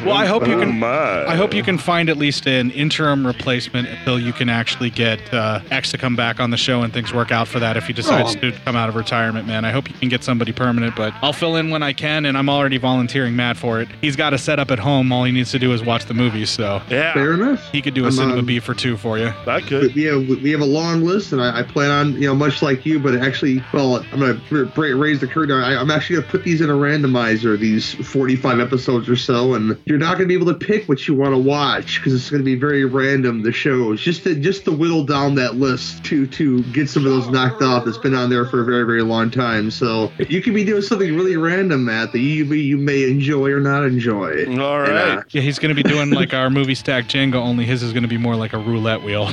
well, I hope you Oh, can. my. I hope you can find at least an interim replacement until you can actually get uh, X to come back on the show and things work out for that. If he decides Oh. to come out of retirement, man, I hope you can get somebody permanent. But I'll fill in when I can, and I'm already volunteering Matt for it. He's got a setup at home. All he needs to do is watch the movies. So yeah, Fair enough. He could do a I'm, cinema um, B for two for you. That could. Yeah, we we have a long list, and I, I plan on, you know, much like you, but actually, well, I'm going to raise the curtain. I, I'm actually going to put these in a randomizer, these 45 episodes or so, and you're not going to be able to pick what you want to watch because it's going to be very random. The shows, just to just to whittle down that list to to get some of those knocked off. That's been on there for a very very long time. So you could be doing something really random, Matt, that you you may enjoy or not enjoy. uh, All Yeah, he's going to be doing like our movie stack Jenga, only his is going to be more like a roulette wheel.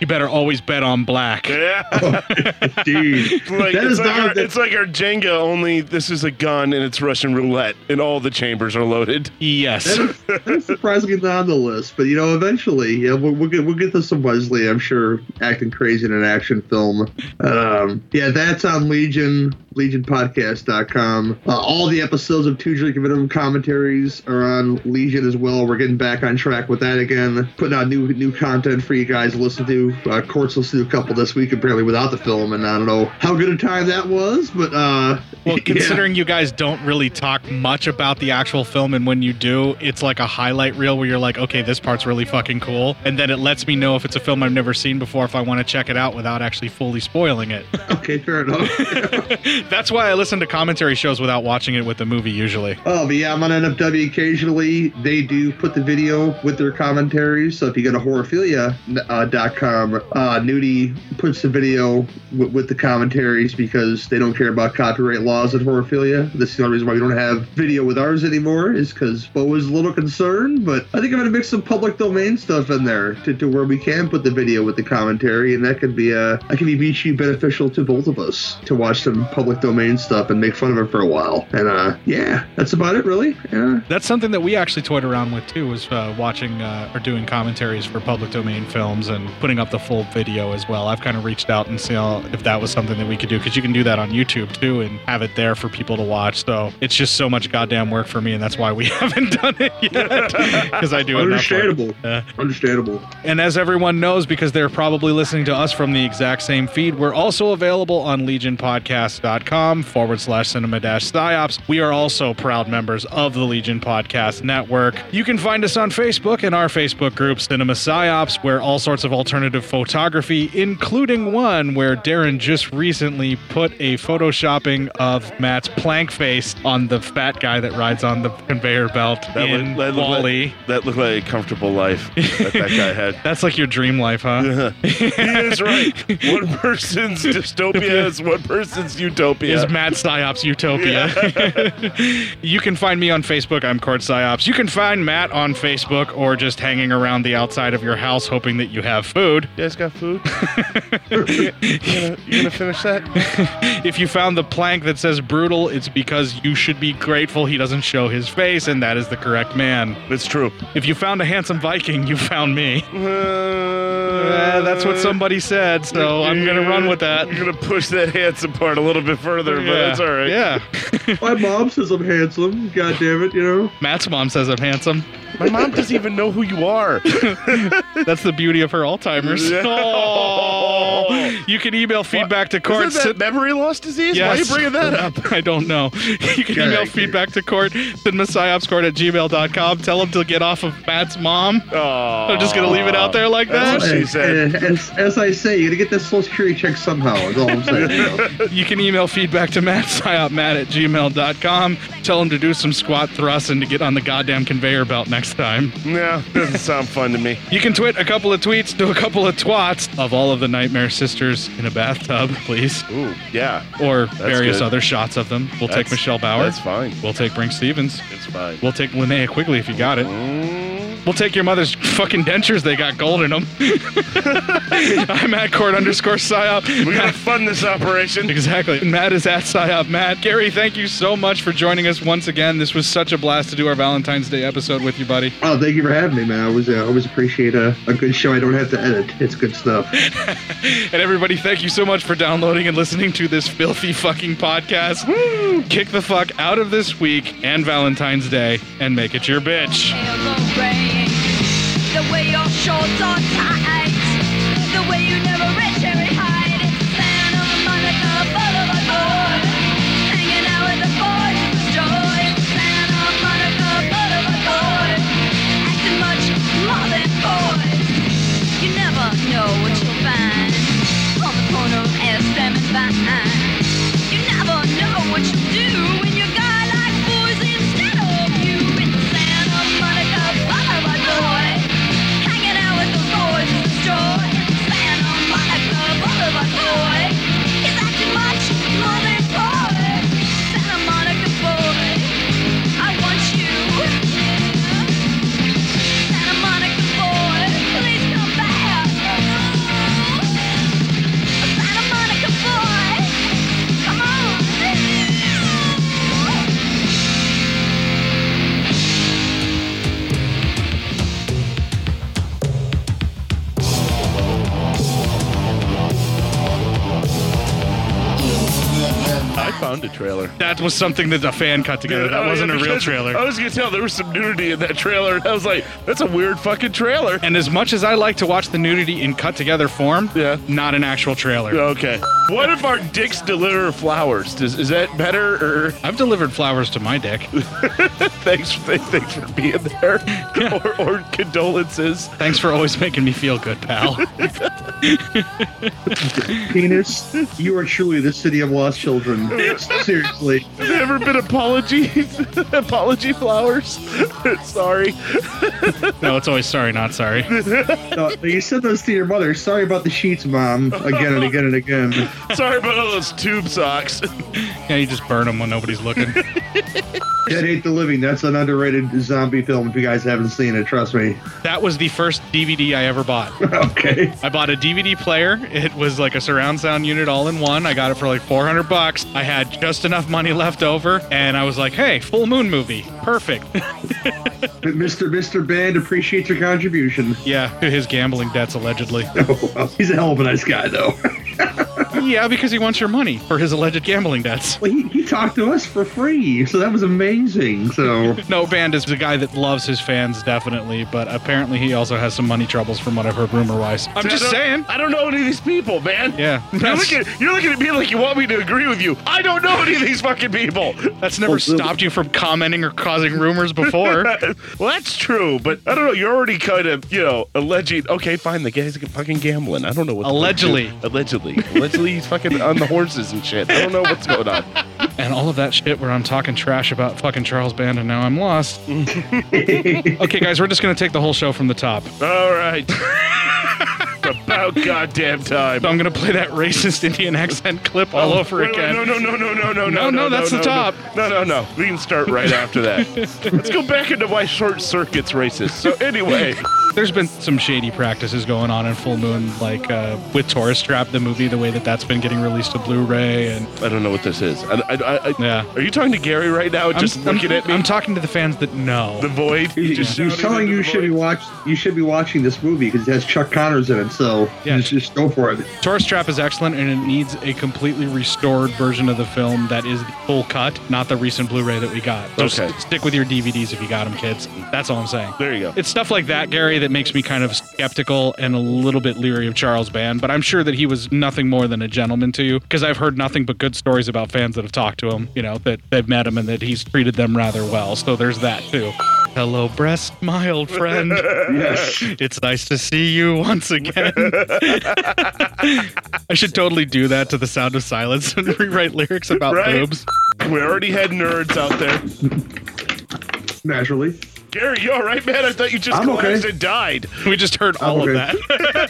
you better always bet on black. Yeah. Dude. Like, Oh, That it's, is like not- our, it's like our Jenga, only this is a gun and it's Russian roulette, and all the chambers are loaded. Yes. That is- that is surprisingly not on the list, but you know, eventually, yeah, we'll, we'll get we'll get to some Wesley, I'm sure, acting crazy in an action film. Um, yeah, that's on Legion legionpodcast.com. Uh, all the episodes of Two Drink Minimum commentaries are on Legion as well. We're getting back on track with that again, putting out new new content for you guys to listen to. Uh, Courts listened to a couple this week, apparently without the film, and I don't know how good a time that was, but uh, Well, yeah. considering you guys don't really talk much about the actual film, and when you do, it's like a highlight reel where you're like, okay, this part's really fucking cool. And then it lets me know if it's a film I've never seen before, if I want to check it out without actually fully spoiling it. okay, fair enough. That's why I listen to commentary shows without watching it with the movie usually. Oh, but yeah, I'm on NFW occasionally. They do put the video with their commentaries. So if you go to horrorphilia.com, uh, dot com, uh, Nudie puts the video w- with the commentaries because they don't care about copyright laws at Horophilia. This is the only reason why we don't have video with ours anymore, is because Bo was a little concerned. But I think I'm going to mix some public domain stuff in there to, to where we can put the video with the commentary, and that could be uh, that could be mutually beneficial to both of us to watch some public domain stuff and make fun of it for a while. And uh, yeah, that's about it, really. Yeah. That's something that we actually toyed around with too, was uh, watching uh, or doing commentaries for public domain films and putting up the full video as well. I've kind of reached out and see how- if that was something that we could do because you can do that on YouTube too and have it there for people to watch. So it's just so much goddamn work for me, and that's why we haven't done it yet because I do enough work. Understandable. Understandable. And as everyone knows, because they're probably listening to us from the exact same feed, we're also available on legionpodcast.com forward slash cinema dash psyops. We are also proud members of the Legion Podcast Network. You can find us on Facebook in our Facebook group, Cinema Psyops, where all sorts of alternative photography, including one where Darren just recently put a photoshopping of Matt's plank face on the fat guy that rides on the conveyor belt That in looked- that looked like- Wall-E. that looked like a comfortable life that that guy had. That's like your dream life, huh? That's right. One person's dystopia is one person's utopia. Is Mad Psyops Utopia. you can find me on Facebook. I'm Court Psyops. You can find Matt on Facebook or just hanging around the outside of your house hoping that you have food. You guys got food? you, gonna, you gonna finish that? If you found the plank that says brutal, it's because you should be grateful he doesn't show his face, and that is the correct man. It's true. Mm-hmm. If you found a handsome Viking, you found me. Eh, that's what somebody said, so I'm going to run with that. You're gonna push that handsome part a little bit further, but Yeah. that's all right. Yeah. My mom says I'm handsome. God damn it, you know. Matt's mom says I'm handsome. My mom doesn't even know who you are. Oh. That's the beauty of her Alzheimer's. Yeah. Oh, You can email feedback to court. Isn't that memory loss disease? Why are you bringing that up? I don't know. You can email feedback to court, sidmassyopscourt at gmail.com. Tell him to get off of Matt's mom. I'm just going to leave it out there like that. As, as I say, you're going to get that social security check somehow, is all I'm saying. you know. you can email feedback to Matt, matt at gmail.com. Tell him to do some squat thrusts and to get on the goddamn conveyor belt next time. No, doesn't sound fun to me. You can tweet a couple of tweets to a couple of twats of all of the Nightmare Sisters in a bathtub, please. Ooh, yeah. Or various good. other shots of them. We'll take That's- Michelle Bauer. that's fine. We'll take Brink Stevens. It's fine. Mm. We'll take Linnea Quigley if you got it. We'll take your mother's fucking dentures. They got gold in them. I'm at court underscore psyop. We gotta fund this operation. Exactly. Matt is at psyop. Matt, Gary, thank you so much for joining us once again. This was such a blast to do our Valentine's Day episode with you, buddy. Oh, thank you for having me, man. I always, uh, always appreciate a, a good show. I don't have to edit. It's good stuff. And everybody, thank you so much for downloading and listening to this filthy fucking podcast. Kick the fuck out of this week and Valentine's Day and make it your bitch. The way your shorts are tight. The way you never read Cherry Hyde. Santa Monica Boulevard. Hanging out with the boys is joy. Santa Monica Boulevard. Acting much more than boys. You never know what you'll find on the corner of Amsterdam and Vine. You never know what you'll do when your guy likes boys instead of you. It's Santa Monica Boulevard. Hanging out with the boys is joy. Santa Monica Boulevard. He's acting much more than boy. Santa Monica boy. I want you. Santa Monica boy. Please come back. Santa Monica boy. Come on. I found a trailer. That was something that a fan cut together. That Oh, wasn't yeah, a real because trailer. I was gonna tell there was some nudity in that trailer, and I was like, "That's a weird fucking trailer." And as much as I like to watch the nudity in cut together form, yeah. not an actual trailer. Okay. What if our dicks deliver flowers? Does, is that better? Or I've delivered flowers to my dick. thanks, th- thanks for being there, or, or condolences. Thanks for always making me feel good, pal. Penis, you are truly the city of lost children. Seriously. Have there ever been apologies? Apology flowers? Sorry. no, it's always sorry, not sorry. No, you said those to your mother. Sorry about the sheets, mom. Again and again and again. Sorry about all those tube socks. yeah, you just burn them when nobody's looking. Dead Ain't the Living. That's an underrated zombie film. If you guys haven't seen it, trust me. That was the first DVD I ever bought. okay. I bought a DVD player. It was like a surround sound unit all in one. I got it for like 400 bucks. I had just enough money left over, and I was like, hey, full moon movie. Perfect. But Mr. Mr. Band appreciates your contribution. yeah, to his gambling debts, allegedly. Oh, He's a hell of a nice guy, though. yeah, because he wants your money for his alleged gambling debts. Well, he, he talked to us for free, so that was amazing. So No, Band is the guy that loves his fans, definitely, but apparently he also has some money troubles from what I've heard rumor wise. I'm just I don't- saying. I don't know any of these people, man. Yeah. You're looking, you're looking at me like you want me to agree with you. I don't know any of these fucking people. That's Oh, never stopped you from commenting or causing rumors before. well, that's true, but I don't know. You're already kind of, you know, alleging. Okay, fine. The guy's fucking gambling. I don't know what. the fuck Allegedly. to- allegedly. Allegedly, he's fucking on the horses and shit. I don't know what's going on. and all of that shit where I'm talking trash about fucking Charles Band and now I'm lost. okay, guys, we're just going to take the whole show from the top. All right. It's About goddamn time. I'm going to play that racist Indian accent clip all Oh, over wait, wait, again. No, no, no, no, no, no, no, No, no, that's the no, top. No, no, no. We can start right after that. Let's go back into why short circuits racist. So anyway, There's been some shady practices going on in Full Moon, like uh, with Tourist Trap, the movie, the way that that's been getting released to Blu-ray, and I don't know what this is. I, I, I, I- yeah. Are you talking to Gary right now? Oh, Just looking at me. I'm talking to the fans that know the void. He he's just telling shouted you into should be watch you should be watching this movie because it has Chuck Connors in it. so just, just go for it. Taurus Trap is excellent and it needs a completely restored version of the film that is the full cut, not the recent Blu ray that we got. So Okay. s- stick with your DVDs if you got them, kids. That's all I'm saying. There you go. It's stuff like that, Gary, that makes me kind of skeptical and a little bit leery of Charles Band, but I'm sure that he was nothing more than a gentleman to you because I've heard nothing but good stories about fans that have talked to him, you know, that they've met him and that he's treated them rather well. So there's that too. Hello, breast, my old friend. Yes. It's nice to see you once again. I should totally do that to the sound of silence and rewrite lyrics about Right. boobs. We already had nerds out there. Naturally. Gary, you all right, man? I thought you just I'm collapsed okay. and died. We just heard all of that.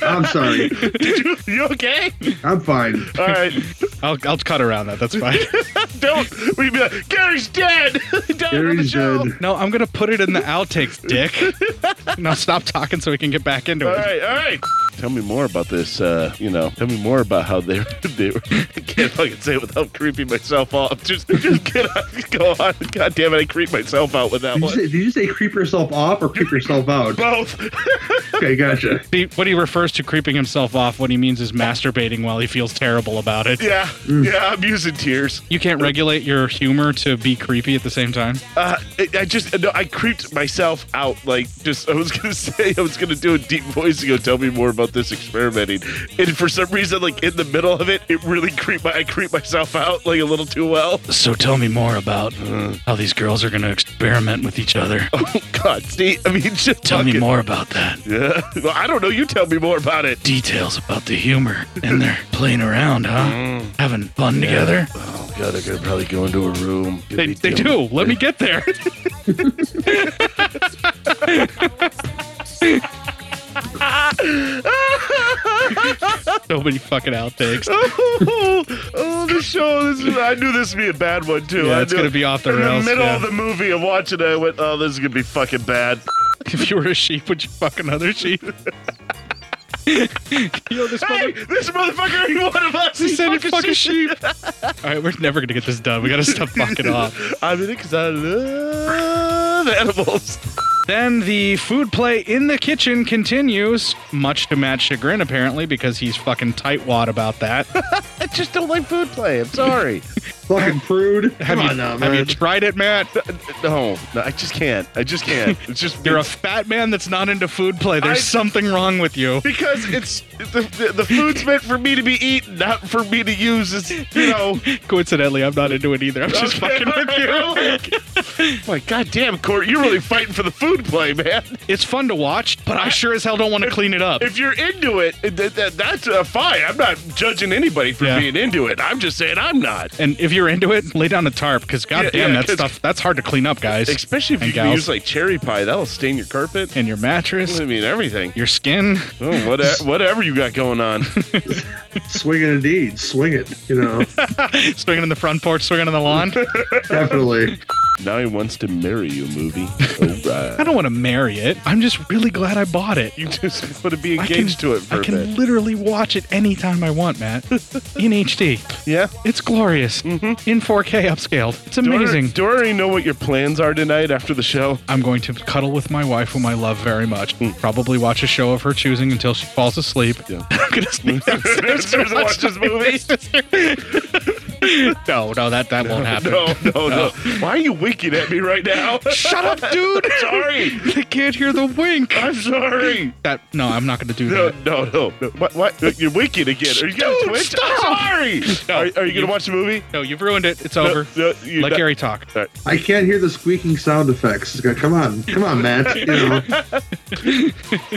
I'm sorry. Did you? You okay? I'm fine. All right. I'll, I'll cut around that. That's fine. Don't. We'd be like, Gary's dead. He died on the show. No, I'm going to put it in the outtakes, dick. now stop talking so we can get back into All it. right, all right. Tell me more about this. Uh, you know, tell me more about how they they were. I can't fucking say it without creeping myself off. Just just get on, go on. God damn it, I creep myself out Oh, with that Did you, one. say, did you say creep yourself off or creep yourself out? Both. Okay, gotcha. See, what he refers to creeping himself off, what he means is masturbating while he feels terrible about it. Yeah, yeah, I'm using tears. You can't regulate your humor to be creepy at the same time. Uh, I, I just no, I creeped myself out. Like, just I was gonna say I was gonna do a deep voice and go tell me more about this experimenting, and for some reason, like in the middle of it, it really creeped. My, I creeped myself out like a little too well. So tell me more about how these girls are going to experiment with each other. Oh God, see, I mean, just Tell me fucking- more about that. Yeah, well, I don't know. You tell me more about it. Details about the humor. And they're playing around, huh? Having fun Yeah. together? Oh God, I could probably go into a room. They, they do. Let me get there. so many fucking outtakes. oh, oh, the show. This is, I knew this would be a bad one too. Yeah, I it's knew gonna it. be off the in rails, the middle yeah. of the movie. I'm watching. it, I went, oh, this is gonna be fucking bad. If you were a sheep, would you fuck another sheep? Yo, this, hey, this motherfucker ain't one of us. He said fucking, fucking sheep. All right, we're never gonna get this done. We gotta stop fucking off. I'm in it because I love animals. Then the food play in the kitchen continues, much to Matt's chagrin, apparently, because he's fucking tightwad about that. I just don't like food play. I'm sorry. Fucking prude. Have you- have you tried it, Matt? No, no, I just can't. I just can't. It's just You're a fat man that's not into food play. There's I- something wrong with you. because it's the, the, the food's meant for me to be eaten, not for me to use. It's, you know. Coincidentally, I'm not into it either. I'm just Okay, fucking with you. all right, okay. Boy, goddamn, Court, you're really fighting for the food play, man. It's fun to watch, but I sure as hell don't want to clean it up. If you're into it, that, that, that's uh, fine. I'm not judging anybody for Yeah. being into it. I'm just saying I'm not. And if you're into it, lay down a tarp because Yeah, goddamn, yeah, that 'cause- stuff that's hard to clean up, guys. Especially if and you gals. use like cherry pie, that'll stain your carpet. and your mattress, I mean, everything. your skin. Oh, whatever, whatever you got going on. Swing it indeed. Swing it, you know. swinging in the front porch, swinging on the lawn. Definitely. Now he wants to marry you, movie. All right. I don't want to marry it. I'm just really glad I bought it. You just want to be I can- engaged to it for I a can bit. literally watch it anytime I want, Matt. In HD. Yeah. It's glorious. Mm-hmm. In 4K upscaled. It's Do I- amazing. Do I, already know what your plans are tonight after the show? I'm going to cuddle with my wife, whom I love very much. Hmm. Probably watch a show of her choosing until she falls asleep. I'm gonna sneak downstairs to Upstairs and watch this my movie? sister. no, no, that that won't happen. No, no, no. Why are you winking at me right now? Uh, Shut up, dude. sorry. I can't hear the wink. I'm sorry. That no, I'm not gonna do No, that. no, no, no. What, what? Look, You're winking again. Are you going to Dude, Twitch? stop. I'm sorry. are, are you going to watch the movie? No, you've ruined it. It's No, over. no, you- Let no. Gary talk. I can't hear the squeaking sound effects. It's gonna, come on, come on, Matt. You know,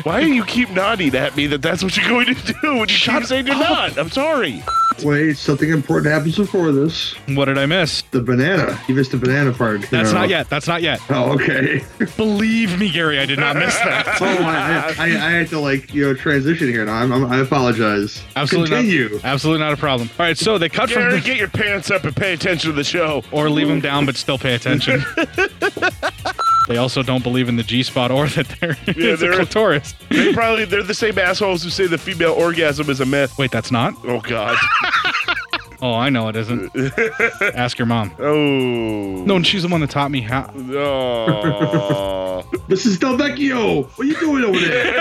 Why do you keep nodding at me that that's what you're going to do when you keep saying you're not? I'm sorry. wait, something important happens before this. What did I miss? The banana. You missed the banana part. you That's know. not yet. That's not yet. Oh, okay. Believe me, Gary, I did not miss that. Oh, I, I, I had to like you know transition here. Now I'm, I'm, I apologize. Absolutely Continue. not. Absolutely not a problem. All right, so they cut Gary, from get your pants up and pay attention to the show. or leave them down, but still pay attention. they also don't believe in the G spot or that there is Yeah, a there- clitoris. They probably they're the same assholes who say the female orgasm is a myth. Wait, that's not. Oh God. Oh, I know it isn't. Ask your mom. Oh. No, and she's the one that taught me how. No. This is Del Vecchio. What are you doing over there?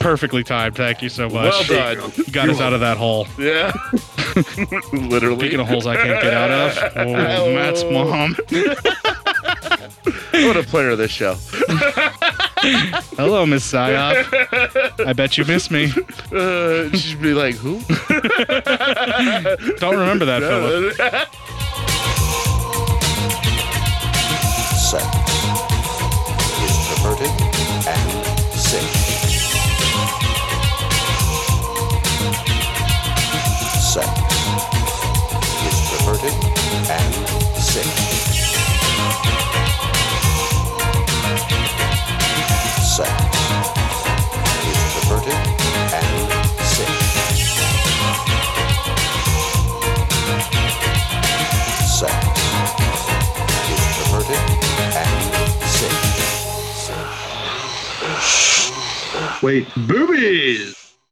Perfectly timed. Thank you so much. Well done. Got You're us out of that hole. Yeah. Literally. Speaking of holes I can't get out of, oh, Matt's mom. what a player of this show. Hello, Miss Psyop. I bet you miss me. Uh, she'd be like, who? Don't remember that, No. Philip. Sex is perverted and sick. Sex is perverted and sick. Sex is perverted and sick. Sex is perverted and sick. Wait, boobies.